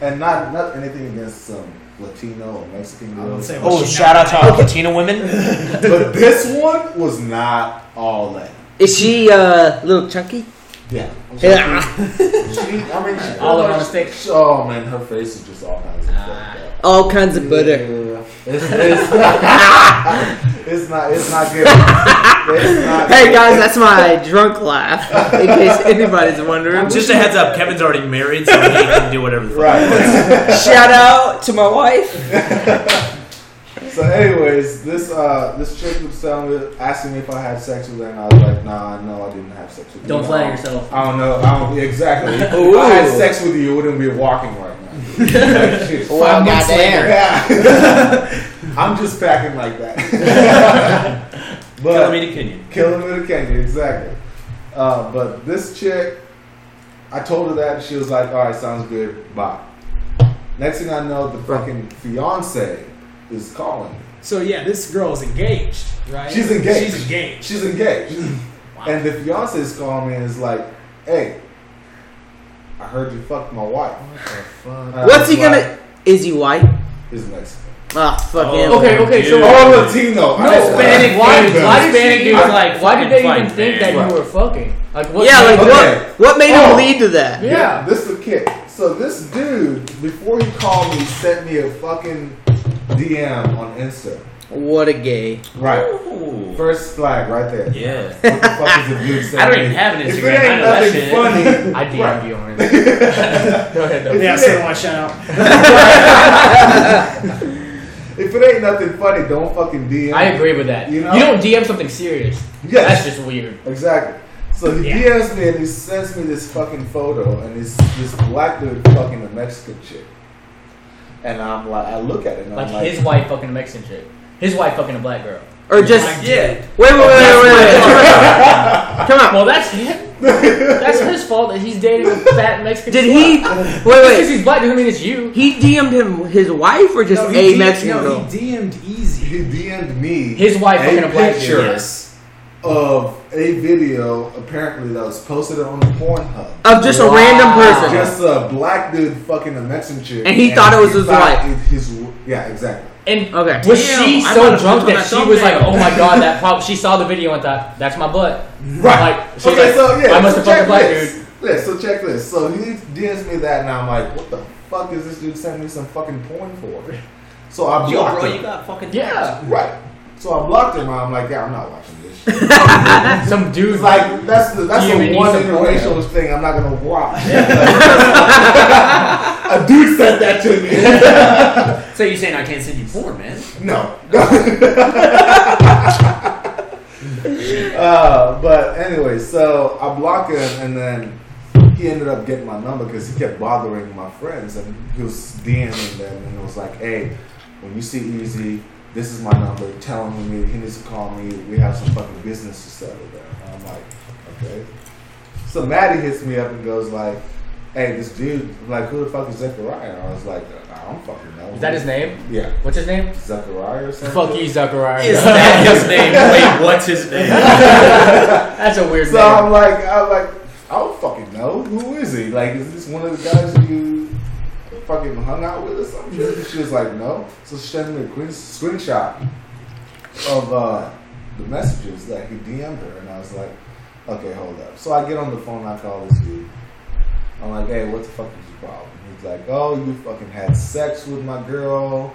Speaker 5: and not not anything against some Latino or Mexican
Speaker 1: I would
Speaker 5: girls,
Speaker 1: say, well,
Speaker 6: Oh,
Speaker 1: she
Speaker 6: shout
Speaker 1: not-
Speaker 6: out to all Latina women.
Speaker 5: but this one was not all that.
Speaker 3: Is she uh, a little chunky?
Speaker 5: Yeah, she,
Speaker 3: Yeah.
Speaker 5: I mean, she,
Speaker 2: All around the stick.
Speaker 5: she- Oh man, her face is just all kinds of stuff.
Speaker 3: All kinds of Ah, butter.
Speaker 5: It's, it's, it's not it's not good. It's not
Speaker 3: Hey guys, that's my drunk laugh. In case anybody's wondering.
Speaker 4: Just a heads up, Kevin's already married, so he can do whatever the fuck.
Speaker 5: right.
Speaker 3: shout out to my wife.
Speaker 5: So, anyways, this uh, this chick was telling me, asking me if I had sex with her, and I was like, Nah, no, I didn't have sex with you.
Speaker 2: Don't flatter yourself.
Speaker 5: I don't know. I don't exactly. If I had sex with you, you wouldn't be walking right now. Shit.
Speaker 3: Wow, goddamn.
Speaker 5: Yeah. I'm just packing like that.
Speaker 4: Tell
Speaker 5: but
Speaker 4: me the Kenyan.
Speaker 5: Killing with a Kenya, exactly. Uh, but this chick, I told her that, and she was like, all right, sounds good, bye. Next thing I know, the fucking fiance is calling me.
Speaker 1: So yeah, this girl is engaged, right?
Speaker 5: She's engaged.
Speaker 1: She's engaged.
Speaker 5: She's engaged. And the fiance is calling me and is like, hey, I heard you fucked my wife. And I
Speaker 3: What's
Speaker 5: was
Speaker 3: he
Speaker 5: like,
Speaker 3: gonna? Is he white?
Speaker 5: He's Mexican.
Speaker 3: Ah, fuck
Speaker 4: Oh,
Speaker 3: him.
Speaker 2: Okay, okay, so
Speaker 4: dude.
Speaker 5: Or Latino.
Speaker 2: No,
Speaker 4: Hispanic
Speaker 2: why,
Speaker 4: dudes.
Speaker 2: why did
Speaker 4: Hispanic
Speaker 2: she
Speaker 4: dudes
Speaker 2: even,
Speaker 4: like
Speaker 2: like? Why did they
Speaker 4: fucking
Speaker 2: even
Speaker 4: fight,
Speaker 2: think
Speaker 4: man.
Speaker 2: that you were fucking? Like what?
Speaker 3: Yeah, like
Speaker 5: Okay.
Speaker 3: what? What made
Speaker 5: Oh.
Speaker 3: him lead to that?
Speaker 2: yeah.
Speaker 5: This is the kick. So this dude, before he called me, sent me a fucking DM on Insta.
Speaker 3: What a gay.
Speaker 5: Right.
Speaker 6: Ooh.
Speaker 2: First,
Speaker 5: Flag right there.
Speaker 6: Yeah.
Speaker 5: What the fuck is a dude saying?
Speaker 6: I don't even have an
Speaker 5: If it
Speaker 6: Instagram. I
Speaker 5: ain't
Speaker 6: know that
Speaker 5: nothing
Speaker 6: shit.
Speaker 5: funny,
Speaker 2: I
Speaker 5: Right.
Speaker 2: DM you on it. Go ahead though.
Speaker 1: Yeah, so watch out.
Speaker 5: if it ain't nothing funny, don't fucking DM.
Speaker 2: I agree with that.
Speaker 5: You
Speaker 2: You,
Speaker 5: know?
Speaker 2: don't DM something serious.
Speaker 5: Yes.
Speaker 2: That's just weird.
Speaker 5: Exactly. So he
Speaker 2: Yeah.
Speaker 5: DMs me and he sends me this fucking photo and this this black dude fucking a Mexican chick. And I'm like, I look at it and
Speaker 2: Like
Speaker 5: I'm like,
Speaker 2: his wife fucking a Mexican chick. His wife fucking a black girl.
Speaker 3: Or just
Speaker 6: Yeah.
Speaker 3: wait, wait, wait, wait, wait. wait. Come on.
Speaker 2: Well, that's him. That's his fault that he's dating a fat Mexican.
Speaker 3: Did
Speaker 2: chick.
Speaker 3: he? Wait,
Speaker 2: Just because
Speaker 3: wait.
Speaker 2: he's black doesn't mean it's you.
Speaker 3: He DM'd him his wife or just
Speaker 1: No, he
Speaker 3: a
Speaker 1: DM
Speaker 3: Mexican
Speaker 1: no,
Speaker 3: girl?
Speaker 1: he DM'd easy.
Speaker 5: he DM'd me
Speaker 2: His wife fucking a
Speaker 5: a
Speaker 2: black dude.
Speaker 5: picture of a video apparently that was posted on Pornhub.
Speaker 3: Of just a
Speaker 2: Wow.
Speaker 3: random person.
Speaker 5: Just a black dude fucking a Mexican chick,
Speaker 3: And he thought it was his
Speaker 5: thought
Speaker 3: wife.
Speaker 5: it- His, yeah, exactly.
Speaker 2: And
Speaker 3: Okay.
Speaker 2: was
Speaker 6: Damn,
Speaker 2: she
Speaker 6: I
Speaker 2: so
Speaker 6: would've
Speaker 2: drunk
Speaker 6: clicked on
Speaker 2: that
Speaker 6: that
Speaker 2: she was like,
Speaker 6: thumbnail.
Speaker 2: "Oh my god, that prob She saw the video and thought, "That's my butt." Like, she's
Speaker 5: okay,
Speaker 2: like,
Speaker 5: so yeah,
Speaker 2: I must have
Speaker 5: so
Speaker 2: fucked a black
Speaker 5: checklist.
Speaker 2: dude.
Speaker 5: Yeah, so check this. So he DMs me that, and I'm like, what the fuck is this dude sending me some fucking porn for? So I
Speaker 6: Yo,
Speaker 5: blocked
Speaker 6: bro,
Speaker 5: him.
Speaker 6: you got fucking
Speaker 2: Yeah,
Speaker 5: Right. So I blocked him. and I'm like, yeah, I'm not watching this. Shit.
Speaker 2: some dude.
Speaker 5: It's like that's the that's
Speaker 2: You
Speaker 5: the
Speaker 2: need
Speaker 5: one
Speaker 2: some
Speaker 5: interracial thing I'm not gonna watch. a dude said that to me.
Speaker 6: So you're saying I can't send you porn, man?
Speaker 5: no. uh, but anyway, so I blocked him, and then he ended up getting my number because he kept bothering my friends, and he was DMing them, and it was like, hey, when you see Easy. This is my number. Tell him he needs to call me. We have some fucking business to settle down. And I'm like, okay. So Maddie hits me up and goes like, "Hey, this dude, I'm like, who the fuck is Zechariah?" And I was like, "I don't fucking know."
Speaker 2: is that his name?
Speaker 5: Yeah,
Speaker 2: What's his name?
Speaker 5: Zechariah or something.
Speaker 2: Fuck you, Zachariah.
Speaker 6: Is that his name? Wait, what's his name?
Speaker 2: That's a weird
Speaker 5: So um,
Speaker 2: name.
Speaker 5: I'm like, I'm like, I don't fucking know. Who is he? Like, is this one of the guys that you fucking hung out with or something? And she was like, no. So she sent me a green- screenshot of uh, the messages that he DM'd her, and I was like, okay, hold up. So I get on the phone, I call this dude. I'm like, hey, what the fuck is your problem? He's like, oh, you fucking had sex with my girl.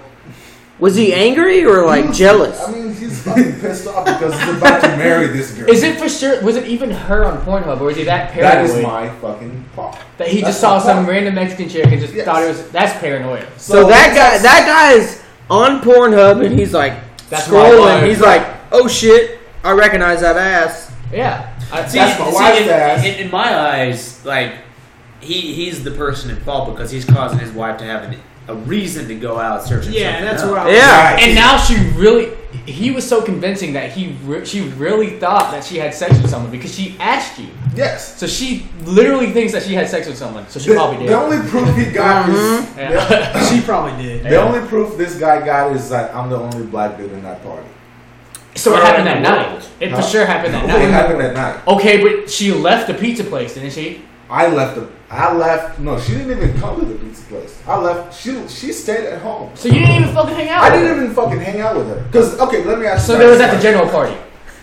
Speaker 3: Was he angry or
Speaker 5: He
Speaker 3: like
Speaker 5: was-
Speaker 3: jealous?
Speaker 5: I mean, he's fucking pissed off because he's about to marry this girl.
Speaker 2: Is it for sure? Was it even her on Pornhub, or is he that
Speaker 5: That
Speaker 2: paranoid
Speaker 5: is my fucking problem.
Speaker 2: that he
Speaker 5: that's
Speaker 2: just saw
Speaker 5: my
Speaker 2: some
Speaker 5: point.
Speaker 2: random Mexican chick and just
Speaker 5: Yes.
Speaker 2: thought it was? That's paranoia.
Speaker 3: So, that guy, that guy is on Pornhub and he's like
Speaker 2: That's my
Speaker 3: scrolling.
Speaker 2: wife.
Speaker 3: He's like, oh shit, I recognize that ass.
Speaker 2: Yeah, I,
Speaker 6: See,
Speaker 5: That's my
Speaker 6: see,
Speaker 5: wife's
Speaker 6: in,
Speaker 5: ass.
Speaker 6: In, in my eyes, like he he's the person at fault because he's causing his wife to have an, a reason to go out searching.
Speaker 1: Yeah,
Speaker 6: something
Speaker 1: that's
Speaker 6: up.
Speaker 1: where I was.
Speaker 3: Yeah.
Speaker 2: And now she really, he was so convincing that he, re- she really thought that she had sex with someone because she asked you.
Speaker 5: Yes.
Speaker 2: So she literally thinks that she had sex with someone. So she
Speaker 5: The,
Speaker 2: probably did.
Speaker 5: the only proof he got is
Speaker 2: Yeah.
Speaker 5: the-
Speaker 1: She probably did.
Speaker 5: the only proof this guy got is that I'm the only black dude in that party.
Speaker 2: so it happened that night. It
Speaker 5: No.
Speaker 2: for sure happened that
Speaker 5: It
Speaker 2: night.
Speaker 5: happened at night.
Speaker 2: Okay, but she left the pizza place, didn't she?
Speaker 5: I left. The, I left. No, she didn't even come to the pizza place. I left. She she stayed at home.
Speaker 2: So you didn't even fucking hang out.
Speaker 5: I
Speaker 2: with her.
Speaker 5: didn't even fucking hang out with her. Cause okay, let me ask.
Speaker 2: So
Speaker 5: you
Speaker 2: they
Speaker 5: guys
Speaker 2: was at the
Speaker 5: this.
Speaker 2: general party,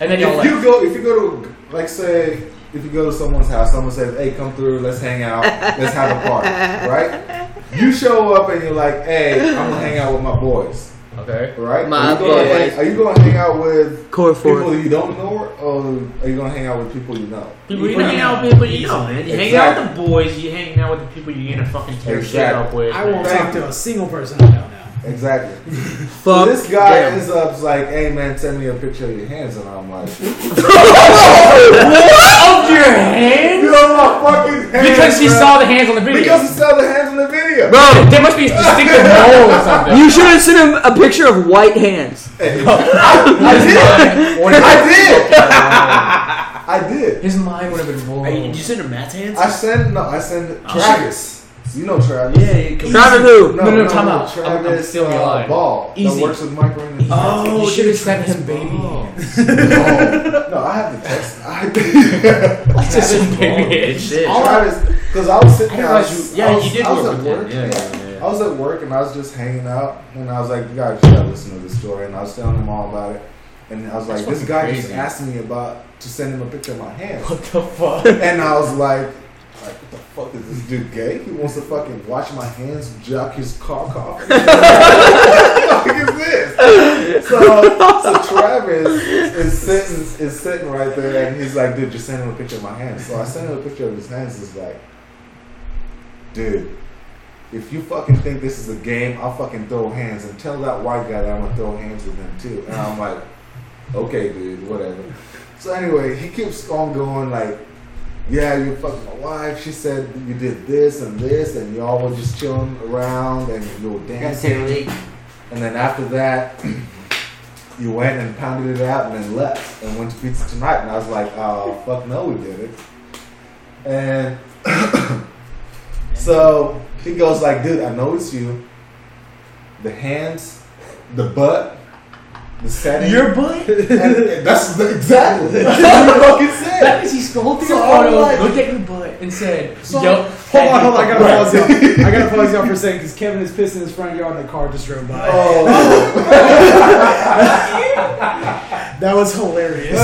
Speaker 2: and then y'all
Speaker 5: If you
Speaker 2: left.
Speaker 5: go, if you go to like say, if you go to someone's house, someone says, "Hey, come through, let's hang out, let's have a party," right? You show up and you're like, "Hey, I'm gonna hang out with my boys."
Speaker 2: Okay.
Speaker 5: Right?
Speaker 3: My
Speaker 5: are, you gonna,
Speaker 3: boys.
Speaker 5: hang- are you gonna hang out with
Speaker 3: Core
Speaker 5: people
Speaker 3: four.
Speaker 5: you don't know, or, or are you gonna hang out with people you know?
Speaker 6: People you hang out with people you know, man. You hang
Speaker 5: Exactly.
Speaker 6: out with the boys, you hanging out with the people you're gonna fucking tear shit
Speaker 5: Exactly.
Speaker 6: up with.
Speaker 1: I won't
Speaker 5: Thank
Speaker 1: talk
Speaker 5: you.
Speaker 1: to a single person I don't know.
Speaker 5: Exactly. So
Speaker 3: Fuck.
Speaker 5: this guy
Speaker 3: them.
Speaker 5: ends up like, "Hey, man, send me a picture of your hands," and I'm like,
Speaker 2: Of your hands?
Speaker 5: "You know my fucking hands."
Speaker 2: Because she
Speaker 5: bro.
Speaker 2: saw the hands on the video.
Speaker 5: Because he saw the hands in the video.
Speaker 3: Bro,
Speaker 2: there must be a distinctive mole or something.
Speaker 3: you should have sent him a picture of white hands.
Speaker 2: I
Speaker 5: I did. I did.
Speaker 2: His mind would have been blown.
Speaker 6: Hey, did you send her Matt's hands?
Speaker 5: I send no, I send Travis. You know Travis.
Speaker 6: yeah,
Speaker 3: Travis who?
Speaker 5: No,
Speaker 2: No, no, time out. I'm- I'm
Speaker 5: Travis
Speaker 2: stealing your
Speaker 5: uh,
Speaker 2: line.
Speaker 5: Ball
Speaker 2: Easy.
Speaker 5: that works with Mike Raymond.
Speaker 2: Oh, you should have sent him baby hands.
Speaker 5: Oh, no, I have to text. I
Speaker 2: I just sent baby
Speaker 6: Good
Speaker 2: hands.
Speaker 6: shit.
Speaker 5: Travis, because I was sitting
Speaker 2: I
Speaker 5: there. I was-
Speaker 2: realized
Speaker 6: you- yeah,
Speaker 5: I was-
Speaker 6: you did
Speaker 5: I was
Speaker 6: work
Speaker 5: at
Speaker 6: with him.
Speaker 5: work.
Speaker 6: Yeah,
Speaker 5: yeah.
Speaker 6: yeah, yeah.
Speaker 5: I was at work and I was just hanging out, and I was like, "You guys gotta listen to this story." And I was telling them all about it, and I was like, "This
Speaker 2: fucking
Speaker 5: guy just
Speaker 2: crazy.
Speaker 5: asked me about to send him a picture of my hand,"
Speaker 2: What the fuck?
Speaker 5: and I was like, Like, what the fuck is this dude gay? He wants to fucking watch my hands jock his cock off. What the fuck is this? So, so Travis is sitting is sitting right there, and he's like, "Dude, just send him a picture of my hands." So I sent him a picture of his hands. It's like, dude, if you fucking think this is a game, I'll fucking throw hands and tell that white guy that I'm gonna throw hands with him too. And I'm like, okay, dude, whatever. So anyway, he keeps on going like, yeah, you fucked my wife. She said you did this and this, and y'all were just chilling around and you were dancing. And then after that, you went and pounded it out and then left and went to pizza tonight. And I was like, oh, fuck no, we did it. And so he goes like, dude, I noticed you. The hands, the butt, the setting.
Speaker 1: Your butt?
Speaker 5: And that's the, exactly what you fucking said.
Speaker 2: That means he scrolled through
Speaker 5: Oh, So
Speaker 2: your
Speaker 5: I'm
Speaker 1: Oh,
Speaker 2: photos,
Speaker 5: like-
Speaker 2: looked at your butt, and said,
Speaker 1: So-
Speaker 2: "Yo,
Speaker 1: Hold on, hold on. I gotta
Speaker 5: Right.
Speaker 1: pause y'all. I gotta pause y'all for a second because Kevin is pissing in his front yard and the car just drove by.
Speaker 5: Oh,
Speaker 1: That was hilarious.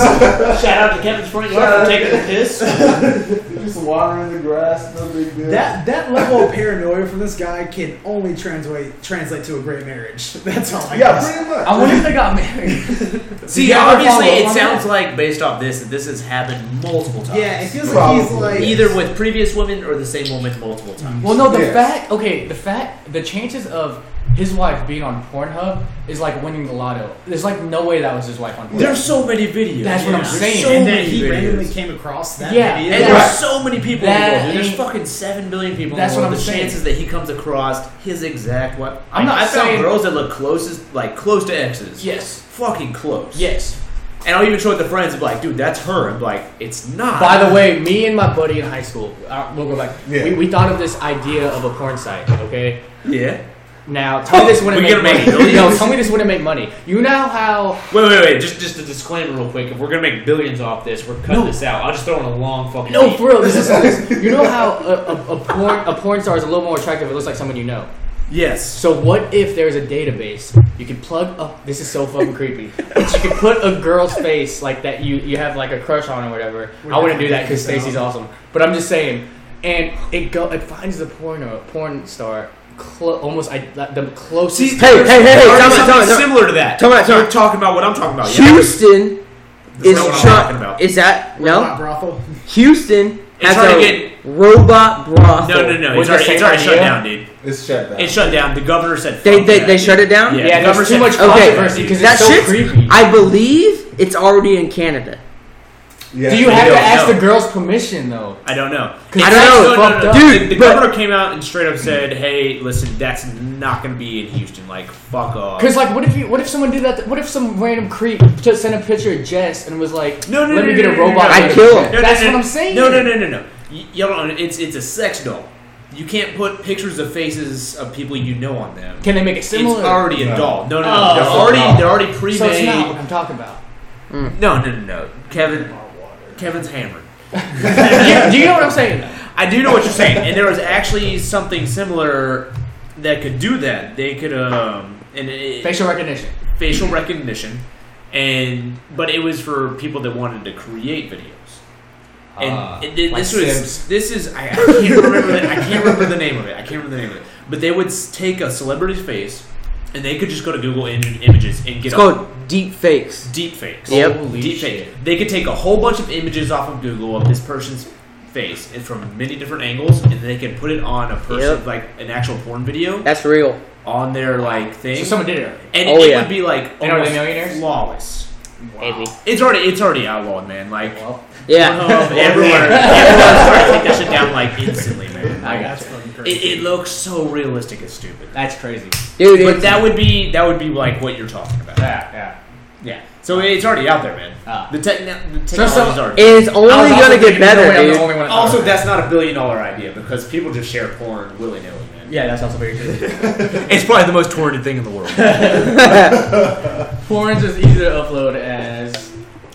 Speaker 4: Shout out to Kevin's front yard for taking a piss.
Speaker 5: just watering the grass, no big deal.
Speaker 1: that that level of paranoia from this guy can only translate translate to a great marriage. That's all. I
Speaker 5: yeah,
Speaker 1: guess.
Speaker 5: pretty much.
Speaker 2: I wonder if they got married."
Speaker 4: See,
Speaker 2: you ever
Speaker 4: obviously,
Speaker 2: follow up
Speaker 4: it
Speaker 2: on
Speaker 4: sounds like based off this that this has happened multiple times.
Speaker 1: Yeah, it feels like he's
Speaker 5: Probably.
Speaker 1: like
Speaker 4: either with previous women or the same woman multiple times.
Speaker 2: Well, no, the
Speaker 5: Yes.
Speaker 2: fact. Okay, the fact. The chances of his wife being on Pornhub is like winning the lotto. There's like no way that was his wife on Pornhub.
Speaker 4: There's so many videos.
Speaker 2: That's what I'm
Speaker 4: There's
Speaker 2: saying.
Speaker 4: So
Speaker 1: and
Speaker 4: many
Speaker 1: then he
Speaker 4: videos.
Speaker 1: randomly came across that
Speaker 2: Yeah,
Speaker 1: video.
Speaker 4: And there's so many people in the
Speaker 2: That
Speaker 4: world. dude. There's
Speaker 2: ain't-
Speaker 4: fucking seven billion people.
Speaker 2: That's
Speaker 4: in the
Speaker 2: what
Speaker 4: world.
Speaker 2: I'm
Speaker 4: the
Speaker 2: saying.
Speaker 4: chances that he comes across his exact wife.
Speaker 2: I'm not
Speaker 4: I found
Speaker 2: saying-
Speaker 4: girls that look closest, like close to exes.
Speaker 2: Yes.
Speaker 4: fucking close.
Speaker 2: Yes.
Speaker 4: and I'll even show it to friends. and be like, dude, that's her. I'm like, it's not.
Speaker 2: By the way, me and my buddy in high school, uh, we'll go back.
Speaker 5: Yeah.
Speaker 2: We, we thought of this idea of a porn site. Okay.
Speaker 4: yeah.
Speaker 2: Now tell me this wouldn't
Speaker 4: We
Speaker 2: make
Speaker 4: gonna make
Speaker 2: money.
Speaker 4: millions?
Speaker 2: no, tell me this wouldn't make money. You know how
Speaker 4: Wait, wait, wait. Just, just a disclaimer, real quick. If we're gonna make billions off this, we're cutting
Speaker 2: No.
Speaker 4: this out. I'll just throw in a long fucking.
Speaker 2: No,
Speaker 4: beep.
Speaker 2: for real. This is this, you know how a, a, a porn a porn star is a little more attractive. It looks like someone you know.
Speaker 4: yes.
Speaker 2: So what if there's a database you could plug? Oh, this is so fucking creepy. But you could put a girl's face like that you you have like a crush on or whatever.
Speaker 1: We're
Speaker 2: I wouldn't
Speaker 1: not
Speaker 2: do that
Speaker 1: gonna
Speaker 2: because
Speaker 1: do this
Speaker 2: Stacy's
Speaker 1: now.
Speaker 2: awesome. But I'm just saying, and it go it finds the porn uh, porn star clo- almost I like, the closest.
Speaker 3: Hey, hey, hey, hey,
Speaker 4: Or
Speaker 3: time out,
Speaker 4: something
Speaker 3: time out, time out.
Speaker 4: similar to that.
Speaker 3: Time out, time
Speaker 4: You're
Speaker 3: out.
Speaker 4: talking about what I'm talking about. Oh, Yeah.
Speaker 3: Houston is
Speaker 4: not what I'm talking
Speaker 3: trying.
Speaker 4: about.
Speaker 3: Is that
Speaker 1: Robot
Speaker 3: no?
Speaker 1: brothel.
Speaker 3: Houston has
Speaker 4: trying to
Speaker 3: a
Speaker 4: get-
Speaker 3: robot brothel.
Speaker 4: No, no, no.
Speaker 2: Was it
Speaker 4: It's already,
Speaker 2: the same
Speaker 4: it's already shut
Speaker 2: idea?
Speaker 4: down, dude.
Speaker 5: it's shut down.
Speaker 4: It shut down. The governor said. Fuck
Speaker 3: They they,
Speaker 4: that.
Speaker 3: they shut it down.
Speaker 4: Yeah.
Speaker 2: yeah, there's too much
Speaker 3: Okay,
Speaker 2: controversy because
Speaker 3: that
Speaker 2: it's so
Speaker 3: shit's.
Speaker 2: creepy.
Speaker 3: I believe it's already in Canada.
Speaker 5: yeah.
Speaker 2: Do you have to
Speaker 4: don't
Speaker 2: ask
Speaker 4: know.
Speaker 2: the girl's permission though?
Speaker 4: I don't know.
Speaker 3: I don't know,
Speaker 4: No, no, no,
Speaker 2: fucked
Speaker 4: no.
Speaker 2: up.
Speaker 3: Dude,
Speaker 4: The- the
Speaker 3: but-
Speaker 4: governor came out and straight up said, "Hey, listen, that's not going to be in Houston. Like, fuck off."
Speaker 2: Cause like, what if you, what if someone did that? what if some random creep just sent a picture of Jess and was like,
Speaker 4: No, no,
Speaker 2: let
Speaker 4: no,
Speaker 2: me
Speaker 4: no,
Speaker 2: get
Speaker 4: no,
Speaker 2: a
Speaker 4: no,
Speaker 2: robot."
Speaker 3: no.
Speaker 2: and
Speaker 3: I'd
Speaker 2: make
Speaker 3: kill
Speaker 2: a-
Speaker 3: him.
Speaker 4: No, no,
Speaker 2: That's
Speaker 4: no,
Speaker 2: what
Speaker 4: no.
Speaker 2: I'm saying.
Speaker 4: No, no, no, no, no. Y- Y'all don't. It's it's a sex doll. You can't put pictures of faces of people you know on them.
Speaker 2: Can they make it similar?
Speaker 4: It's already a
Speaker 5: No.
Speaker 4: doll. No, no, no.
Speaker 2: Oh.
Speaker 4: they're already they're already pre-made.
Speaker 2: so it's not what I'm talking about.
Speaker 4: no, no, no, no. Kevin, Kevin's hammered.
Speaker 2: Yeah, do you know what I'm saying? though?
Speaker 4: I do know what you're saying, and there was actually something similar that could do that. They could um and it,
Speaker 2: Facial recognition.
Speaker 4: facial recognition, and but it was for people that wanted to create videos. And
Speaker 2: Ah,
Speaker 4: it, it-
Speaker 2: like
Speaker 4: this was
Speaker 2: Sims.
Speaker 4: this is I, I can't remember the, I can't remember the name of it. I can't remember the name of it. But they would s- take a celebrity's face, and they could just go to Google Im- Images and get
Speaker 3: It's
Speaker 4: a
Speaker 3: called deep fakes.
Speaker 4: deep fakes.
Speaker 3: Yep.
Speaker 2: Holy
Speaker 4: deep
Speaker 2: shit.
Speaker 4: fake. They could take a whole bunch of images off of Google of this person's face and from many different angles, and they could put it on a person
Speaker 3: Yep.
Speaker 4: like an actual porn video
Speaker 3: That's real.
Speaker 4: on their like thing.
Speaker 2: So someone did it.
Speaker 4: And
Speaker 3: Oh,
Speaker 4: it
Speaker 3: yeah.
Speaker 4: would be like
Speaker 2: They don't
Speaker 4: almost
Speaker 2: really millionaires?
Speaker 4: flawless.
Speaker 3: Maybe.
Speaker 4: It's already it's already outlawed, man. Like
Speaker 2: Well,
Speaker 3: Yeah.
Speaker 4: everyone, everyone's trying to take that shit down like instantly, man.
Speaker 2: I got
Speaker 1: That's
Speaker 2: you.
Speaker 1: fucking crazy.
Speaker 4: It, it looks so realistic and stupid.
Speaker 2: That's crazy.
Speaker 3: Dude,
Speaker 4: But
Speaker 3: it's-
Speaker 4: that would be that would be like what you're talking about.
Speaker 2: Yeah,
Speaker 4: Yeah. So it's already out there, man.
Speaker 2: Ah.
Speaker 4: The, techn the technology's
Speaker 2: So- so-
Speaker 4: already.
Speaker 3: it is
Speaker 2: yeah.
Speaker 3: only gonna get better, dude.
Speaker 4: also, that's not a billion dollar idea because people just share porn willy nilly, man.
Speaker 2: yeah, that's also very true.
Speaker 4: It's probably the most torrented thing in the world.
Speaker 2: Porn's is easy to upload as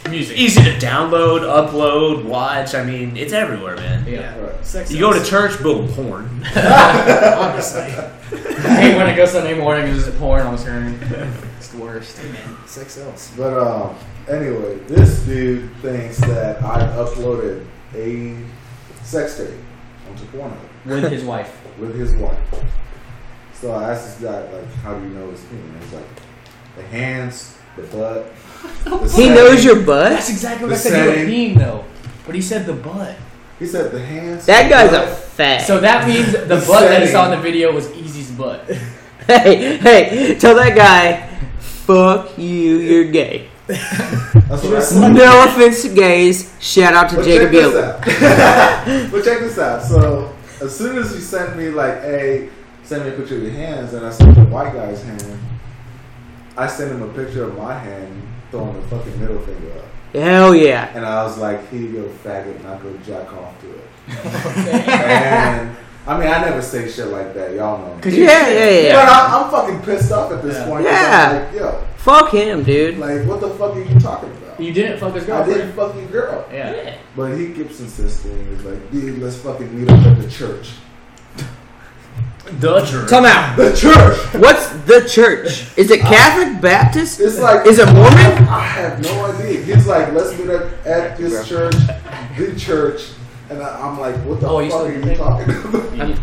Speaker 2: music.
Speaker 4: Easy to download, upload, watch. I mean, it's everywhere, man.
Speaker 2: Yeah.
Speaker 5: Right.
Speaker 1: Sex
Speaker 4: You go to
Speaker 1: sells,
Speaker 4: church, boom, porn.
Speaker 1: obviously.
Speaker 2: I hate when it goes Sunday morning and there's porn on the screen. It's the worst.
Speaker 1: Hey, man, sex sells.
Speaker 5: But um, anyway, this dude thinks that I uploaded a sex tape onto Pornhub
Speaker 2: with his wife.
Speaker 5: with his wife. So I asked this guy, like, how do you know his penis? And he's like, the hands, the butt. The
Speaker 3: He
Speaker 5: setting.
Speaker 3: knows your butt?
Speaker 2: That's exactly
Speaker 5: The
Speaker 2: what I said.
Speaker 5: setting.
Speaker 2: He was peeing though, but he said the butt.
Speaker 5: He said the hands.
Speaker 3: That
Speaker 5: the
Speaker 3: guy's a
Speaker 5: butt.
Speaker 3: fag.
Speaker 2: So that means the
Speaker 5: The
Speaker 2: butt that he
Speaker 5: setting.
Speaker 2: saw in the video was Easy's butt.
Speaker 3: hey, hey, tell that guy, fuck you, you're gay.
Speaker 5: That's what I said.
Speaker 3: No offense to gays. Shout out to
Speaker 5: But check
Speaker 3: Jacob
Speaker 5: this
Speaker 3: Hill.
Speaker 5: out. but check this out. So as soon as he sent me like, hey, send me a picture of your hands, and I sent the white guy's hand. I sent him a picture of my hand throwing the fucking middle finger up,
Speaker 3: Hell yeah.
Speaker 5: and I was like, here you go, faggot, and I go jack off to it. and I mean, I never say shit like that. Y'all know.
Speaker 3: Yeah, yeah, yeah.
Speaker 5: But uh, I, I'm fucking pissed off at this
Speaker 2: Yeah.
Speaker 5: point. 'cause
Speaker 3: Yeah.
Speaker 5: I'm like,
Speaker 3: Fuck him, dude.
Speaker 5: yo, like, what the fuck are you talking about?
Speaker 2: You didn't fuck his
Speaker 5: I
Speaker 2: girlfriend.
Speaker 5: didn't fuck your girl.
Speaker 2: Yeah.
Speaker 5: But he keeps insisting. He's like, dude, let's fucking meet up at the church.
Speaker 2: The jerk.
Speaker 3: Come out.
Speaker 5: The church!
Speaker 3: What's the church? Is it Catholic, Baptist?
Speaker 5: It's like,
Speaker 3: Is it Mormon?
Speaker 5: I have no idea. He's like, let's meet up at this church, the church. And I, I'm like, what the
Speaker 2: Oh, you
Speaker 5: fuck
Speaker 2: still
Speaker 5: are you
Speaker 2: think-
Speaker 5: talking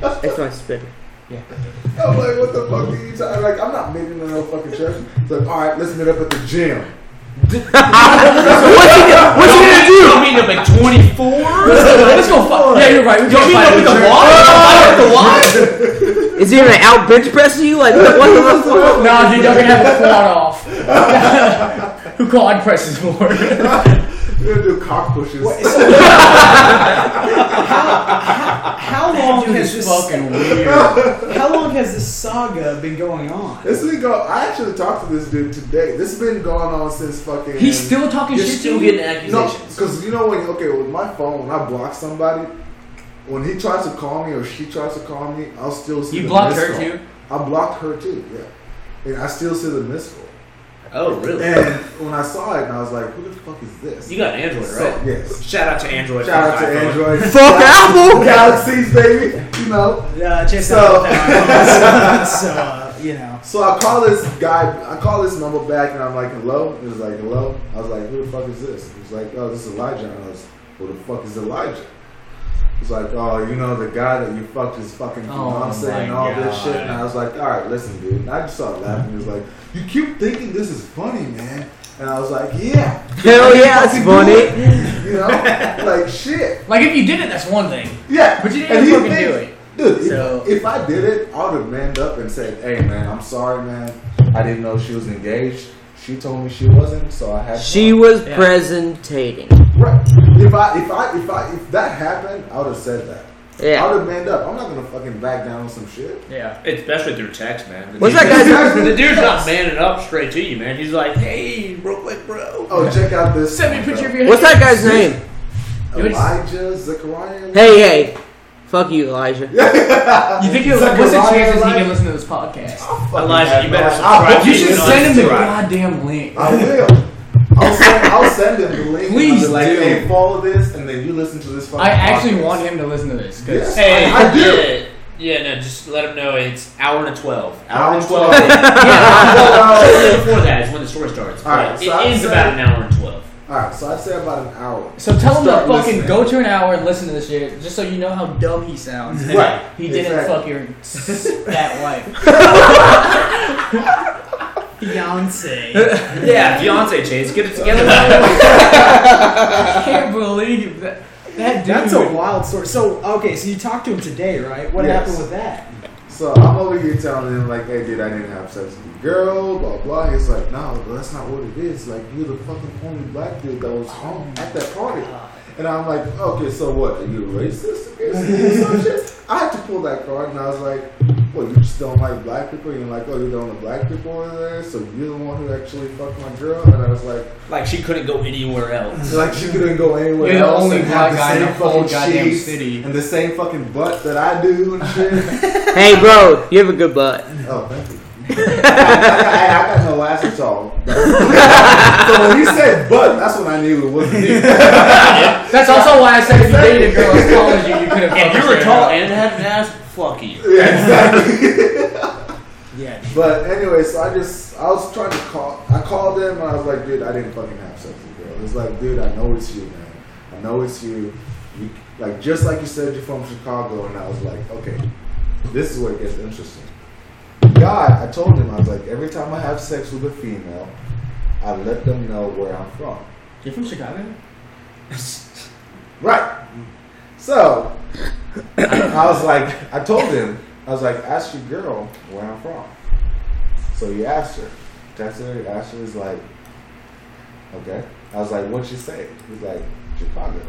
Speaker 5: about?
Speaker 3: That's my spit.
Speaker 5: I'm like, what the fuck are you talking Like, I'm not meeting in no fucking church. He's like, alright, let's meet up at the gym.
Speaker 3: What's he gonna, what's he gonna do?
Speaker 6: I mean, like 24?
Speaker 2: Let's go fuck. Yeah, you're right. We don't fight with the
Speaker 3: Is he gonna out bench press you? Like what, what the fuck?
Speaker 2: Nah, dude, y'all gonna have a quad off. Who quad presses more?
Speaker 5: We're gonna do cock pushes.
Speaker 1: How long
Speaker 2: Dude,
Speaker 1: has
Speaker 2: it's
Speaker 1: this
Speaker 2: fucking weird.
Speaker 1: How long has this saga been going on?
Speaker 5: This been going. I actually talked to this dude today. This has been going on since fucking.
Speaker 2: He's still talking
Speaker 6: You're
Speaker 2: shit
Speaker 6: still
Speaker 2: to you.
Speaker 6: getting
Speaker 5: no,
Speaker 6: accusations.
Speaker 5: because you know when okay with my phone when I block somebody, when he tries to call me or she tries to call me, I'll still see.
Speaker 2: You
Speaker 5: the
Speaker 2: blocked
Speaker 5: missed
Speaker 2: her
Speaker 5: call.
Speaker 2: too?
Speaker 5: I blocked her too. Yeah, and I still see the missed call.
Speaker 6: Oh, really?
Speaker 5: And when I saw it, and I was like, "Who the fuck is this?"
Speaker 6: You got an Android,
Speaker 5: So,
Speaker 6: right?
Speaker 5: yes.
Speaker 6: Shout out to Android.
Speaker 5: Shout out to
Speaker 6: iPhone.
Speaker 5: Android.
Speaker 3: Fuck Apple!
Speaker 5: Galaxies, baby. You know.
Speaker 1: Yeah, Uh, check
Speaker 5: So-
Speaker 1: out that. so, uh, you know,
Speaker 5: So I call this guy, I call this number back, and I'm like, hello? He was like, hello? I was like, who the fuck is this? He was like, oh, this is Elijah. And I was, who the fuck is Elijah? He's like, oh, you know, the guy that you fucked his fucking
Speaker 2: Oh,
Speaker 5: fiance
Speaker 2: my
Speaker 5: and all this
Speaker 2: God.
Speaker 5: shit. And I was like, all right, listen, dude. And I just started laughing. He was like, you keep thinking this is funny, man. And I was like, yeah.
Speaker 3: Hell yeah, it's
Speaker 5: You
Speaker 3: funny.
Speaker 5: You know? like, shit.
Speaker 2: Like, if you did it, that's one thing.
Speaker 5: Yeah.
Speaker 2: But you didn't
Speaker 5: And he
Speaker 2: fucking
Speaker 5: thinks-
Speaker 2: do it.
Speaker 5: Dude, if-
Speaker 2: So-
Speaker 5: if, I did it, I would have manned up and said, "Hey, man, I'm sorry, man. I didn't know she was engaged. She told me she wasn't, so I had."
Speaker 3: She
Speaker 5: fun."
Speaker 3: was
Speaker 2: Yeah.
Speaker 3: presentating.
Speaker 5: Right. If I, if I, if I, if that happened, I would have said that. I
Speaker 3: Yeah.
Speaker 5: would have manned up. I'm not gonna fucking back down on some shit.
Speaker 2: Yeah.
Speaker 6: Especially through text, man. The
Speaker 3: What's
Speaker 6: dude-
Speaker 3: that guy's-
Speaker 6: The dude's not manning up straight to you, man. He's like, hey, real quick, bro.
Speaker 5: Oh, check out this.
Speaker 2: Send me a picture of your
Speaker 3: What's that guy's name?
Speaker 2: You would-
Speaker 5: Elijah Zechariah.
Speaker 3: Hey, hey. Fuck you, Elijah.
Speaker 2: You think he'll,
Speaker 5: Zachariah
Speaker 2: what's the chances he
Speaker 5: Elijah.
Speaker 2: can listen to this podcast?
Speaker 5: I fucking
Speaker 6: Elijah,
Speaker 5: have
Speaker 6: you
Speaker 5: no
Speaker 6: better
Speaker 5: idea.
Speaker 6: subscribe
Speaker 5: I'll-
Speaker 6: to
Speaker 2: You should
Speaker 6: know,
Speaker 2: send him the
Speaker 6: subscribe.
Speaker 2: goddamn link.
Speaker 5: I will. I'll send, I'll send him the link.
Speaker 2: Please
Speaker 5: I'll be like,
Speaker 2: do.
Speaker 5: Hey, follow this, and then you listen to this. Fucking
Speaker 2: I actually
Speaker 5: podcast.
Speaker 2: want him to listen to this. 'cause-
Speaker 5: Yes.
Speaker 6: Hey,
Speaker 5: I- I do.
Speaker 6: Yeah, yeah, no, just let him know it's hour and a 12.
Speaker 5: Hour
Speaker 6: Hour
Speaker 5: and
Speaker 6: and 12. Shortly before that is when the story starts.
Speaker 5: All right,
Speaker 6: but
Speaker 5: so I'd
Speaker 6: it is
Speaker 5: say-
Speaker 6: about an hour and 12.
Speaker 5: All right, so I'd say about an hour.
Speaker 2: So tell him
Speaker 5: Start
Speaker 2: to fucking
Speaker 5: listening.
Speaker 2: go to an hour and listen to this shit, just so you know how dumb he sounds.
Speaker 5: Right.
Speaker 2: He didn't
Speaker 5: Exactly.
Speaker 2: fuck your s- fat wife.
Speaker 1: Beyonce.
Speaker 6: Yeah, fiance Chase, get it together. man.
Speaker 2: I can't believe that. That dude.
Speaker 1: That's a wild story. So, okay, so you talked to him today, right? What
Speaker 5: Yes.
Speaker 1: happened with that?
Speaker 5: So I'm over here telling him like, "Hey, dude, I didn't have sex with your girl." Blah blah. He's like, "No, but that's not what it is. Like, you're the fucking only black dude that was home at that party." And I'm like, "Okay, so what? Are you racist?" against me or some shit?" I had to pull that card, and I was like, "Well, you just don't like black people. You're like, oh, you're the only black people over there, so you're the one who actually fucked my girl." And I was like,
Speaker 6: like, she couldn't go anywhere else.
Speaker 5: "Like, she couldn't go anywhere
Speaker 2: You're the
Speaker 5: else
Speaker 2: only
Speaker 5: and
Speaker 2: black
Speaker 5: have the
Speaker 2: guy in
Speaker 5: same
Speaker 2: the whole
Speaker 5: fucking
Speaker 2: goddamn
Speaker 5: cheeks
Speaker 2: city."
Speaker 5: and the same fucking butt that I do and shit."
Speaker 3: Hey, bro, you have a good butt.
Speaker 5: Oh, thank you. I, I, I got no ass at all. so when he said "but," that's when I knew it wasn't you.
Speaker 2: That's also why I said if you dated a girl as tall as you, you could have.
Speaker 6: If
Speaker 2: fucked
Speaker 6: you were
Speaker 2: her.
Speaker 6: tall and had an ass, fuck you.
Speaker 1: Yeah.
Speaker 5: But anyway, so I just I was trying to call. I called him and I was like, "Dude, I didn't fucking have sex with the girl." It's like, "Dude, I know it's you, man. I know it's you. You, like just like you said, you're from Chicago, and I was like, okay, this is where it gets interesting. God, I told him I was like, every time I have sex with a female, I let them know where I'm from.
Speaker 1: You're from Chicago?
Speaker 5: Right. So I was like, I told him, I was like, ask your girl where I'm from. So he asked her. Texted her, asked her, is like, okay. I was like, what'd she say? He's like, Chicago.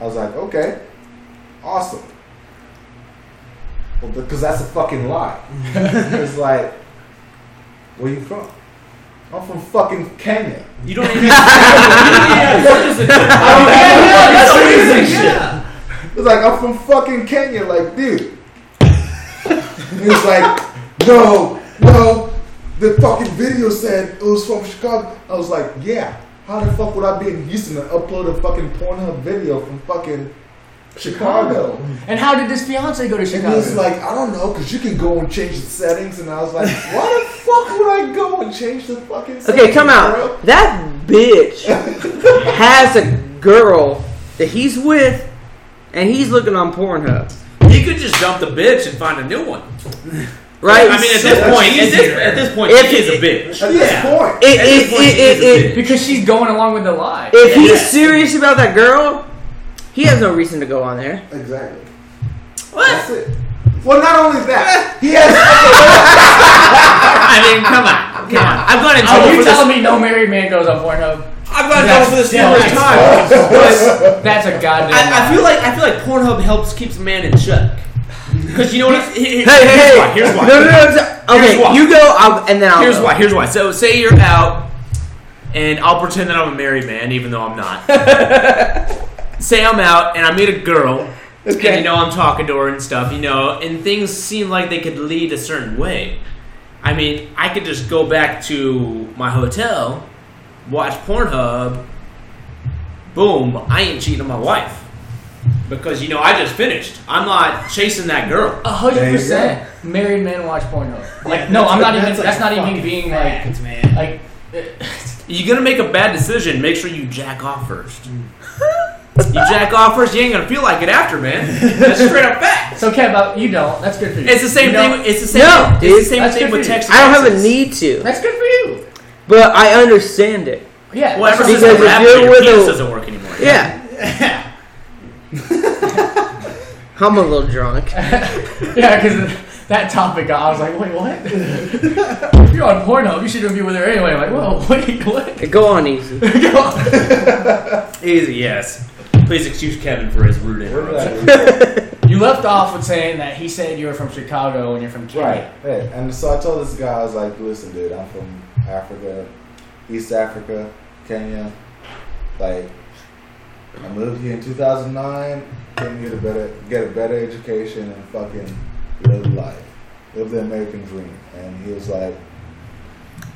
Speaker 5: I was like, okay, awesome. Well, because that's a fucking lie. it's like, where you from? I'm from fucking Kenya.
Speaker 4: You don't even. you don't even have
Speaker 5: that's
Speaker 4: citizenship.
Speaker 5: It's like, I'm from fucking Kenya. Like, dude. he was like, no, no. The fucking video said it was from Chicago. I was like, yeah. How the fuck would I be in Houston and upload a fucking Pornhub video from fucking Chicago?
Speaker 2: And how did this fiance go to
Speaker 5: And he was
Speaker 2: Chicago?
Speaker 5: like, I don't know, because you can go and change the settings. And I was like, why the fuck would I go and change the fucking settings?
Speaker 3: Okay, come
Speaker 5: bro?
Speaker 3: out. That bitch has a girl that he's with, and he's looking on Pornhub.
Speaker 4: He could just dump the bitch and find a new one.
Speaker 3: Right?
Speaker 4: I mean, at
Speaker 3: So-
Speaker 4: this
Speaker 5: that's
Speaker 4: point, at this,
Speaker 5: easier.
Speaker 4: at this point,
Speaker 3: If
Speaker 4: she is a
Speaker 3: it-
Speaker 4: bitch.
Speaker 5: At this point,
Speaker 3: it,
Speaker 4: this
Speaker 3: it,
Speaker 4: point,
Speaker 3: it,
Speaker 4: she is
Speaker 3: it,
Speaker 4: a
Speaker 3: it,
Speaker 4: bitch.
Speaker 2: because she's going along with the lie.
Speaker 3: If he's
Speaker 4: Yes.
Speaker 3: serious about that girl, he has no reason to go on there.
Speaker 5: exactly. That's it. Well, not only that, he has.
Speaker 4: I mean, come on, come on. I've gone and
Speaker 2: Are
Speaker 4: told
Speaker 2: you
Speaker 4: for this.
Speaker 2: telling me no married man goes on Pornhub?
Speaker 4: I've gone and told for this numerous times. But
Speaker 2: That's a goddamn.
Speaker 4: I, I
Speaker 2: lie.
Speaker 4: feel like I feel like Pornhub helps keeps a man in check. Because you know what? Hey,
Speaker 3: Hey, hey, hey!
Speaker 4: Here's why.
Speaker 3: No, no,
Speaker 4: Here's why.
Speaker 3: no, no. Okay,
Speaker 4: Here's why.
Speaker 3: you go, I'll, and then I'll.
Speaker 4: Here's
Speaker 3: go.
Speaker 4: why. Here's why. So say you're out, and I'll pretend that I'm a married man, even though I'm not. say I'm out, and I meet a girl, and you know I'm talking to her and stuff, you know, and things seem like they could lead a certain way. I mean, I could just go back to my hotel, watch Pornhub, boom, I ain't cheating on my wife. Because, you know, I just finished. I'm not chasing that girl.
Speaker 2: A hundred
Speaker 5: There you
Speaker 2: percent. Married men watch Pornhub. Like, no, I'm not even. That's,
Speaker 1: like
Speaker 2: not even
Speaker 1: fucking
Speaker 2: being
Speaker 1: fact, man.
Speaker 2: like, like.
Speaker 4: You're gonna make a bad decision. Make sure you jack off first.
Speaker 5: Mm.
Speaker 4: you jack off first. You ain't gonna feel like it after, man. That's straight up fact.
Speaker 2: So, Kev, uh, you don't. That's good for you.
Speaker 4: It's the same
Speaker 2: You don't.
Speaker 4: thing. It's the same.
Speaker 3: No,
Speaker 4: it's the
Speaker 3: dude,
Speaker 4: same
Speaker 2: that's
Speaker 4: thing
Speaker 2: good
Speaker 4: with
Speaker 2: for you.
Speaker 4: text.
Speaker 3: I don't have a
Speaker 4: messages.
Speaker 3: need to,
Speaker 2: That's good for you.
Speaker 3: but I understand it.
Speaker 2: Yeah.
Speaker 4: Well, ever
Speaker 2: that's
Speaker 4: since
Speaker 3: Because
Speaker 4: the
Speaker 3: if
Speaker 4: rap,
Speaker 3: you're
Speaker 4: your
Speaker 3: with
Speaker 4: penis
Speaker 3: a-
Speaker 4: doesn't work anymore.
Speaker 3: Yeah. I'm a little drunk.
Speaker 2: Yeah, because that topic, I was like, wait, what? if you're on Pornhub, you shouldn't be with her anyway. I'm like, whoa, wait, what?
Speaker 3: Go on easy.
Speaker 4: Easy, yes. Please excuse Kevin for his rude
Speaker 5: Where did
Speaker 4: interruption.
Speaker 5: I read that?
Speaker 2: you left off with saying that he said you were from Chicago and you're from Kenya.
Speaker 5: Right. Hey, and so I told this guy, I was like, listen, dude, I'm from Africa, East Africa, Kenya. Like, I moved here in 2009, came here to better, get a better education and fucking live life. Live the American dream. And he was like,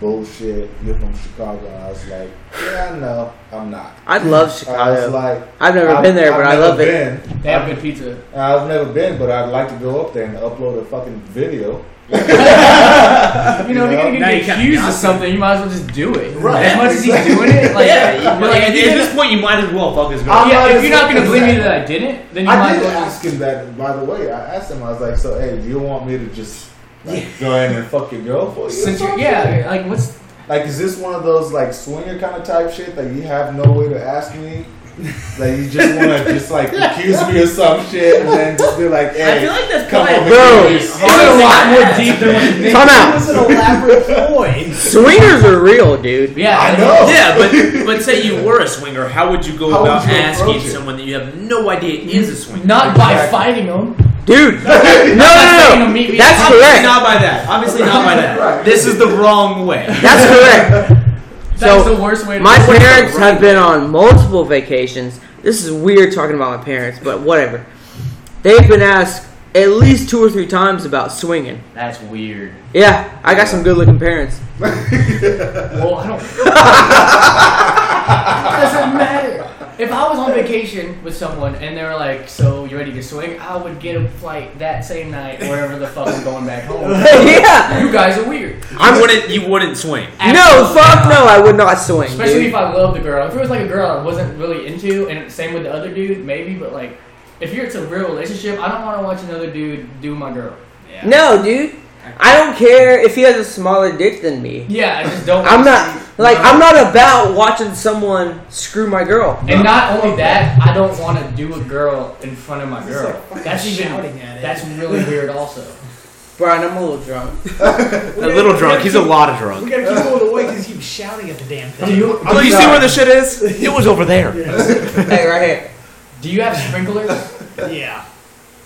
Speaker 5: bullshit, you're from Chicago. And I was like, yeah, I know, I'm not.
Speaker 3: I love
Speaker 5: I was
Speaker 3: Chicago.
Speaker 5: like,
Speaker 3: I've never
Speaker 5: I've-
Speaker 3: been there,
Speaker 5: I've
Speaker 3: but I
Speaker 5: never
Speaker 3: love it.
Speaker 5: been.
Speaker 2: They have good pizza.
Speaker 5: And I've never been, but I'd like to go up there and upload a fucking video.
Speaker 2: You know, if you're going to
Speaker 4: Now you
Speaker 2: get
Speaker 4: can't
Speaker 2: accused
Speaker 4: knock
Speaker 2: of
Speaker 4: it.
Speaker 2: something, you might as well just do it.
Speaker 5: Right.
Speaker 2: As much as he's doing it, like,
Speaker 4: Yeah,
Speaker 2: you're
Speaker 4: but
Speaker 2: like, if
Speaker 4: at, at
Speaker 2: you're gonna-
Speaker 4: this point, you might as well fuck his girl.
Speaker 5: I'm
Speaker 2: yeah,
Speaker 5: not
Speaker 2: if you're not
Speaker 5: as-
Speaker 2: going to believe me
Speaker 5: exactly.
Speaker 2: that I didn't, then you
Speaker 5: I
Speaker 2: might as
Speaker 5: did
Speaker 2: well
Speaker 5: ask him that, by the way. I asked him, I was like, so, hey, do you want me to just like, go ahead and fuck your girl for you? or
Speaker 2: Since you're,
Speaker 5: something?"
Speaker 2: yeah, like, what's.
Speaker 5: Like, is this one of those, like, swinger kind of type shit that you have no way to ask me? Like, you just want to just, like, accuse me of some shit and then just be like, hey,
Speaker 4: I feel like that's
Speaker 5: come
Speaker 4: probably
Speaker 5: over
Speaker 3: Bro.
Speaker 5: here.
Speaker 2: It's a lot more deep than what you think.
Speaker 3: Time
Speaker 1: It was
Speaker 3: out.
Speaker 1: an elaborate ploy.
Speaker 3: Swingers are real, dude.
Speaker 2: Yeah.
Speaker 5: I
Speaker 2: like,
Speaker 5: know.
Speaker 4: Yeah, but but say you were a swinger, how would you go
Speaker 5: How would
Speaker 4: about
Speaker 5: you
Speaker 4: asking
Speaker 5: approach it?
Speaker 4: someone that you have no idea is a swinger?
Speaker 2: Not by
Speaker 5: Exactly.
Speaker 2: fighting them.
Speaker 3: Dude. No, no,
Speaker 2: saying
Speaker 3: no.
Speaker 2: to meet me-
Speaker 3: no. That's
Speaker 4: Obviously
Speaker 3: correct.
Speaker 4: not by that. Obviously not by that. This is the wrong way.
Speaker 3: That's correct.
Speaker 2: That's
Speaker 3: So,
Speaker 2: the worst way to
Speaker 3: My
Speaker 2: do it.
Speaker 3: parents have been on multiple vacations. This is weird talking about my parents, but whatever. They've been asked at least two or three times about swinging.
Speaker 2: That's weird.
Speaker 3: Yeah, I got some good looking parents.
Speaker 2: Well, I don't. doesn't matter. If I was on vacation with with someone and they're like, "So you ready to swing?" I would get a flight that same night, wherever the fuck I'm going back home.
Speaker 3: yeah.
Speaker 2: you guys are weird.
Speaker 4: I wouldn't. You wouldn't swing.
Speaker 3: No,
Speaker 2: Absolutely
Speaker 3: fuck
Speaker 2: not.
Speaker 3: no, I would not swing.
Speaker 2: Especially
Speaker 3: dude.
Speaker 2: if I love the girl. If it was like a girl I wasn't really into, and same with the other dude, maybe. But like, if you're it's a real relationship, I don't want to watch another dude do my girl.
Speaker 1: Yeah.
Speaker 3: No, dude. I don't care if he has a smaller dick than me.
Speaker 2: Yeah, I just don't.
Speaker 3: I'm
Speaker 2: wanna
Speaker 3: not
Speaker 2: see-
Speaker 3: like I'm not about watching someone screw my girl.
Speaker 2: And not only that, I don't want to do a girl in front of my
Speaker 1: He's
Speaker 2: girl.
Speaker 1: like fucking
Speaker 2: That's even.
Speaker 1: shouting at it.
Speaker 2: That's really weird. Also,
Speaker 3: Brian, I'm a little drunk.
Speaker 4: A little drunk. He's a lot of drunk.
Speaker 1: We gotta keep going away because he was shouting at the damn
Speaker 2: do
Speaker 1: thing.
Speaker 2: you
Speaker 4: Oh, you see where the shit is? It was over there.
Speaker 3: hey, right here.
Speaker 2: do you have sprinklers?
Speaker 1: Yeah.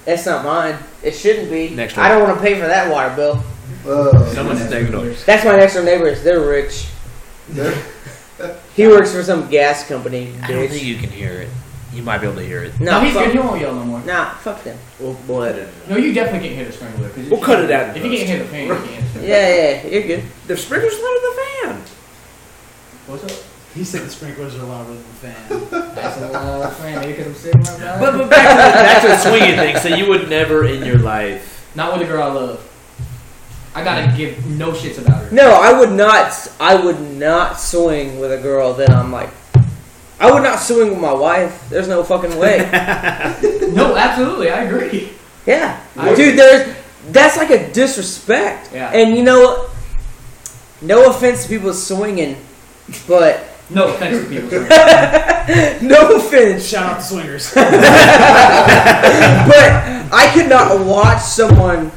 Speaker 3: That's not mine. It shouldn't be.
Speaker 4: Next
Speaker 3: I don't want to pay for that water bill.
Speaker 5: Uh,
Speaker 4: Someone's taking over.
Speaker 3: That's my next door neighbors. They're rich. he works for some gas company,
Speaker 4: I don't think
Speaker 3: bitch.
Speaker 4: you can hear it. You might be able to hear it.
Speaker 2: No,
Speaker 3: Nah,
Speaker 2: he's good.
Speaker 3: fuck,
Speaker 2: He won't yell no more.
Speaker 3: nah, fuck them.
Speaker 4: Oh,
Speaker 5: We'll blood
Speaker 2: No, you definitely can't hear the sprinkler. 'cause if
Speaker 4: We'll
Speaker 2: you-
Speaker 4: cut it out.
Speaker 2: If you can't hear the pain, you can't.
Speaker 3: Yeah, yeah, yeah, you're good.
Speaker 4: The sprinklers lit in the van.
Speaker 2: What's up?
Speaker 1: He said the sprinklers are louder than the fan.
Speaker 2: That's a lot of pain. Maybe because I'm sitting right now.
Speaker 4: But, but back, to the, back to the swinging thing. So you would never in your life.
Speaker 2: Not with a girl I love. I gotta give no shits about her.
Speaker 3: No, I would not. I would not swing with a girl that I'm like. I would not swing with my wife. There's no fucking way.
Speaker 2: No, absolutely, I agree.
Speaker 3: yeah,
Speaker 2: I-
Speaker 3: dude. There's that's like a disrespect.
Speaker 2: Yeah.
Speaker 3: And you know, what? no offense to people swinging, but
Speaker 2: No offense to people.
Speaker 3: no offense,
Speaker 1: Shout out to swingers.
Speaker 3: but I could not watch someone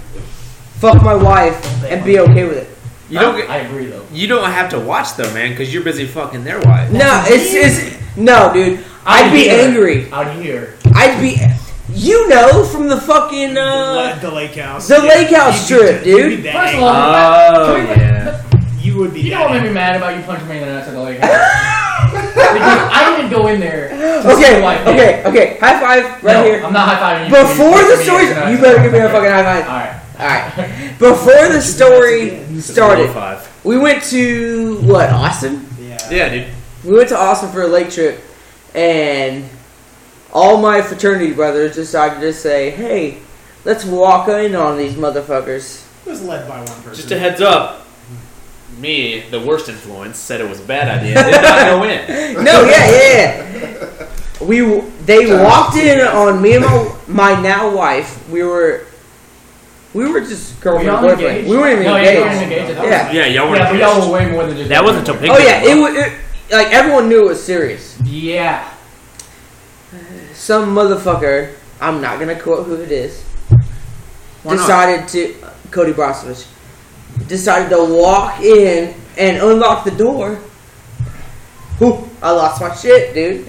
Speaker 3: fuck my wife and be okay with it.
Speaker 4: You don't. Get,
Speaker 2: I agree though.
Speaker 4: you don't have to watch though, man, because you're busy fucking their wife.
Speaker 3: No, it's it's no, dude. I'd be
Speaker 2: here,
Speaker 3: angry.
Speaker 2: Out here.
Speaker 3: I'd be, you know, from the fucking uh,
Speaker 1: the, the lake house.
Speaker 3: The lake house
Speaker 1: You'd be-
Speaker 3: trip,
Speaker 1: you'd be
Speaker 3: dude.
Speaker 1: that
Speaker 2: First of
Speaker 1: angry.
Speaker 2: all,
Speaker 4: Oh,
Speaker 2: can we-
Speaker 4: yeah.
Speaker 1: you would be.
Speaker 2: you
Speaker 1: that
Speaker 2: don't make
Speaker 1: angry.
Speaker 2: me mad about you punching me in the nuts at the lake house. because I didn't go in there. To see
Speaker 3: Okay,
Speaker 2: the white man.
Speaker 3: okay, okay. High five right
Speaker 2: no,
Speaker 3: here.
Speaker 2: I'm not high fiving you.
Speaker 3: Before
Speaker 2: You
Speaker 3: the
Speaker 2: punching
Speaker 3: story,
Speaker 2: me in nuts
Speaker 3: you
Speaker 2: at
Speaker 3: better
Speaker 2: the
Speaker 3: give me a
Speaker 2: lake
Speaker 3: fucking
Speaker 2: house.
Speaker 3: high five.
Speaker 2: Alright.
Speaker 3: All right. Before the story
Speaker 4: Low
Speaker 3: started,
Speaker 4: Five.
Speaker 3: we went to what Austin?
Speaker 1: Yeah.
Speaker 4: Yeah, dude.
Speaker 3: We went to Austin for a lake trip, and all my fraternity brothers decided to say, "Hey, let's walk in on these motherfuckers."
Speaker 1: It was led by one person.
Speaker 4: Just a heads up. Me, the worst influence, said it was a bad idea. Did not go in.
Speaker 3: No, yeah, yeah. yeah. We they walked in on me and my my now wife. We were we were just
Speaker 2: We
Speaker 3: girlfriend and
Speaker 2: all
Speaker 3: boyfriend.
Speaker 2: engaged.
Speaker 3: We weren't even
Speaker 2: no,
Speaker 3: engaged.
Speaker 2: Yeah, we weren't engaged. That was-
Speaker 3: Yeah.
Speaker 4: Yeah, y'all were.
Speaker 2: Yeah, but y'all were way more than just.
Speaker 4: That wasn't until Pink.
Speaker 3: Oh yeah, it, wa- it like everyone knew it was serious.
Speaker 2: Yeah.
Speaker 3: Some motherfucker, I'm not gonna quote who it is,
Speaker 4: Why not?
Speaker 3: decided to Cody Brosovich decided to walk in and unlock the door. Whew, I lost my shit, dude.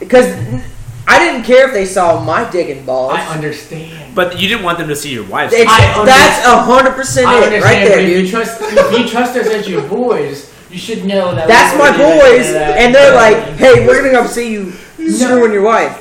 Speaker 3: Because I didn't care if they saw my dick and balls.
Speaker 2: I understand.
Speaker 4: But you didn't want them to see your wife.
Speaker 3: It's-
Speaker 2: I under-
Speaker 3: that's a hundred percent
Speaker 2: I
Speaker 3: it,
Speaker 2: understand,
Speaker 3: right
Speaker 2: but
Speaker 3: there,
Speaker 2: if
Speaker 3: dude.
Speaker 2: you trust if you trust us as your boys, you should know that.
Speaker 3: That's
Speaker 2: we
Speaker 3: my
Speaker 2: were doing
Speaker 3: boys,
Speaker 2: that.
Speaker 3: and they're like, "Hey, we're gonna come see you screwing your wife."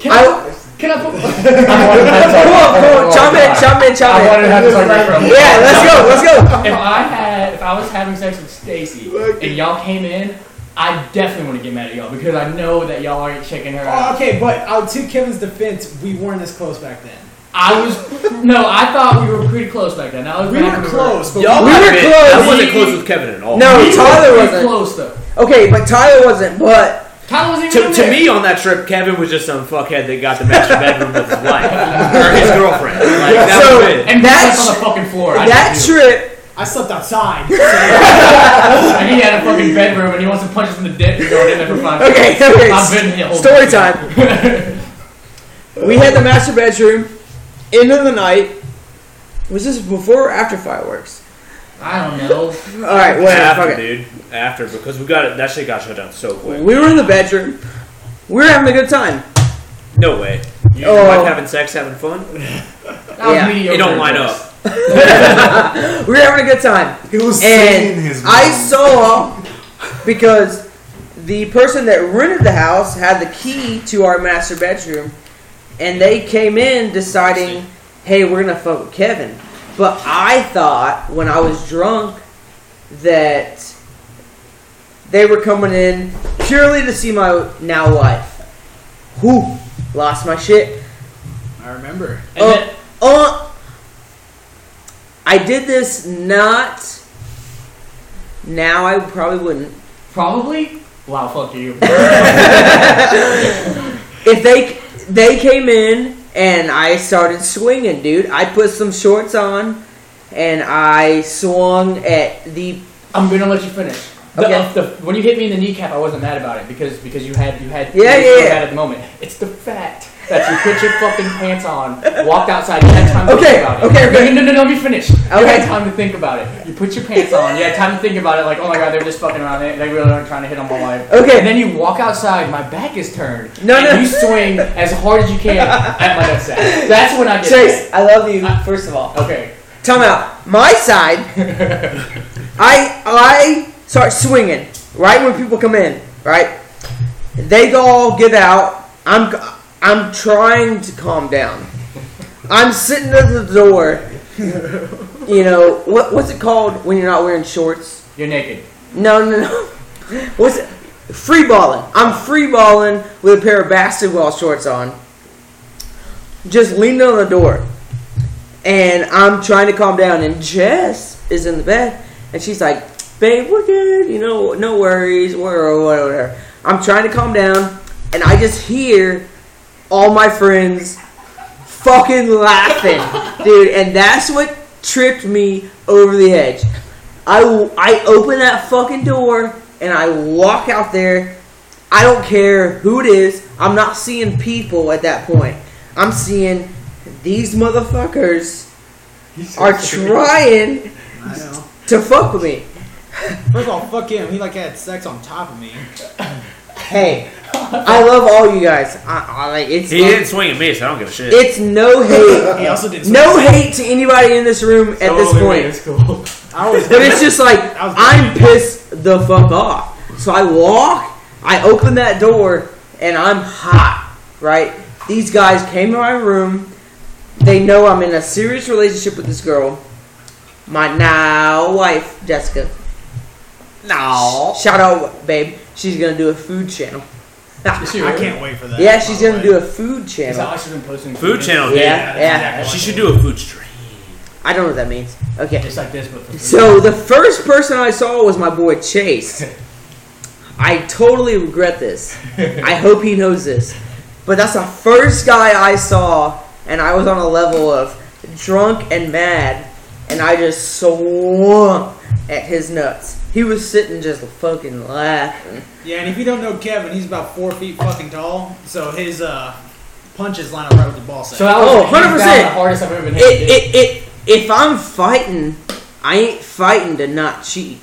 Speaker 2: can I?
Speaker 3: I,
Speaker 2: can I put?
Speaker 3: Come on, come on, chime in, chime in,
Speaker 2: Oh I
Speaker 3: chime
Speaker 2: wanted
Speaker 3: in.
Speaker 2: to have this argument from.
Speaker 3: Yeah, let's go, let's go.
Speaker 2: If I had, if I was having sex with Stacy and y'all came in, I definitely want to get mad at y'all because I know that y'all aren't checking her
Speaker 1: Oh,
Speaker 2: out.
Speaker 1: okay, but uh, to Kevin's defense, we weren't this close back then.
Speaker 2: I was no, I thought we were pretty close back then. I was
Speaker 1: We
Speaker 2: back
Speaker 1: were
Speaker 2: when
Speaker 1: close, but
Speaker 4: Y'all
Speaker 3: We
Speaker 4: might
Speaker 3: were
Speaker 4: have been- I
Speaker 3: close.
Speaker 4: wasn't close with Kevin at all.
Speaker 3: No,
Speaker 2: We
Speaker 3: Tyler
Speaker 2: were pretty
Speaker 3: wasn't.
Speaker 2: close though.
Speaker 3: Okay, but Tyler wasn't. But
Speaker 2: Tyler wasn't even
Speaker 4: To,
Speaker 2: in
Speaker 4: to
Speaker 2: there.
Speaker 4: me, on that trip, Kevin was just some fuckhead that got the master bedroom with his wife or his girlfriend. Like, that
Speaker 3: So-
Speaker 4: was it.
Speaker 2: and
Speaker 3: that
Speaker 2: that's on the
Speaker 3: sh-
Speaker 2: fucking floor. I
Speaker 3: that
Speaker 2: just knew.
Speaker 3: trip,
Speaker 1: I slept outside. So
Speaker 2: Like, he had a fucking bedroom and he wants to punch us in the dick for going in there for five
Speaker 3: Okay,
Speaker 2: minutes.
Speaker 3: okay,
Speaker 2: I've been here.
Speaker 3: story we had the master bedroom. End of the night. Was this before or after fireworks?
Speaker 2: I don't know.
Speaker 3: All right, whatever. Fuck
Speaker 4: after,
Speaker 3: it.
Speaker 4: dude. After because we got it. That shit got shut down so quick.
Speaker 3: We were in the bedroom. We were having a good time.
Speaker 4: No way. You
Speaker 3: Oh.
Speaker 4: like having sex, having fun.
Speaker 2: That was
Speaker 3: Yeah.
Speaker 2: mediocre.
Speaker 4: It don't line
Speaker 2: advice.
Speaker 4: up.
Speaker 3: We were having a good time.
Speaker 5: He was singing
Speaker 3: And
Speaker 5: his.
Speaker 3: I saw because the person that rented the house had the key to our master bedroom, and they came in deciding, "Hey, we're gonna fuck with Kevin." But I thought when I was drunk that they were coming in purely to see my now wife. whew, lost my shit.
Speaker 1: I remember.
Speaker 2: And
Speaker 3: Uh,
Speaker 2: then-
Speaker 3: uh, I did this not. Now I probably wouldn't.
Speaker 2: probably. Wow, fuck you.
Speaker 3: If they they came in and I started swinging, dude, I put some shorts on and I swung at the
Speaker 2: I'm gonna let you finish. The,
Speaker 3: Okay.
Speaker 2: the, when you hit me in the kneecap, I wasn't mad about it because because you had you had
Speaker 3: Yeah,
Speaker 2: you
Speaker 3: yeah,
Speaker 2: were
Speaker 3: yeah.
Speaker 2: mad at the moment. It's the fact that you put your fucking pants on, walked outside, you had time to
Speaker 3: Okay,
Speaker 2: think about it.
Speaker 3: okay, okay.
Speaker 2: No, no, no, no, let me finish. You
Speaker 3: Okay.
Speaker 2: had time to think about it. You put your pants on. You had time to think about it. Like, oh my god, they're just fucking around. They, they really aren't trying to hit on my wife.
Speaker 3: Okay.
Speaker 2: And then you walk outside. My back is turned.
Speaker 3: No,
Speaker 2: and
Speaker 3: no.
Speaker 2: You swing as hard as you can at my nutsack. That's when I get
Speaker 3: Chase. I love you.
Speaker 2: I-
Speaker 3: First of all.
Speaker 2: mad. Okay.
Speaker 3: Time out. My side. I I start swinging right when people come in. Right, they go all get out. I'm I'm trying to calm down. I'm sitting at the door. You know what? What's it called when you're not wearing shorts?
Speaker 2: You're naked.
Speaker 3: No, no, no. What's it? free balling? I'm free balling with a pair of basketball shorts on, just leaning on the door, and I'm trying to calm down. And Jess is in the bed, and she's like, "Babe, we're good. You know, no worries. Whatever, whatever." I'm trying to calm down, and I just hear all my friends fucking laughing, dude. And that's what tripped me over the edge. I, I open that fucking door and I walk out there. I don't care who it is. I'm not seeing people at that point. I'm seeing these motherfuckers are trying
Speaker 1: I know.
Speaker 3: to fuck with me.
Speaker 1: First of all, fuck him. He like had sex on top of me.
Speaker 3: Hey, I love all you guys. I, I like it's
Speaker 4: He didn't swing at me, so I don't give a shit.
Speaker 3: it's no hate.
Speaker 1: He also didn't.
Speaker 3: No hate to anybody in this room at this point.
Speaker 2: It's cool.
Speaker 1: I was.
Speaker 3: But it's just like
Speaker 1: I was-
Speaker 3: I'm pissed the fuck off. So I walk, I open that door, and I'm hot, right? These guys came to my room. They know I'm in a serious relationship with this girl, my now wife Jessica.
Speaker 4: no.
Speaker 3: Shout out, babe. She's gonna do a food channel.
Speaker 2: Is she
Speaker 1: I
Speaker 2: really?
Speaker 1: can't wait for that.
Speaker 3: yeah, she's
Speaker 1: by the way.
Speaker 3: gonna do a food
Speaker 2: Is that
Speaker 3: channel.
Speaker 2: why she's been posting
Speaker 4: Food channel, dude.
Speaker 3: Yeah, yeah.
Speaker 4: She should do a food stream.
Speaker 3: I don't know what that means. Okay.
Speaker 2: It's like this, but for food.
Speaker 3: So the first person I saw was my boy Chase. I totally regret this. I hope he knows this. But that's the first guy I saw, and I was on a level of drunk and mad, and I just swung at his nuts. He was sitting just fucking laughing.
Speaker 1: Yeah, and if you don't know Kevin, he's about four feet fucking tall, so his uh, punches line up right with the ball sack.
Speaker 2: So that was
Speaker 3: Oh,
Speaker 2: hands down
Speaker 3: 100%.
Speaker 2: the hardest I've ever been
Speaker 3: It,
Speaker 2: hit.
Speaker 3: it, it, if I'm fighting, I ain't fighting to not cheat.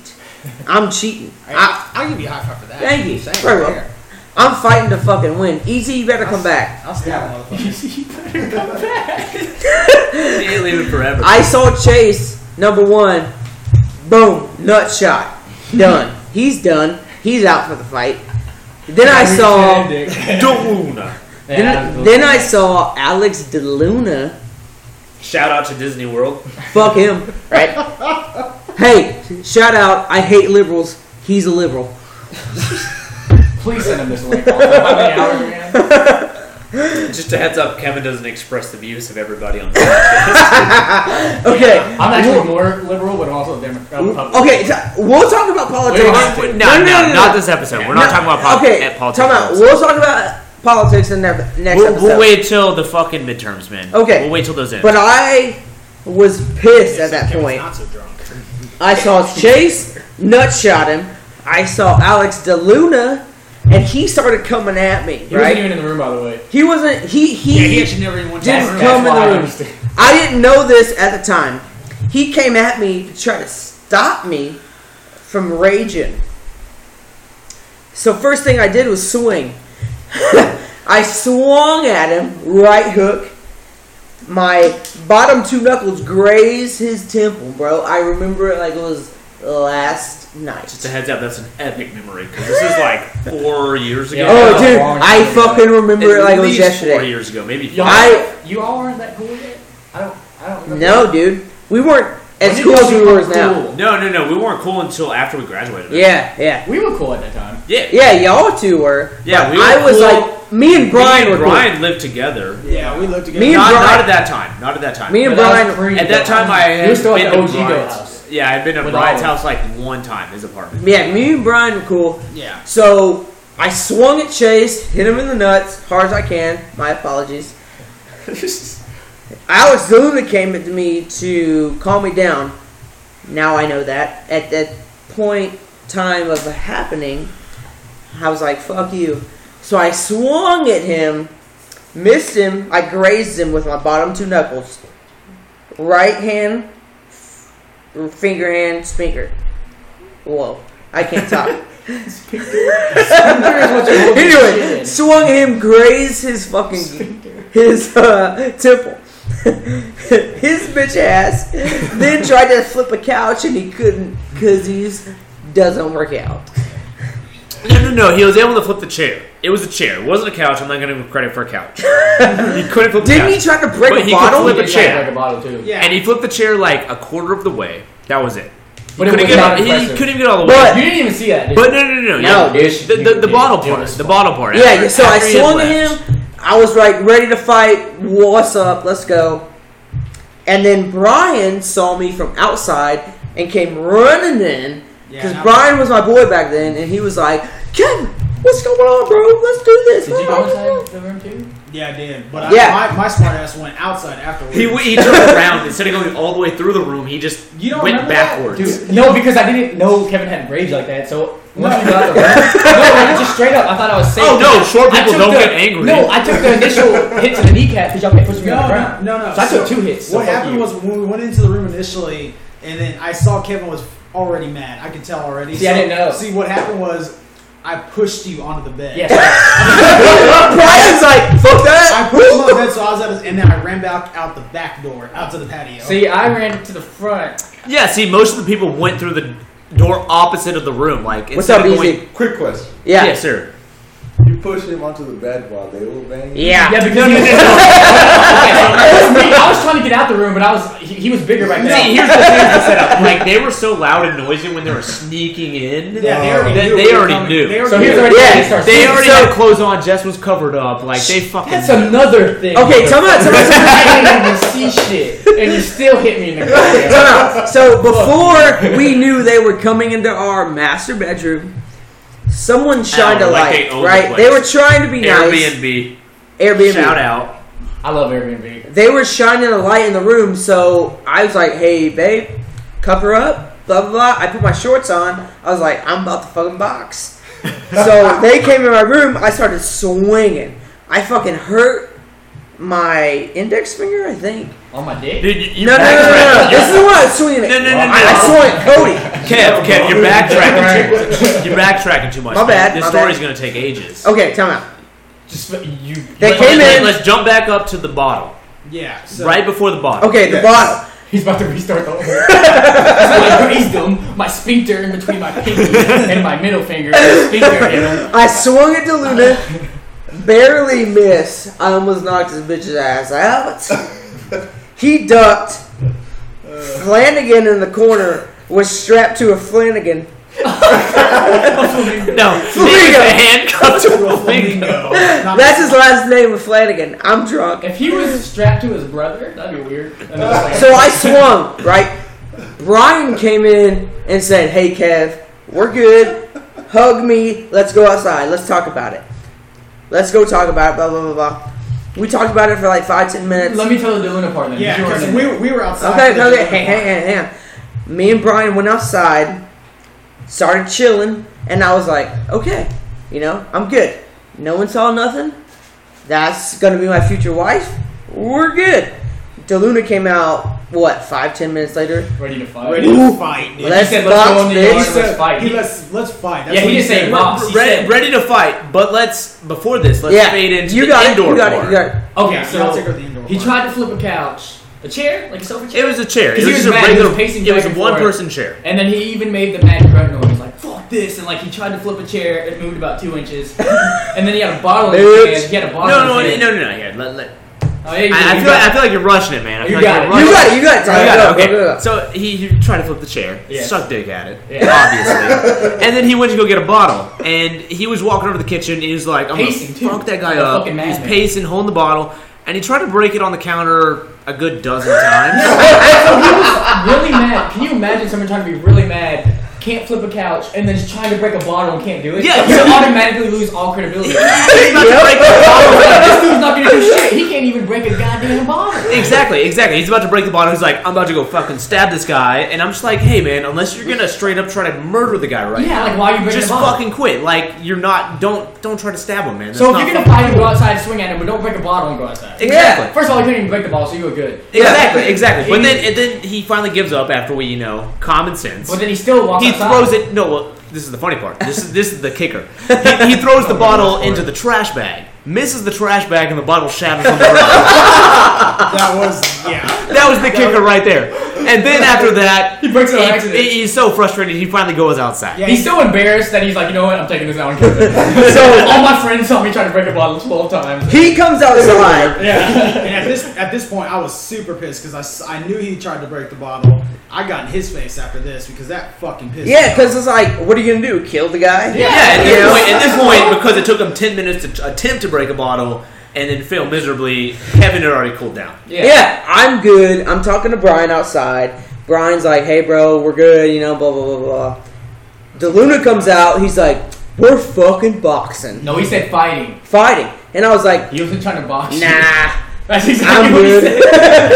Speaker 3: I'm cheating. I,
Speaker 1: I, will give you a high five for that.
Speaker 3: Thank you.
Speaker 1: Same.
Speaker 3: Very well.
Speaker 1: There.
Speaker 3: I'm fighting to fucking win. Easy, you better come back.
Speaker 1: I'll stab a motherfucker.
Speaker 4: Can't leave it forever.
Speaker 3: I saw Chase number one, boom, nut shot, done. He's done. He's out for the fight. Then I saw,
Speaker 2: Yeah,
Speaker 4: Duna.
Speaker 2: that
Speaker 3: then,
Speaker 2: was-
Speaker 3: then I saw Alex DeLuna.
Speaker 4: Shout out to Disney World.
Speaker 3: Fuck him, right? hey, shout out. I hate liberals. He's a liberal.
Speaker 2: Please send him this link. How many hours we have?
Speaker 4: Just a heads up, Kevin doesn't express the views of everybody on.
Speaker 3: Okay.
Speaker 2: I'm actually more liberal, but I'm also a Democrat.
Speaker 3: Okay, so we'll talk about politics.
Speaker 4: no, no, no, not this episode. We're not talking about pol-
Speaker 3: okay,
Speaker 4: at politics.
Speaker 3: time out. We'll talk about politics in the next
Speaker 4: We'll-
Speaker 3: episode.
Speaker 4: we'll wait till the fucking midterms, man.
Speaker 3: Okay.
Speaker 4: We'll wait till those end.
Speaker 3: But I was pissed at that
Speaker 1: Kevin's
Speaker 3: point.
Speaker 1: not so drunk.
Speaker 3: I saw Chase nut shot him. I saw Alex DeLuna, and he started coming at me.
Speaker 2: He wasn't
Speaker 3: Right?
Speaker 2: even in the room, by the way.
Speaker 3: He wasn't. He
Speaker 1: Yeah,
Speaker 3: he.
Speaker 1: he actually never even went to
Speaker 3: Didn't
Speaker 1: the room.
Speaker 3: come in
Speaker 2: why
Speaker 3: the
Speaker 2: I
Speaker 3: room.
Speaker 2: understand.
Speaker 3: I didn't know this at the time. He came at me to try to stop me from raging. So first thing I did was swing. I swung at him, right hook. My bottom two knuckles grazed his temple, bro. I remember it like it was last night.
Speaker 4: Just a heads up, that's an epic memory because this is like four years ago.
Speaker 2: Yeah.
Speaker 3: Oh,
Speaker 2: that was
Speaker 3: dude,
Speaker 2: a long
Speaker 3: I
Speaker 2: time ago.
Speaker 3: fucking remember it
Speaker 4: At
Speaker 3: like it was
Speaker 4: least Four
Speaker 3: yesterday.
Speaker 4: years ago, maybe.
Speaker 2: Y'all,
Speaker 4: five.
Speaker 3: I-
Speaker 2: you all aren't that cool yet? I don't. I don't. remember.
Speaker 3: No, dude, we weren't
Speaker 2: When
Speaker 3: as
Speaker 2: did
Speaker 3: cool
Speaker 2: y'all
Speaker 3: as we were
Speaker 2: become
Speaker 3: now.
Speaker 2: cool?
Speaker 4: No, no, no. We weren't cool until after we graduated.
Speaker 3: Yeah, yeah,
Speaker 2: We were cool at that time.
Speaker 4: Yeah.
Speaker 3: yeah. Y'all two were.
Speaker 4: Yeah,
Speaker 3: but
Speaker 4: we were
Speaker 3: I was
Speaker 4: cool
Speaker 3: like, me and Brian
Speaker 4: Me
Speaker 3: were
Speaker 4: and
Speaker 3: cool.
Speaker 4: Brian lived together.
Speaker 1: Yeah, we lived together.
Speaker 3: Me and
Speaker 4: Not,
Speaker 3: Brian-
Speaker 4: not at that time. Not at that time.
Speaker 3: Me and
Speaker 2: But that
Speaker 3: Brian
Speaker 2: was free,
Speaker 4: at that
Speaker 2: though.
Speaker 4: time, I
Speaker 2: You were
Speaker 4: had
Speaker 2: still at
Speaker 4: been
Speaker 2: the
Speaker 4: to
Speaker 2: OG
Speaker 4: Brian's.
Speaker 2: Goat's house.
Speaker 4: Yeah, I've been to
Speaker 2: With
Speaker 4: Brian's
Speaker 2: all
Speaker 4: house like one time. His apartment.
Speaker 3: Yeah, me and Brian were cool.
Speaker 1: yeah.
Speaker 3: So I swung at Chase, hit him in the nuts hard as I can. My apologies. Alex Zaluna came at me to calm me down. Now I know that. At that point time of the happening, I was like, fuck you. So I swung at him, missed him, I grazed him with my bottom two knuckles. Right hand, finger hand, spinker. Whoa. I can't talk. anyway, swung him, grazed his fucking his uh, temple, his bitch ass. then tried to flip a couch and he couldn't because he's doesn't work out.
Speaker 4: No, no, no. He was able to flip the chair. It was a chair. It wasn't a couch. I'm not going to give him credit for a couch. he couldn't flip.
Speaker 3: Didn't
Speaker 4: the
Speaker 3: he
Speaker 4: couch.
Speaker 3: try to break
Speaker 4: But
Speaker 3: a
Speaker 4: he could
Speaker 3: bottle?
Speaker 4: flip
Speaker 2: He
Speaker 4: a
Speaker 2: did
Speaker 4: chair.
Speaker 2: Like a bottle too.
Speaker 1: Yeah.
Speaker 4: And he flipped the chair like a quarter of the way. That was it.
Speaker 2: But it
Speaker 4: couldn't
Speaker 2: was
Speaker 4: get
Speaker 2: not
Speaker 4: all, he, he
Speaker 2: impressive.
Speaker 4: couldn't even get all the way.
Speaker 3: But-
Speaker 2: you didn't even see that. Did
Speaker 4: But no, no, no, no.
Speaker 3: No,
Speaker 4: yeah.
Speaker 2: bitch,
Speaker 4: The,
Speaker 2: you
Speaker 4: the, the
Speaker 2: did.
Speaker 4: bottle
Speaker 2: It
Speaker 4: part.
Speaker 2: was
Speaker 4: The bottle part.
Speaker 3: yeah,
Speaker 4: After-
Speaker 3: yeah, so I
Speaker 4: after he had
Speaker 3: swung at
Speaker 4: left.
Speaker 3: him. I was like ready to fight. What's up? Let's go. And then Brian saw me from outside and came running in
Speaker 1: Yeah,
Speaker 3: because
Speaker 1: and I-
Speaker 3: Brian was my boy back then, and he was like, "Ken, what's going on, bro? Let's do this."
Speaker 2: you go inside the room too?
Speaker 1: Yeah, I did. But
Speaker 3: Yeah.
Speaker 1: I, my, my smart ass went outside afterwards.
Speaker 4: He, w- he turned around instead of going all the way through the room. He just
Speaker 1: You don't
Speaker 4: went
Speaker 1: remember that?
Speaker 4: backwards.
Speaker 2: Dude, no, because I didn't know Kevin had rage like that. So once you got out the room, no, like, just straight up, I thought I was safe.
Speaker 4: Oh no, short
Speaker 2: I
Speaker 4: people
Speaker 2: took
Speaker 4: don't
Speaker 2: the-
Speaker 4: get angry.
Speaker 2: No, I took the initial hit to the kneecap because y'all kept pushing me on
Speaker 1: no, no,
Speaker 2: the ground.
Speaker 1: no, no.
Speaker 2: So I took two hits. so
Speaker 1: what
Speaker 2: fuck
Speaker 1: happened
Speaker 2: you.
Speaker 1: was when we went into the room initially, and then I saw Kevin was already mad. I could tell already.
Speaker 2: See, I didn't know.
Speaker 1: See, what happened was I pushed you onto the bed.
Speaker 2: yes,
Speaker 3: Brian's like, "Fuck
Speaker 1: I
Speaker 3: that."
Speaker 1: pushed him on the bed, so I was at his, and then I ran back out the back door, out to the patio.
Speaker 2: see, I ran to the front.
Speaker 4: Yeah, see, most of the people went through the door opposite of the room. Like,
Speaker 3: What's
Speaker 4: instead
Speaker 3: up,
Speaker 4: of
Speaker 3: Easy?
Speaker 4: Going,
Speaker 5: Quick question.
Speaker 3: Yeah.
Speaker 4: Yes, sir.
Speaker 5: You pushed him onto the bed while they were banging.
Speaker 3: Yeah.
Speaker 2: Yeah, because no, no, no, no. Okay, it was me. I was trying to get out the room, but I was he, he was bigger back
Speaker 4: See,
Speaker 2: then.
Speaker 4: here's the thing with the setup. Like, they were so loud and noisy when they were sneaking in.
Speaker 1: yeah, they already
Speaker 4: Oh. They-
Speaker 1: knew.
Speaker 4: they
Speaker 1: we were
Speaker 4: already
Speaker 1: coming.
Speaker 4: knew.
Speaker 1: They already
Speaker 2: So here's
Speaker 1: knew.
Speaker 2: already
Speaker 3: Yeah,
Speaker 2: he starts-
Speaker 4: They already
Speaker 3: So-
Speaker 4: had clothes on. Jess was covered up. Like, they fucking.
Speaker 2: That's another thing.
Speaker 3: Okay, tell me, tell me, tell me.
Speaker 2: I didn't even see shit, and you still hit me in the goddamn.
Speaker 3: Time out. So before we knew they were coming into our master bedroom, someone shined a
Speaker 4: Ow, like
Speaker 3: light,
Speaker 4: they own the
Speaker 3: right?
Speaker 4: place.
Speaker 3: They were trying to be nice.
Speaker 4: Airbnb.
Speaker 3: Airbnb.
Speaker 4: Shout out.
Speaker 2: I love Airbnb.
Speaker 3: They were shining a light in the room, so I was like, "Hey, babe, cover up." Blah blah. blah. I put my shorts on. I was like, "I'm about to fucking box." so they came in my room. I started swinging. I fucking hurt my index finger, I think.
Speaker 2: On my dick.
Speaker 4: Dude, you, you
Speaker 3: No, no, no, no, no.
Speaker 4: backtracked.
Speaker 3: This is the one I was swinging. at.
Speaker 4: No, no, no,
Speaker 3: I,
Speaker 4: no.
Speaker 3: I swung at Cody.
Speaker 4: Kev, Kev, you're backtracking too much. You're backtracking too much.
Speaker 3: My bad,
Speaker 4: This
Speaker 3: my
Speaker 4: story's
Speaker 3: bad.
Speaker 4: going to take ages.
Speaker 3: Okay, time out.
Speaker 2: Just you.
Speaker 3: They
Speaker 2: But-
Speaker 3: came
Speaker 4: Let's-
Speaker 3: in-
Speaker 4: Let's jump back up to the bottle.
Speaker 1: Yeah. So,
Speaker 4: Right before the bottle.
Speaker 3: Okay, the
Speaker 5: Yes.
Speaker 3: bottle.
Speaker 2: He's about to restart the whole. I raised him, my sphincter in between my pinky and my middle finger, and sphincter hit him.
Speaker 3: I swung at Luna, barely missed. I almost knocked his bitch's ass out. He ducked. Flanagan in the corner was strapped to a Flanagan.
Speaker 4: No.
Speaker 3: Flamingo.
Speaker 4: The handcuffs to a flamingo.
Speaker 1: Bingo. Not-
Speaker 3: That's his last name was Flanagan. I'm drunk.
Speaker 2: If he was strapped to his brother, that'd be weird. That'd be like-
Speaker 3: So I swung, right? Brian came in and said, Hey Kev, we're good. Hug me. Let's go outside. Let's talk about it. Let's go talk about it. Blah blah blah blah. We talked about it for like five, ten minutes.
Speaker 2: Let me tell the Deluna part then.
Speaker 1: yeah,
Speaker 2: You were in
Speaker 1: because
Speaker 2: it.
Speaker 1: we, we were outside.
Speaker 3: Okay,
Speaker 1: for the
Speaker 3: okay,
Speaker 1: gym.
Speaker 3: hang, hang, hang, hang. on. Me and Brian went outside, started chilling, and I was like, okay, you know, I'm good. No one saw nothing. That's gonna be my future wife. We're good. Deluna came out, what, five, ten minutes later?
Speaker 2: ready to fight.
Speaker 1: Ready to fight. dude.
Speaker 3: Let's
Speaker 2: said, let's
Speaker 3: box,
Speaker 2: go in the yard.
Speaker 3: bitch.
Speaker 2: Let's fight.
Speaker 1: He let's let's fight. That's
Speaker 2: Yeah, he
Speaker 1: what
Speaker 2: didn't say
Speaker 1: said.
Speaker 2: box.
Speaker 4: Re- ready, to fight, but let's before this, let's
Speaker 3: yeah,
Speaker 4: fade into
Speaker 3: you
Speaker 4: the
Speaker 3: got it.
Speaker 4: indoor
Speaker 3: You got it.
Speaker 4: part.
Speaker 3: You got it.
Speaker 2: Okay,
Speaker 1: Yeah,
Speaker 2: so
Speaker 1: I'll take her to the indoor
Speaker 2: he
Speaker 1: part.
Speaker 2: tried to flip a couch, a chair, like a sofa chair.
Speaker 4: It was a chair. It
Speaker 2: Because
Speaker 4: was
Speaker 2: he was
Speaker 4: just a
Speaker 2: mad, he
Speaker 4: regular.
Speaker 2: was pacing
Speaker 4: it was
Speaker 2: back
Speaker 4: a
Speaker 2: and forth.
Speaker 4: one-person chair.
Speaker 2: And then he even made the mad grunt noise, like "fuck this," and like he tried to flip a chair. It moved about two inches, and then he had a bottle in his
Speaker 3: Bitch.
Speaker 2: hand. He had a bottle.
Speaker 4: No, no,
Speaker 2: in
Speaker 4: no,
Speaker 2: his hand.
Speaker 4: no, no, no. Here, let, let,
Speaker 2: Oh, yeah, you
Speaker 4: I, I
Speaker 2: you
Speaker 4: feel
Speaker 2: got
Speaker 4: like, I feel like you're rushing it, man. I
Speaker 2: You
Speaker 4: feel like
Speaker 2: got it.
Speaker 4: you're rushing
Speaker 3: You got it. You got it. Tyler.
Speaker 4: You got
Speaker 3: Go,
Speaker 4: it,
Speaker 3: go, go,
Speaker 4: Oh, okay.
Speaker 3: go.
Speaker 4: So he, he tried to flip the chair,
Speaker 2: Yes.
Speaker 4: suck dick at it,
Speaker 2: Yeah.
Speaker 4: obviously. and then he went to go get a bottle, and he was walking over to the kitchen. And he was like, "I'm
Speaker 2: Pacing, too.
Speaker 4: gonna fuck that guy
Speaker 2: Like a
Speaker 4: up."
Speaker 2: fucking
Speaker 4: He was
Speaker 2: madman.
Speaker 4: pacing, holding the bottle, and he tried to break it on the counter a good dozen times.
Speaker 2: really mad. Can you imagine someone trying to be really mad, can't flip a couch, and then is trying to break a bottle and can't do it?
Speaker 4: Yeah,
Speaker 2: you
Speaker 4: yeah.
Speaker 2: automatically lose all credibility.
Speaker 4: He's about to break the bottle.
Speaker 2: Like, this dude's not gonna do shit. He can't even break a goddamn bottle.
Speaker 4: Exactly, exactly. He's about to break the bottle. He's like, "I'm about to go fucking stab this guy," and I'm just like, "Hey, man, unless you're gonna straight up try to murder the guy right
Speaker 2: Yeah,
Speaker 4: now,
Speaker 2: like why are you breaking
Speaker 4: just
Speaker 2: the bottle?
Speaker 4: fucking quit. Like, you're not. Don't don't try to stab him, man. That's
Speaker 2: so if
Speaker 4: not
Speaker 2: you're gonna fight him, go outside, swing at him, but don't break a bottle and go outside.
Speaker 4: exactly.
Speaker 2: First of all, you couldn't even break the ball, so you were good.
Speaker 4: Exactly, exactly. But then, and then he finally gives up after we, you know, common sense.
Speaker 2: But then he still walks
Speaker 4: He
Speaker 2: outside.
Speaker 4: throws it. No, well, this is the funny part. This is this is the kicker. He, he throws the bottle into the trash bag, misses the trash bag, and the bottle shatters on the ground.
Speaker 1: That was yeah.
Speaker 4: That was the kicker right there. And then after that,
Speaker 2: He breaks it on
Speaker 4: he-
Speaker 2: accident.
Speaker 4: he- he's so frustrated. He finally goes outside.
Speaker 1: yeah
Speaker 2: He's so embarrassed that he's like, you know what, I'm taking this out on camera. so all my friends saw me trying to break a bottle 12 times.
Speaker 3: He comes outside.
Speaker 1: And at this at this point, I was super pissed because I, s- I knew he tried to break the bottle. I got in his face after this because that fucking pissed.
Speaker 3: Yeah,
Speaker 1: me off.
Speaker 3: because it's like, what are you gonna do? Kill the guy?
Speaker 4: Yeah. at, this point, at this point, because it took him ten minutes to t- attempt to break a bottle and then fail miserably, Kevin had already cooled down.
Speaker 3: Yeah. I'm good. I'm talking to Brian outside. Brian's like, hey, bro, we're good, you know, blah, blah, blah, blah. DeLuna comes out. He's like, we're fucking boxing.
Speaker 2: No, he said fighting.
Speaker 3: Fighting. And I was like,
Speaker 2: He wasn't trying to box. you.
Speaker 3: nah,
Speaker 2: That's exactly
Speaker 3: I'm
Speaker 2: what he
Speaker 3: good.
Speaker 2: said.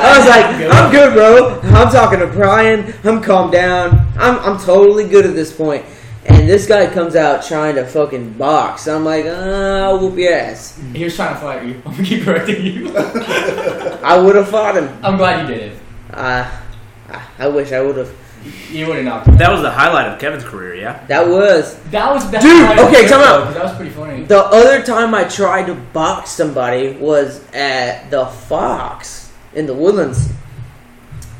Speaker 3: I was like,
Speaker 2: Good.
Speaker 3: I'm good, bro. I'm talking to Brian. I'm calmed down. I'm, I'm totally good at this point. And this guy comes out trying to fucking box. I'm like, uh, whoop your ass.
Speaker 2: He was trying to fight you. I'm gonna keep correcting you.
Speaker 3: I would have fought him.
Speaker 2: I'm glad you did it.
Speaker 3: Uh, I- I wish I would have.
Speaker 2: You would have knocked him.
Speaker 4: That was the highlight of Kevin's career. Yeah.
Speaker 3: That was
Speaker 2: That was that
Speaker 3: Dude,
Speaker 2: was
Speaker 3: okay,
Speaker 2: good,
Speaker 3: time out.
Speaker 2: though, 'cause That was pretty funny.
Speaker 3: The other time I tried to box somebody was at the Fox in the Woodlands.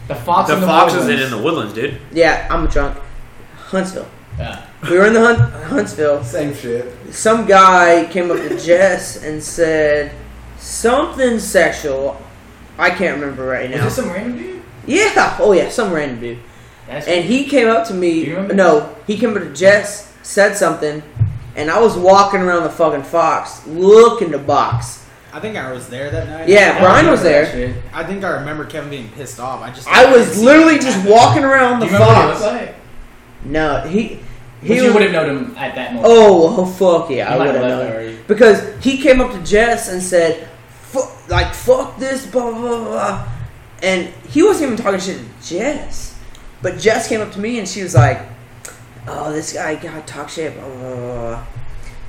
Speaker 2: The fox.
Speaker 4: The
Speaker 2: and the
Speaker 4: fox
Speaker 2: Woodlands.
Speaker 4: isn't in the woodlands, dude.
Speaker 3: Yeah, I'm drunk. Huntsville.
Speaker 2: Yeah.
Speaker 3: We were in the Hunt- Huntsville.
Speaker 5: Same shit.
Speaker 3: Some guy came up to Jess and said something sexual. I can't remember right
Speaker 2: Was
Speaker 3: now.
Speaker 2: this some random dude?
Speaker 3: Yeah. Oh yeah, some random dude.
Speaker 2: That's
Speaker 3: And he came up to
Speaker 2: Do
Speaker 3: me.
Speaker 2: you remember?
Speaker 3: No, he came up to Jess, said something, and I was walking around the fucking Fox looking to box.
Speaker 1: I think I was there that night.
Speaker 2: I
Speaker 3: Yeah,
Speaker 2: don't
Speaker 3: Brian was
Speaker 2: remember
Speaker 3: there.
Speaker 2: that shit.
Speaker 1: I think I remember Kevin being pissed off. I just
Speaker 3: I was literally just walking around
Speaker 2: Do
Speaker 3: the
Speaker 2: you remember what he
Speaker 3: fox.
Speaker 2: looked like?
Speaker 3: No, he
Speaker 2: But
Speaker 3: he
Speaker 2: you
Speaker 3: was,
Speaker 2: would have known him at that moment.
Speaker 3: oh, oh fuck yeah,
Speaker 2: You might
Speaker 3: I would have
Speaker 2: have left
Speaker 3: known
Speaker 2: already.
Speaker 3: because he came up to Jess and said, "Fuck, like fuck this, blah blah blah,", blah," and he wasn't even talking shit to Jess, but Jess came up to me and she was like, "Oh, this guy got talk shit," blah blah blah, blah, blah.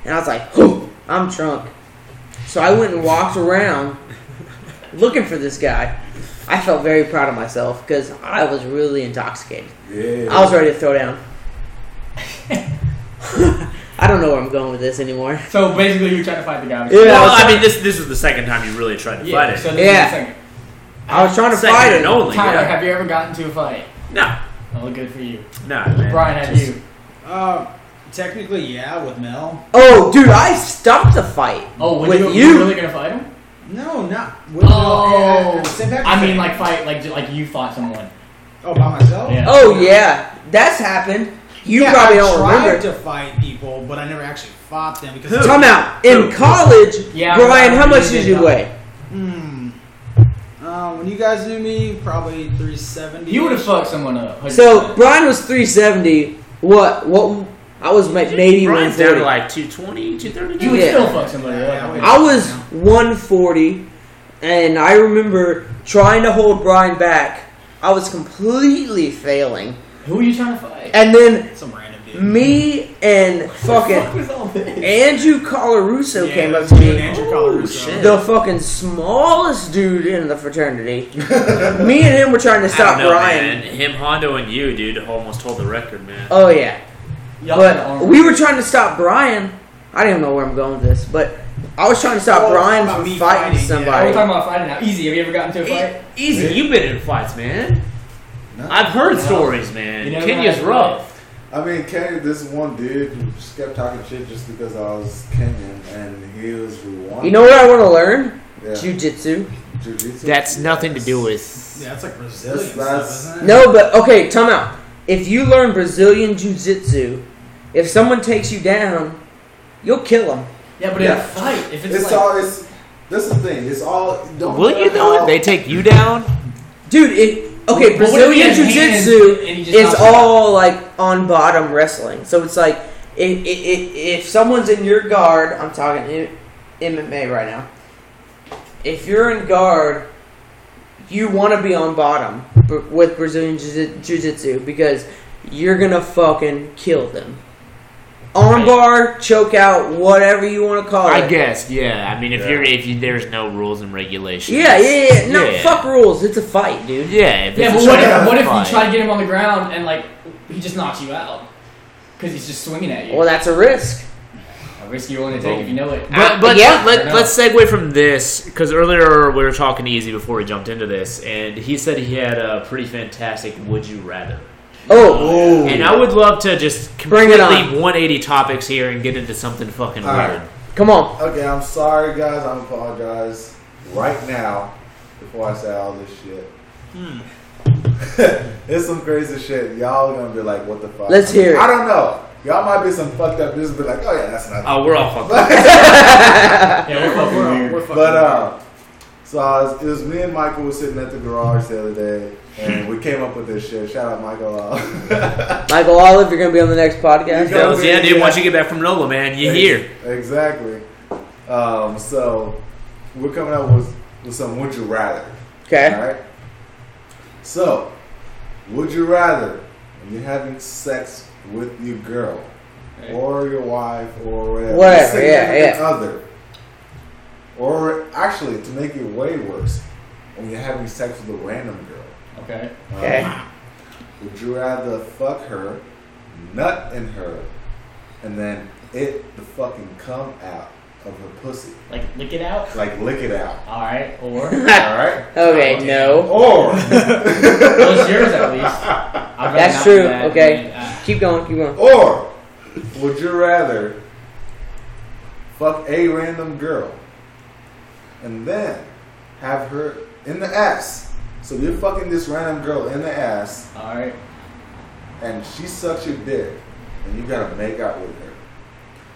Speaker 3: and I was like, "Whew, I'm drunk," so I went and walked around looking for this guy. I felt very proud of myself because I was really intoxicated.
Speaker 5: Yeah.
Speaker 3: I was ready to throw down. I don't know where I'm going with this anymore.
Speaker 2: So basically, you were trying to fight the guy.
Speaker 3: Yeah, I
Speaker 4: well,
Speaker 3: was
Speaker 4: I
Speaker 3: trying-
Speaker 4: mean, this this was the second time you really tried to
Speaker 2: Yeah,
Speaker 4: fight it.
Speaker 2: So this
Speaker 3: Yeah.
Speaker 2: is the second.
Speaker 3: I was trying to
Speaker 4: Second
Speaker 3: fight
Speaker 4: and
Speaker 3: it.
Speaker 4: only.
Speaker 2: Tyler,
Speaker 4: yeah.
Speaker 2: have you ever gotten to a fight?
Speaker 4: No,
Speaker 2: Oh, good for you.
Speaker 4: no, man.
Speaker 2: Brian, have
Speaker 4: Just-
Speaker 2: you?
Speaker 1: Uh, technically, yeah, with Mel.
Speaker 3: Oh, dude, I stopped the fight.
Speaker 2: Oh, were
Speaker 3: with
Speaker 2: you, were
Speaker 3: you.
Speaker 2: really gonna fight him?
Speaker 1: No, not with Mel.
Speaker 2: Oh,
Speaker 1: Yeah, same back-
Speaker 2: I mean, like fight, like ju- like you fought someone.
Speaker 1: oh, by myself.
Speaker 2: Yeah.
Speaker 3: Oh yeah, that's happened. You
Speaker 1: Yeah,
Speaker 3: probably
Speaker 1: I
Speaker 3: don't
Speaker 1: tried
Speaker 3: remember.
Speaker 1: to fight people, but I never actually fought them because
Speaker 3: Time out. In college,
Speaker 2: Yeah, I
Speaker 3: Brian, how
Speaker 2: remember
Speaker 3: much
Speaker 2: you
Speaker 3: did
Speaker 2: did
Speaker 3: you
Speaker 2: not.
Speaker 3: weigh?
Speaker 1: Hmm. Uh, when you guys knew me, probably 370.
Speaker 2: You would have fucked someone up.
Speaker 3: So Brian was 370. What? What? I was ma- maybe
Speaker 4: Brian's down to
Speaker 3: 140.
Speaker 4: like 220, 230.
Speaker 2: you would
Speaker 3: Yeah.
Speaker 2: still fuck somebody
Speaker 1: Yeah,
Speaker 2: up.
Speaker 1: yeah,
Speaker 3: I was 140, and I remember trying to hold Brian back. I was completely failing,
Speaker 2: Who are you trying to fight?
Speaker 3: and then
Speaker 1: some random dude.
Speaker 3: Me and
Speaker 2: What
Speaker 3: fucking
Speaker 2: was all this?
Speaker 3: Andrew Colarusso
Speaker 1: Yeah,
Speaker 3: came
Speaker 1: it
Speaker 3: up
Speaker 1: was
Speaker 3: to
Speaker 1: me
Speaker 3: me.
Speaker 1: and Andrew Colarusso.
Speaker 4: shit.
Speaker 3: The fucking smallest dude in the fraternity. me and him were trying to
Speaker 4: I don't
Speaker 3: stop
Speaker 4: know,
Speaker 3: Brian.
Speaker 4: man. Him, Hondo, and you, dude, almost hold the record, man.
Speaker 3: Oh yeah,
Speaker 2: Y'all had
Speaker 3: but
Speaker 2: armor.
Speaker 3: we were trying to stop Brian. I don't even know where I'm going with this, but I was trying to stop
Speaker 1: Oh,
Speaker 3: Brian
Speaker 1: about
Speaker 3: from
Speaker 1: me fighting,
Speaker 3: fighting,
Speaker 1: yeah.
Speaker 2: Oh, we're
Speaker 3: somebody.
Speaker 2: talking about fighting now. Easy. Have you ever gotten to a fight?
Speaker 4: E- Easy, you've been in fights, man.
Speaker 5: No.
Speaker 4: I've heard
Speaker 2: No.
Speaker 4: stories,
Speaker 2: You
Speaker 4: man.
Speaker 2: never
Speaker 4: Kenya's
Speaker 2: had a
Speaker 4: rough.
Speaker 5: I mean, Kenny, this one dude who just kept talking shit just because I was Kenyan and he was Rwandan.
Speaker 3: You know what I want to learn?
Speaker 5: Yeah.
Speaker 3: Jiu-jitsu.
Speaker 5: Jiu-jitsu?
Speaker 4: That's nothing to do
Speaker 5: Yes.
Speaker 4: with.
Speaker 1: Yeah, that's like Brazilian
Speaker 5: That's-
Speaker 1: stuff,
Speaker 5: that's-
Speaker 1: isn't it?
Speaker 3: No, but okay, time out. If you learn Brazilian jiu-jitsu, if someone takes you down, you'll kill them.
Speaker 2: Yeah, but in
Speaker 5: Yeah.
Speaker 2: a fight, if it's,
Speaker 5: It's
Speaker 2: like,
Speaker 5: all. It's that's the thing. It's all. Don't
Speaker 4: Will you though?
Speaker 5: how-
Speaker 4: If they take you down?
Speaker 3: Dude, it, okay,
Speaker 2: But what if he
Speaker 3: Brazilian
Speaker 2: has hands
Speaker 3: jiu-jitsu
Speaker 2: and he just
Speaker 3: is
Speaker 2: knocks you
Speaker 3: all like on bottom wrestling. So it's like if, if, if someone's in your guard, I'm talking M- MMA right now. If you're in guard, you want to be on bottom br- with Brazilian jiu- jiu-jitsu because you're gonna fucking kill them. Armbar, choke out, whatever you want to call it.
Speaker 4: I guess. Yeah. I mean, if
Speaker 5: Yeah.
Speaker 4: you're if you, there's no rules and regulations.
Speaker 3: Yeah, yeah, yeah. No,
Speaker 4: Yeah.
Speaker 3: fuck rules. It's a fight, dude.
Speaker 4: Yeah. If
Speaker 2: Yeah, but
Speaker 4: it's a
Speaker 2: what
Speaker 4: straight-up
Speaker 2: if, what if
Speaker 4: fight.
Speaker 2: you try to get him on the ground and like he just knocks you out because he's just swinging at you?
Speaker 3: Well, that's a risk.
Speaker 2: a risk you're willing to take if you know it.
Speaker 4: But, but
Speaker 3: yeah.
Speaker 4: let,
Speaker 2: Fair
Speaker 4: let,
Speaker 2: enough.
Speaker 4: let's segue from this because earlier we were talking to Easy before we jumped into this, and he said he had a pretty fantastic "Would You Rather,"
Speaker 3: Oh,
Speaker 4: and I would love to just
Speaker 3: Bring
Speaker 4: completely
Speaker 3: it
Speaker 4: 180 topics here and get into something fucking
Speaker 5: All right.
Speaker 4: weird.
Speaker 3: come on.
Speaker 5: Okay, I'm sorry, guys. I apologize right now before I say all this shit. it's some crazy shit. Y'all gonna be like, what the fuck?
Speaker 3: Let's hear it.
Speaker 5: I don't know. Y'all might be some fucked up. Just be like, oh yeah, that's not.
Speaker 4: Oh, we're all fucked.
Speaker 2: yeah, we're fucking weird. We're fucking
Speaker 5: But uh, so I was, it was me and Michael was sitting at the garage the other day, and we came up with this shit. Shout out Michael.
Speaker 3: Michael Olive, you're gonna be on the next podcast.
Speaker 5: You go.
Speaker 4: Fellas, yeah, dude. Once you get back from NOLA, man, you here.
Speaker 5: Exactly. Um, so we're coming up with, with some would you rather.
Speaker 3: Okay.
Speaker 5: Alright? So, would you rather, when you're having sex with your girl,
Speaker 2: Right.
Speaker 5: or your wife, or whatever,
Speaker 3: Whatever,
Speaker 5: your significant
Speaker 3: yeah, yeah.
Speaker 5: other, or actually, to make it way worse, when you're having sex with a random girl,
Speaker 2: Okay.
Speaker 3: Okay.
Speaker 5: um, would you rather fuck her, nut in her, and then it the fucking come out of her pussy?
Speaker 2: Like lick it out.
Speaker 5: Like, lick it out.
Speaker 2: All right. Or
Speaker 5: Alright?
Speaker 3: Oh, Okay. No.
Speaker 5: Or.
Speaker 2: well, it's yours at least. I'd rather
Speaker 3: That's
Speaker 2: not do
Speaker 3: true,
Speaker 2: that
Speaker 3: okay.
Speaker 2: than, uh,
Speaker 3: Keep going. Keep going.
Speaker 5: Or would you rather fuck a random girl and then have her in the ass? So you're fucking this random girl in the ass
Speaker 2: all right.
Speaker 5: and she sucks your dick and you gotta make out with her.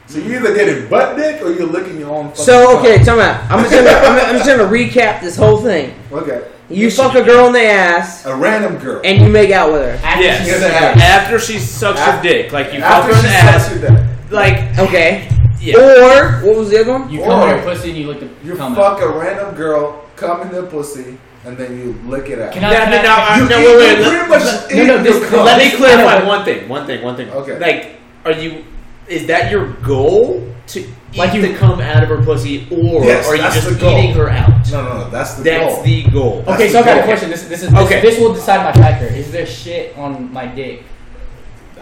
Speaker 5: So
Speaker 4: Mm.
Speaker 5: you're either getting butt dick or you're licking your own fucking
Speaker 3: So
Speaker 5: cock.
Speaker 3: okay, time out. I'm just gonna I'm, I'm just gonna recap this whole thing.
Speaker 5: Okay.
Speaker 3: You fuck a girl in the ass
Speaker 5: A random girl.
Speaker 3: and you make out with her.
Speaker 2: After
Speaker 4: Yes.
Speaker 2: she
Speaker 5: in
Speaker 2: goes
Speaker 5: the
Speaker 2: out.
Speaker 5: ass.
Speaker 4: After she sucks your
Speaker 5: After-
Speaker 4: dick, like you fuck
Speaker 5: After
Speaker 4: her in
Speaker 5: she
Speaker 4: the
Speaker 5: sucks
Speaker 4: ass,
Speaker 5: your dick.
Speaker 4: like
Speaker 3: Okay.
Speaker 4: yeah.
Speaker 3: Oh. Or what was the other one?
Speaker 2: You come
Speaker 5: Or-
Speaker 2: on your pussy and you lick the.
Speaker 5: You
Speaker 2: come
Speaker 5: fuck a random girl, come in the pussy, and then you lick it out.
Speaker 2: Can
Speaker 4: No,
Speaker 2: I-
Speaker 4: no, no,
Speaker 2: You
Speaker 4: uh, no,
Speaker 5: eat-
Speaker 4: wait, wait,
Speaker 5: you
Speaker 4: let-
Speaker 5: pretty much
Speaker 2: no,
Speaker 5: eat
Speaker 2: no,
Speaker 5: your
Speaker 2: this-
Speaker 5: cock.
Speaker 4: Let me clarify
Speaker 2: Kinda-
Speaker 4: one thing. One thing. One thing.
Speaker 5: Okay.
Speaker 4: Like, are you? Is that your goal to
Speaker 2: Like
Speaker 4: like you
Speaker 2: you-
Speaker 4: to come out of her pussy, or
Speaker 5: Yes,
Speaker 4: are you
Speaker 5: that's
Speaker 4: just
Speaker 5: the goal.
Speaker 4: eating her out?
Speaker 5: No, no, no. That's the
Speaker 4: That's
Speaker 5: goal.
Speaker 4: the goal.
Speaker 2: Okay,
Speaker 5: That's
Speaker 2: so I got
Speaker 5: the
Speaker 2: a
Speaker 5: goal.
Speaker 2: question. This this is this,
Speaker 4: Okay.
Speaker 2: this will decide my factor. Is there shit on my dick?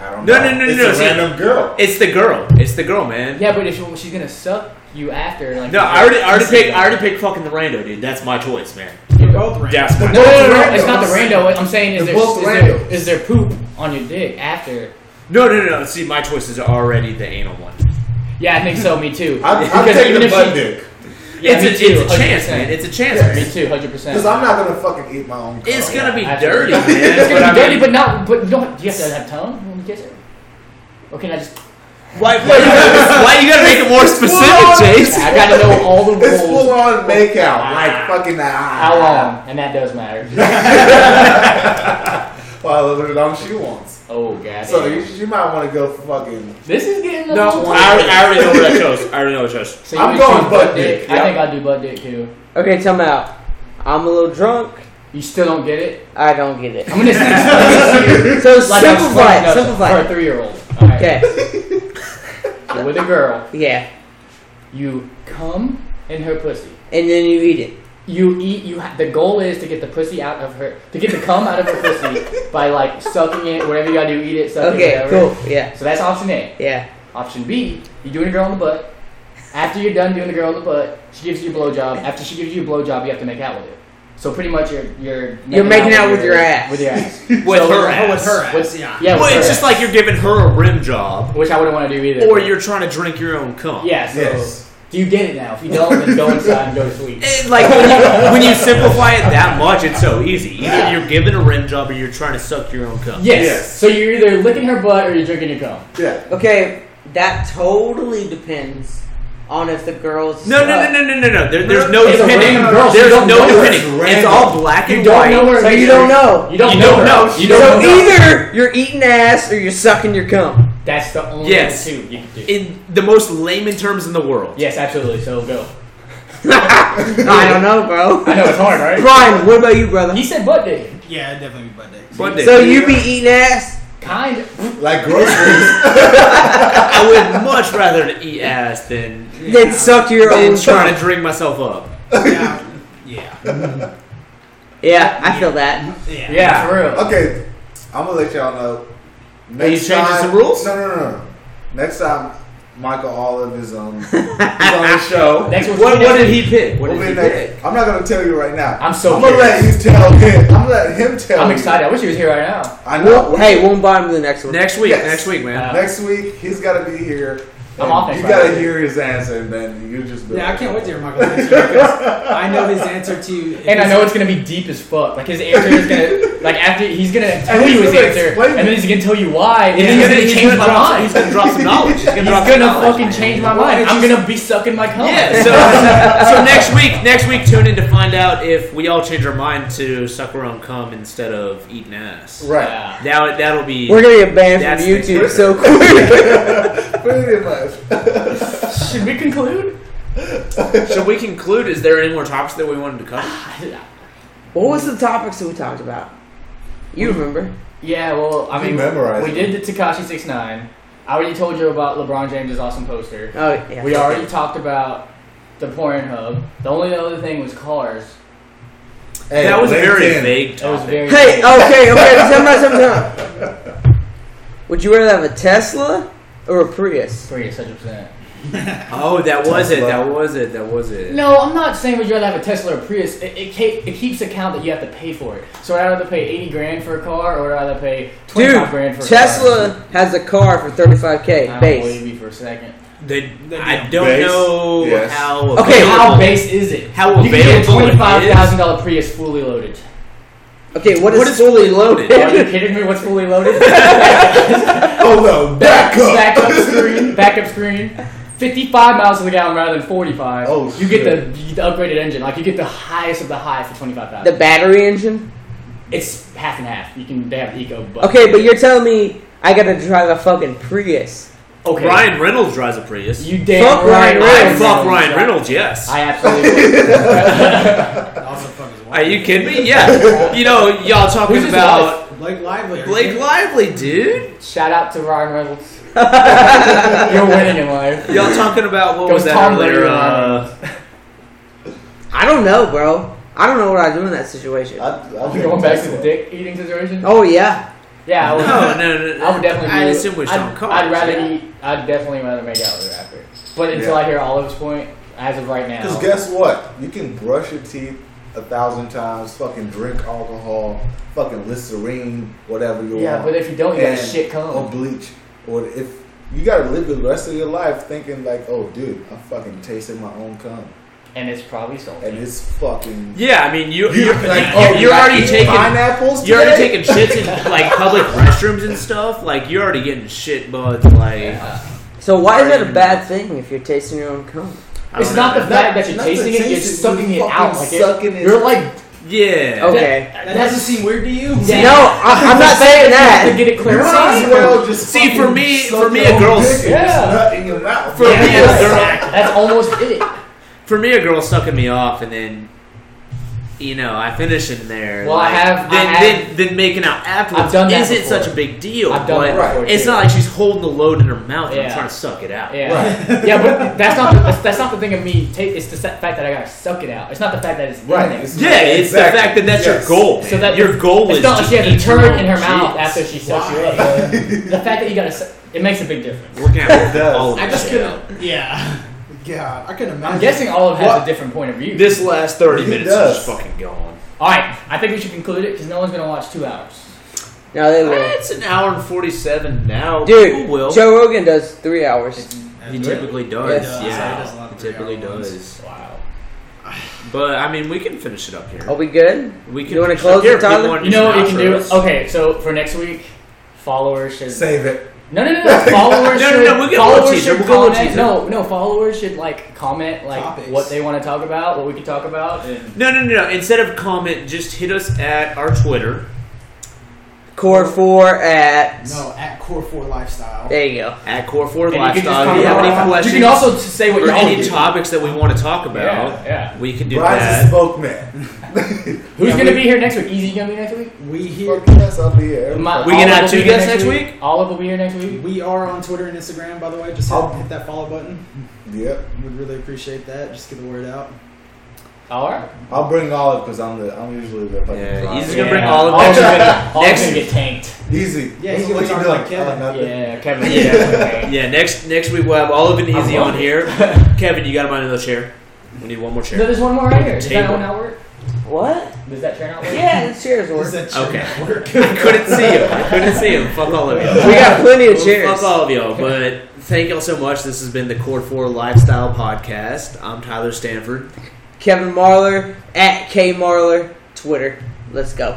Speaker 5: I don't
Speaker 4: No,
Speaker 5: know.
Speaker 4: no, no,
Speaker 5: it's
Speaker 4: no,
Speaker 5: A
Speaker 4: see-
Speaker 5: random girl.
Speaker 4: It's the girl. It's the girl, man.
Speaker 2: Yeah, but if she- she's gonna suck you after, like
Speaker 4: No, I already, I already picked, I already picked fucking the rando, dude. That's my choice, man.
Speaker 2: You're
Speaker 1: both random.
Speaker 4: That's my.
Speaker 2: No,
Speaker 4: choice.
Speaker 2: no, no,
Speaker 5: Both
Speaker 2: no, it's not the
Speaker 5: randos.
Speaker 2: rando. I'm saying is
Speaker 5: They're
Speaker 2: there,
Speaker 5: both
Speaker 2: is, there,
Speaker 5: randos.
Speaker 2: is there poop on your dick after?
Speaker 4: No, no, no, no. See, my choices are already the anal one.
Speaker 2: Yeah, I think so. Me too.
Speaker 5: I'm, I'm
Speaker 2: Because
Speaker 5: taking
Speaker 2: even
Speaker 5: the
Speaker 2: if
Speaker 5: butt
Speaker 2: she-
Speaker 5: dick
Speaker 2: Yeah,
Speaker 4: it's,
Speaker 2: me
Speaker 4: a,
Speaker 2: too,
Speaker 4: it's a chance,
Speaker 2: 100%.
Speaker 4: man. It's a chance.
Speaker 2: Me
Speaker 4: Man.
Speaker 2: too, hundred percent.
Speaker 5: because I'm not gonna fucking eat my own. Cock.
Speaker 4: It's gonna be
Speaker 2: Yeah,
Speaker 4: dirty, man.
Speaker 2: absolutely. It's
Speaker 4: but
Speaker 2: gonna
Speaker 4: I
Speaker 2: be dirty,
Speaker 4: mean-
Speaker 2: but not. But don't. Do you have to have tongue when you kiss her? Or can I just?
Speaker 4: Why, why, you gotta, why you gotta make it more specific, Chase?
Speaker 2: I gotta know all the
Speaker 5: It's full
Speaker 2: rules.
Speaker 4: Oh
Speaker 5: on make out, like fucking ah.
Speaker 2: How long? And that does matter.
Speaker 5: Well, however long she wants.
Speaker 2: Oh god.
Speaker 5: So you, you might want to go fucking.
Speaker 2: this is getting a
Speaker 4: No,
Speaker 2: little-
Speaker 4: I already, I already know what I chose. I already know what I chose.
Speaker 2: So you
Speaker 5: I'm
Speaker 2: would
Speaker 5: going
Speaker 2: choose
Speaker 5: butt dick,
Speaker 2: I
Speaker 5: yeah.
Speaker 2: think I'll do butt dick too.
Speaker 3: Okay, time out. I'm a little drunk.
Speaker 2: You still don't get it?
Speaker 3: I don't get it.
Speaker 2: I'm gonna see
Speaker 3: So
Speaker 2: I'm
Speaker 3: simplify
Speaker 2: splitting
Speaker 3: it.
Speaker 2: up
Speaker 3: Simplify
Speaker 2: For a
Speaker 3: it.
Speaker 2: three year old. Alright.
Speaker 3: Okay.
Speaker 2: You're with a girl.
Speaker 3: Yeah.
Speaker 2: You come in her pussy.
Speaker 3: And then you eat it.
Speaker 2: You eat. You ha- the goal is to get the pussy out of her, to get the cum out of her pussy by like sucking it, whatever you gotta do, eat it, suck it,
Speaker 3: Okay.
Speaker 2: whatever.
Speaker 3: Cool. Yeah.
Speaker 2: So that's option A.
Speaker 3: Yeah.
Speaker 2: Option B, you're doing a girl on the butt. After you're done doing the girl on the butt, she gives you a blowjob. After she gives you a blowjob, you have to make out with her. So pretty much you're you're
Speaker 3: You're making out with your ass.
Speaker 2: With your ass.
Speaker 4: With her ass.
Speaker 1: With her ass,
Speaker 2: oh, With-
Speaker 1: yeah.
Speaker 2: Yeah, with
Speaker 4: Well,
Speaker 2: her
Speaker 4: it's
Speaker 2: ass.
Speaker 4: just like you're giving her a rim job,
Speaker 2: which I wouldn't want to do either.
Speaker 4: or you're trying to drink your own cum.
Speaker 2: yeah. So
Speaker 5: Yes.
Speaker 2: Do you get it now? If you don't, then go inside and go to sleep.
Speaker 4: It- Eh, like when you, when you simplify it that much, it's so easy. Either you're giving a rim job or you're trying to suck your own cum.
Speaker 2: Yes.
Speaker 5: Yes.
Speaker 2: So you're either licking her butt or you're drinking your cum.
Speaker 5: Yeah.
Speaker 3: Okay, that totally depends on if the girls.
Speaker 4: No, no, no, no, no, no, no. There, there's no
Speaker 2: It's a
Speaker 4: depending.
Speaker 2: random girl, so you
Speaker 4: There's
Speaker 2: don't
Speaker 4: no
Speaker 2: know her.
Speaker 4: depending.
Speaker 5: It's
Speaker 4: It's all black and
Speaker 2: You don't
Speaker 4: white.
Speaker 2: know her.
Speaker 3: So you don't know.
Speaker 2: You don't
Speaker 4: You
Speaker 2: know.
Speaker 4: don't
Speaker 2: her.
Speaker 4: know.
Speaker 2: You
Speaker 3: so
Speaker 2: don't know.
Speaker 3: either you're eating ass or you're sucking your cum.
Speaker 2: That's the only
Speaker 4: Yes.
Speaker 2: two you can do.
Speaker 4: in the most layman terms in the world.
Speaker 2: yes, absolutely. So go.
Speaker 3: I don't know, bro.
Speaker 2: I know it's hard, right?
Speaker 3: Brian, what about you, brother?
Speaker 2: He said butt dick.
Speaker 1: Yeah, it'd definitely be butt dick.
Speaker 4: But
Speaker 3: So you be eating ass?
Speaker 2: Kind of.
Speaker 5: Like groceries.
Speaker 4: I would much rather eat ass than,
Speaker 3: Then suck your
Speaker 4: than
Speaker 3: own
Speaker 4: trying
Speaker 3: cum.
Speaker 4: to drink myself up.
Speaker 1: Yeah. Yeah.
Speaker 3: Yeah, I feel that.
Speaker 1: Yeah.
Speaker 2: Yeah, for real.
Speaker 5: okay, I'm gonna let y'all know. Next
Speaker 4: you changing some rules?
Speaker 5: No, no, no, no. Next time, Michael Olive is um is on the show.
Speaker 2: Next one.
Speaker 4: What, what did he pick? What
Speaker 5: We'll
Speaker 4: did
Speaker 5: be
Speaker 4: he pick?
Speaker 5: next. I'm not gonna tell you right now.
Speaker 2: I'm so
Speaker 5: I'm gonna let
Speaker 2: curious.
Speaker 5: you tell him. I'm gonna let him tell.
Speaker 2: I'm
Speaker 5: you.
Speaker 2: excited. I wish he was here right now.
Speaker 5: I know.
Speaker 3: Well, hey, we'll invite him to the next one.
Speaker 4: Next week.
Speaker 5: Yes.
Speaker 4: Next week, man.
Speaker 2: Uh,
Speaker 5: Next week he's gotta be here.
Speaker 2: I'm
Speaker 5: And
Speaker 2: off next
Speaker 5: You gotta
Speaker 2: Friday.
Speaker 5: hear his answer, and then you just. be
Speaker 1: Yeah, I
Speaker 5: like,
Speaker 1: can't wait to hear Michael's answer because I know his answer to.
Speaker 2: And I know it's gonna be deep as fuck. Like his answer is gonna, like after he's gonna tell
Speaker 5: he's
Speaker 2: you his
Speaker 5: gonna
Speaker 2: answer,
Speaker 5: explain
Speaker 2: and then
Speaker 5: it.
Speaker 2: he's gonna tell you why, and then
Speaker 4: He's
Speaker 2: he's
Speaker 4: gonna-
Speaker 2: gonna
Speaker 4: he's
Speaker 2: change
Speaker 4: gonna
Speaker 2: my
Speaker 4: drop some-
Speaker 2: mind.
Speaker 4: He's gonna drop some knowledge. He's gonna
Speaker 2: He's
Speaker 4: drop some
Speaker 2: gonna
Speaker 4: knowledge.
Speaker 2: fucking change my mind. I'm gonna be sucking my cum.
Speaker 4: Yeah. So, so next week, next week, tune in to find out if we all change our mind to suck our own cum instead of eating ass.
Speaker 5: Right.
Speaker 2: Yeah.
Speaker 4: Now that'll be.
Speaker 3: We're gonna get banned
Speaker 4: That's
Speaker 3: from
Speaker 4: next
Speaker 3: YouTube
Speaker 4: week.
Speaker 3: so quick.
Speaker 5: Pretty much.
Speaker 2: Should we conclude?
Speaker 4: so we conclude. Is there any more topics that we wanted to cover?
Speaker 3: what was the topics that we talked about? You remember?
Speaker 2: Yeah. Well, I
Speaker 5: You
Speaker 2: mean,
Speaker 5: memorized
Speaker 2: we did the Takashi six nine. I already told you about LeBron James's awesome poster.
Speaker 3: Oh yeah.
Speaker 2: We already talked about the Pornhub. The only other thing was cars.
Speaker 5: Hey,
Speaker 4: that was a very
Speaker 5: LinkedIn.
Speaker 4: vague
Speaker 2: That was
Speaker 4: topic.
Speaker 2: very.
Speaker 3: Hey, okay, okay, time out, time out. Would you rather have a Tesla or a Prius?
Speaker 2: Prius, hundred percent.
Speaker 4: oh, that was it.
Speaker 5: Tesla.
Speaker 4: That was it. That was it.
Speaker 2: No, I'm not saying would you rather have a Tesla or a Prius. It, it, ca- it keeps account that you have to pay for it. So would I rather pay 80 grand for a car or would I rather pay 25
Speaker 3: Dude,
Speaker 2: grand for a car?
Speaker 3: Tesla has a car for 35k
Speaker 2: I don't
Speaker 3: base.
Speaker 2: believe you for a second.
Speaker 4: They, I
Speaker 5: be
Speaker 4: don't
Speaker 5: base.
Speaker 4: know
Speaker 5: Yes.
Speaker 4: how.
Speaker 3: Okay,
Speaker 4: available-
Speaker 2: How base is it?
Speaker 4: How
Speaker 2: you can get a
Speaker 4: available it is?
Speaker 2: $25,0and Prius fully loaded.
Speaker 3: Okay, what is,
Speaker 4: What is fully loaded?
Speaker 2: Are you kidding me? What's fully loaded?
Speaker 5: Hold on, Oh, back up.
Speaker 2: Backup screen. Backup screen. 55 miles to the gallon rather than 45.
Speaker 5: Oh,
Speaker 2: you get
Speaker 5: shit.
Speaker 2: the, you get the upgraded engine. Like you get the highest of the high for 25,000.
Speaker 3: the battery engine?
Speaker 2: It's half and half. You can they have eco, but
Speaker 3: Okay, but you're telling me I gotta drive a fucking Prius.
Speaker 2: okay.
Speaker 4: Ryan Reynolds drives a Prius.
Speaker 2: You damn
Speaker 3: Fuck
Speaker 2: right.
Speaker 3: Ryan
Speaker 4: I
Speaker 3: Reynolds.
Speaker 4: fuck Ryan Reynolds. Yes.
Speaker 2: I absolutely.
Speaker 1: Also, fuck his wife.
Speaker 4: Are you kidding me? Yeah. you know, y'all
Speaker 2: Who's
Speaker 4: talking
Speaker 2: his
Speaker 4: about
Speaker 1: Blake Lively. are you
Speaker 4: Blake
Speaker 1: kidding?
Speaker 4: Lively, dude.
Speaker 2: Shout out to Ryan Reynolds. You're winning in life.
Speaker 4: Y'all talking about what
Speaker 2: Goes
Speaker 4: was that
Speaker 2: Tom Brady
Speaker 4: earlier?
Speaker 2: and
Speaker 4: Uh,
Speaker 3: I don't know, bro. I don't know what I do in that situation.
Speaker 5: I, I
Speaker 2: We're going back to the dick eating situation.
Speaker 3: Oh yeah.
Speaker 2: Yeah, I would,
Speaker 4: oh, no, no, no, no.
Speaker 2: I would definitely.
Speaker 4: I
Speaker 2: do-
Speaker 4: assume we're
Speaker 2: I'd,
Speaker 4: on cars.
Speaker 2: I'd rather
Speaker 4: yeah.
Speaker 2: eat. I'd definitely rather make out with a rapper. But until
Speaker 5: Yeah.
Speaker 2: I hear Olive's point, as of right now,
Speaker 5: Because guess what? You can brush your teeth a thousand times, fucking drink alcohol, fucking Listerine, whatever you
Speaker 2: yeah.
Speaker 5: want.
Speaker 2: But if you don't, you got
Speaker 5: and
Speaker 2: shit
Speaker 5: Or
Speaker 2: come.
Speaker 5: bleach. Or if you gotta live the rest of your life thinking like, oh dude, I'm fucking tasting my own cum.
Speaker 2: And it's probably salty.
Speaker 5: And it's fucking
Speaker 4: Yeah, I mean, you,
Speaker 5: You-
Speaker 4: you're,
Speaker 5: like,
Speaker 4: you-
Speaker 5: oh,
Speaker 4: you're,
Speaker 5: you like
Speaker 4: already taking.
Speaker 5: pineapples
Speaker 4: You're already
Speaker 5: today?
Speaker 4: taking shits in like public restrooms and stuff. Like you're already getting shit bugs. Like
Speaker 3: So why is that a bad thing if you're tasting your own cum?
Speaker 4: I
Speaker 2: It's
Speaker 4: don't
Speaker 2: not the
Speaker 4: know.
Speaker 2: fact that you're
Speaker 5: Not-
Speaker 2: tasting it;
Speaker 5: not the
Speaker 2: you're
Speaker 5: taste,
Speaker 2: sucking
Speaker 5: you
Speaker 2: it out.
Speaker 5: fucking
Speaker 2: Like
Speaker 5: sucking it.
Speaker 2: it, you're like
Speaker 4: yeah.
Speaker 3: Okay.
Speaker 1: That doesn't seem weird to you.
Speaker 2: Yeah.
Speaker 3: No, I, I'm not saying
Speaker 2: to get
Speaker 3: that.
Speaker 2: it
Speaker 5: You
Speaker 2: clear.
Speaker 5: might as well just
Speaker 4: See,
Speaker 5: fucking
Speaker 4: for me-
Speaker 5: suck
Speaker 4: for me, a
Speaker 5: your own
Speaker 4: girl's-
Speaker 5: dick and
Speaker 2: yeah.
Speaker 5: just nut in your mouth.
Speaker 4: For me, a girl,
Speaker 2: That's almost it.
Speaker 4: for me, a girl sucking me off, and then you know I finish in there.
Speaker 2: Well, I
Speaker 4: like,
Speaker 2: have- I
Speaker 4: then,
Speaker 2: have-
Speaker 4: then then making out afterwards.
Speaker 2: I've done that
Speaker 4: isn't
Speaker 2: before.
Speaker 4: such a big deal.
Speaker 2: I've done
Speaker 4: but
Speaker 2: it before,
Speaker 4: It's
Speaker 2: too.
Speaker 4: not like she's holding the load in her mouth and
Speaker 2: Yeah.
Speaker 4: trying to suck it out.
Speaker 2: Yeah, yeah, but that's not that's, that's not the thing of me. Take, it's the sa- fact that I gotta suck it out. It's not the fact that it's in
Speaker 5: Right.
Speaker 2: there.
Speaker 5: it's-
Speaker 4: Yeah, it's
Speaker 5: exactly.
Speaker 4: the fact that that's
Speaker 5: Yes.
Speaker 4: your goal.
Speaker 2: So
Speaker 4: So
Speaker 2: that-
Speaker 4: that your goal
Speaker 2: It's
Speaker 4: is
Speaker 2: not
Speaker 4: to
Speaker 2: like she has
Speaker 4: eat
Speaker 2: a turd in her
Speaker 4: your
Speaker 2: mouth
Speaker 4: shits.
Speaker 2: after she sucks you up. the fact that you gotta, su- it makes a big difference.
Speaker 4: We're gonna have
Speaker 5: It does.
Speaker 4: all of
Speaker 2: I
Speaker 4: this
Speaker 2: just
Speaker 4: shit
Speaker 2: couldn't.
Speaker 4: out.
Speaker 1: Yeah. God, I couldn't imagine.
Speaker 2: I'm guessing Olive has
Speaker 5: What?
Speaker 2: a different point of view.
Speaker 4: This last thirty
Speaker 5: He
Speaker 4: minutes
Speaker 5: does.
Speaker 4: is just fucking gone.
Speaker 2: All right, I think we should conclude it because no one's gonna watch two hours.
Speaker 3: No, they will.
Speaker 4: It's an hour and forty-seven now. Who
Speaker 3: Dude,
Speaker 4: will?
Speaker 3: Joe Rogan does three hours.
Speaker 1: As
Speaker 4: He
Speaker 1: well.
Speaker 4: typically does.
Speaker 1: Yeah,
Speaker 3: Yes.
Speaker 1: he does a
Speaker 4: Yeah,
Speaker 1: lot
Speaker 4: he
Speaker 1: of
Speaker 4: typically
Speaker 1: three-hour ones.
Speaker 4: does.
Speaker 2: Wow.
Speaker 4: But I mean, we can finish it up here.
Speaker 3: Are we good?
Speaker 4: We
Speaker 3: Oh,
Speaker 4: can.
Speaker 3: You wanna
Speaker 4: finish up
Speaker 3: close it,
Speaker 4: here if
Speaker 3: Tyler?
Speaker 4: want
Speaker 2: You know what
Speaker 4: some
Speaker 2: you can do?
Speaker 4: outros.
Speaker 2: Okay, so for next week, followers should.
Speaker 5: Save it.
Speaker 2: No, no, no, no. Followers
Speaker 4: No, no,
Speaker 2: should.
Speaker 4: no, we'll get a little
Speaker 2: followers
Speaker 4: teaser,
Speaker 2: should
Speaker 4: we'll get a little
Speaker 2: comment-
Speaker 4: teaser.
Speaker 2: No, no. Followers should like comment like
Speaker 1: Topics.
Speaker 2: what they want to talk about, what we can talk about. And
Speaker 4: No, no, no, no. Instead of comment, just hit us at our Twitter
Speaker 3: Core four at.
Speaker 1: No, at Core Four Lifestyle.
Speaker 3: There you go.
Speaker 4: at Core Four
Speaker 2: And you can just
Speaker 4: Lifestyle. If you have
Speaker 2: comment
Speaker 4: any
Speaker 1: on-
Speaker 4: questions
Speaker 2: you can also say what
Speaker 4: or
Speaker 2: y'all
Speaker 4: any
Speaker 2: do.
Speaker 4: topics that we want to talk
Speaker 2: Yeah,
Speaker 4: about,
Speaker 2: yeah.
Speaker 4: we can do
Speaker 5: Brian's a
Speaker 4: that.
Speaker 5: spokesman.
Speaker 2: Who's
Speaker 1: Yeah,
Speaker 2: gonna
Speaker 1: we-
Speaker 2: be here next week? Easy gonna be here next week?
Speaker 1: We here.
Speaker 5: Fuck yes, I'll be here.
Speaker 2: My-
Speaker 4: We gonna
Speaker 2: Olive
Speaker 4: have
Speaker 2: will
Speaker 4: two
Speaker 2: be here
Speaker 4: guests next week?
Speaker 2: Olive will be here next week.
Speaker 1: We are on Twitter and Instagram, by the way. Just
Speaker 5: I'll-
Speaker 1: hit, hit that follow button.
Speaker 5: Yep.
Speaker 1: We'd really appreciate that. Just get the word out.
Speaker 2: All right.
Speaker 5: I'll bring Olive because I'm the I'm usually the fucking
Speaker 4: Yeah,
Speaker 5: driver.
Speaker 4: he's Just gonna bring Olive
Speaker 2: Olive's
Speaker 4: next-
Speaker 2: gonna, Olive's
Speaker 4: next-
Speaker 2: gonna get tanked.
Speaker 5: easy.
Speaker 1: Yeah, he's
Speaker 5: What
Speaker 1: gonna
Speaker 5: you
Speaker 1: talk
Speaker 5: doing?
Speaker 1: like Kevin.
Speaker 5: Oh, nothing.
Speaker 2: Yeah, Kevin.
Speaker 4: Yeah.
Speaker 2: Yeah.
Speaker 4: Yeah, next next week we'll have Olive and Easy
Speaker 2: love
Speaker 4: on
Speaker 2: it.
Speaker 4: here. Kevin, you got to buy another chair. We need one more
Speaker 2: No,
Speaker 4: chair.
Speaker 2: there's one more right here. Does that
Speaker 4: Table.
Speaker 2: one not work?
Speaker 3: What?
Speaker 2: Does that turn out work?
Speaker 3: Yeah, the chairs
Speaker 1: Is
Speaker 3: work.
Speaker 1: that true?
Speaker 4: Okay, I couldn't see him. I couldn't see him. Fuck all of you.
Speaker 3: We got plenty of
Speaker 4: Well,
Speaker 3: chairs.
Speaker 4: Fuck all of y'all, but thank y'all so much. This has been the Core 4 Lifestyle Podcast. I'm Tyler Stanford.
Speaker 3: Kevin Marlar at K Marlar Twitter. Let's go.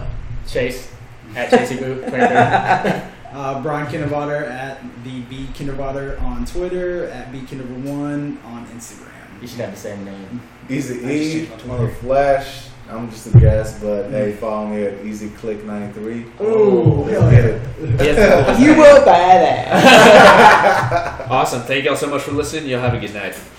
Speaker 2: Chase at Chasey Boo. 23rd.
Speaker 1: Uh, Brian Kinderbotter at the B Kinderbotter on Twitter, at B Kinderbotter1 on Instagram.
Speaker 2: You should have the same name.
Speaker 5: Easy E on the Flash. I'm just a guest, but hey, follow me at Easy Click 93.
Speaker 1: Ooh, hell
Speaker 5: Let's get it.
Speaker 4: Yes,
Speaker 3: You will buy that.
Speaker 4: awesome. Thank y'all so much for listening. Y'all have a good night.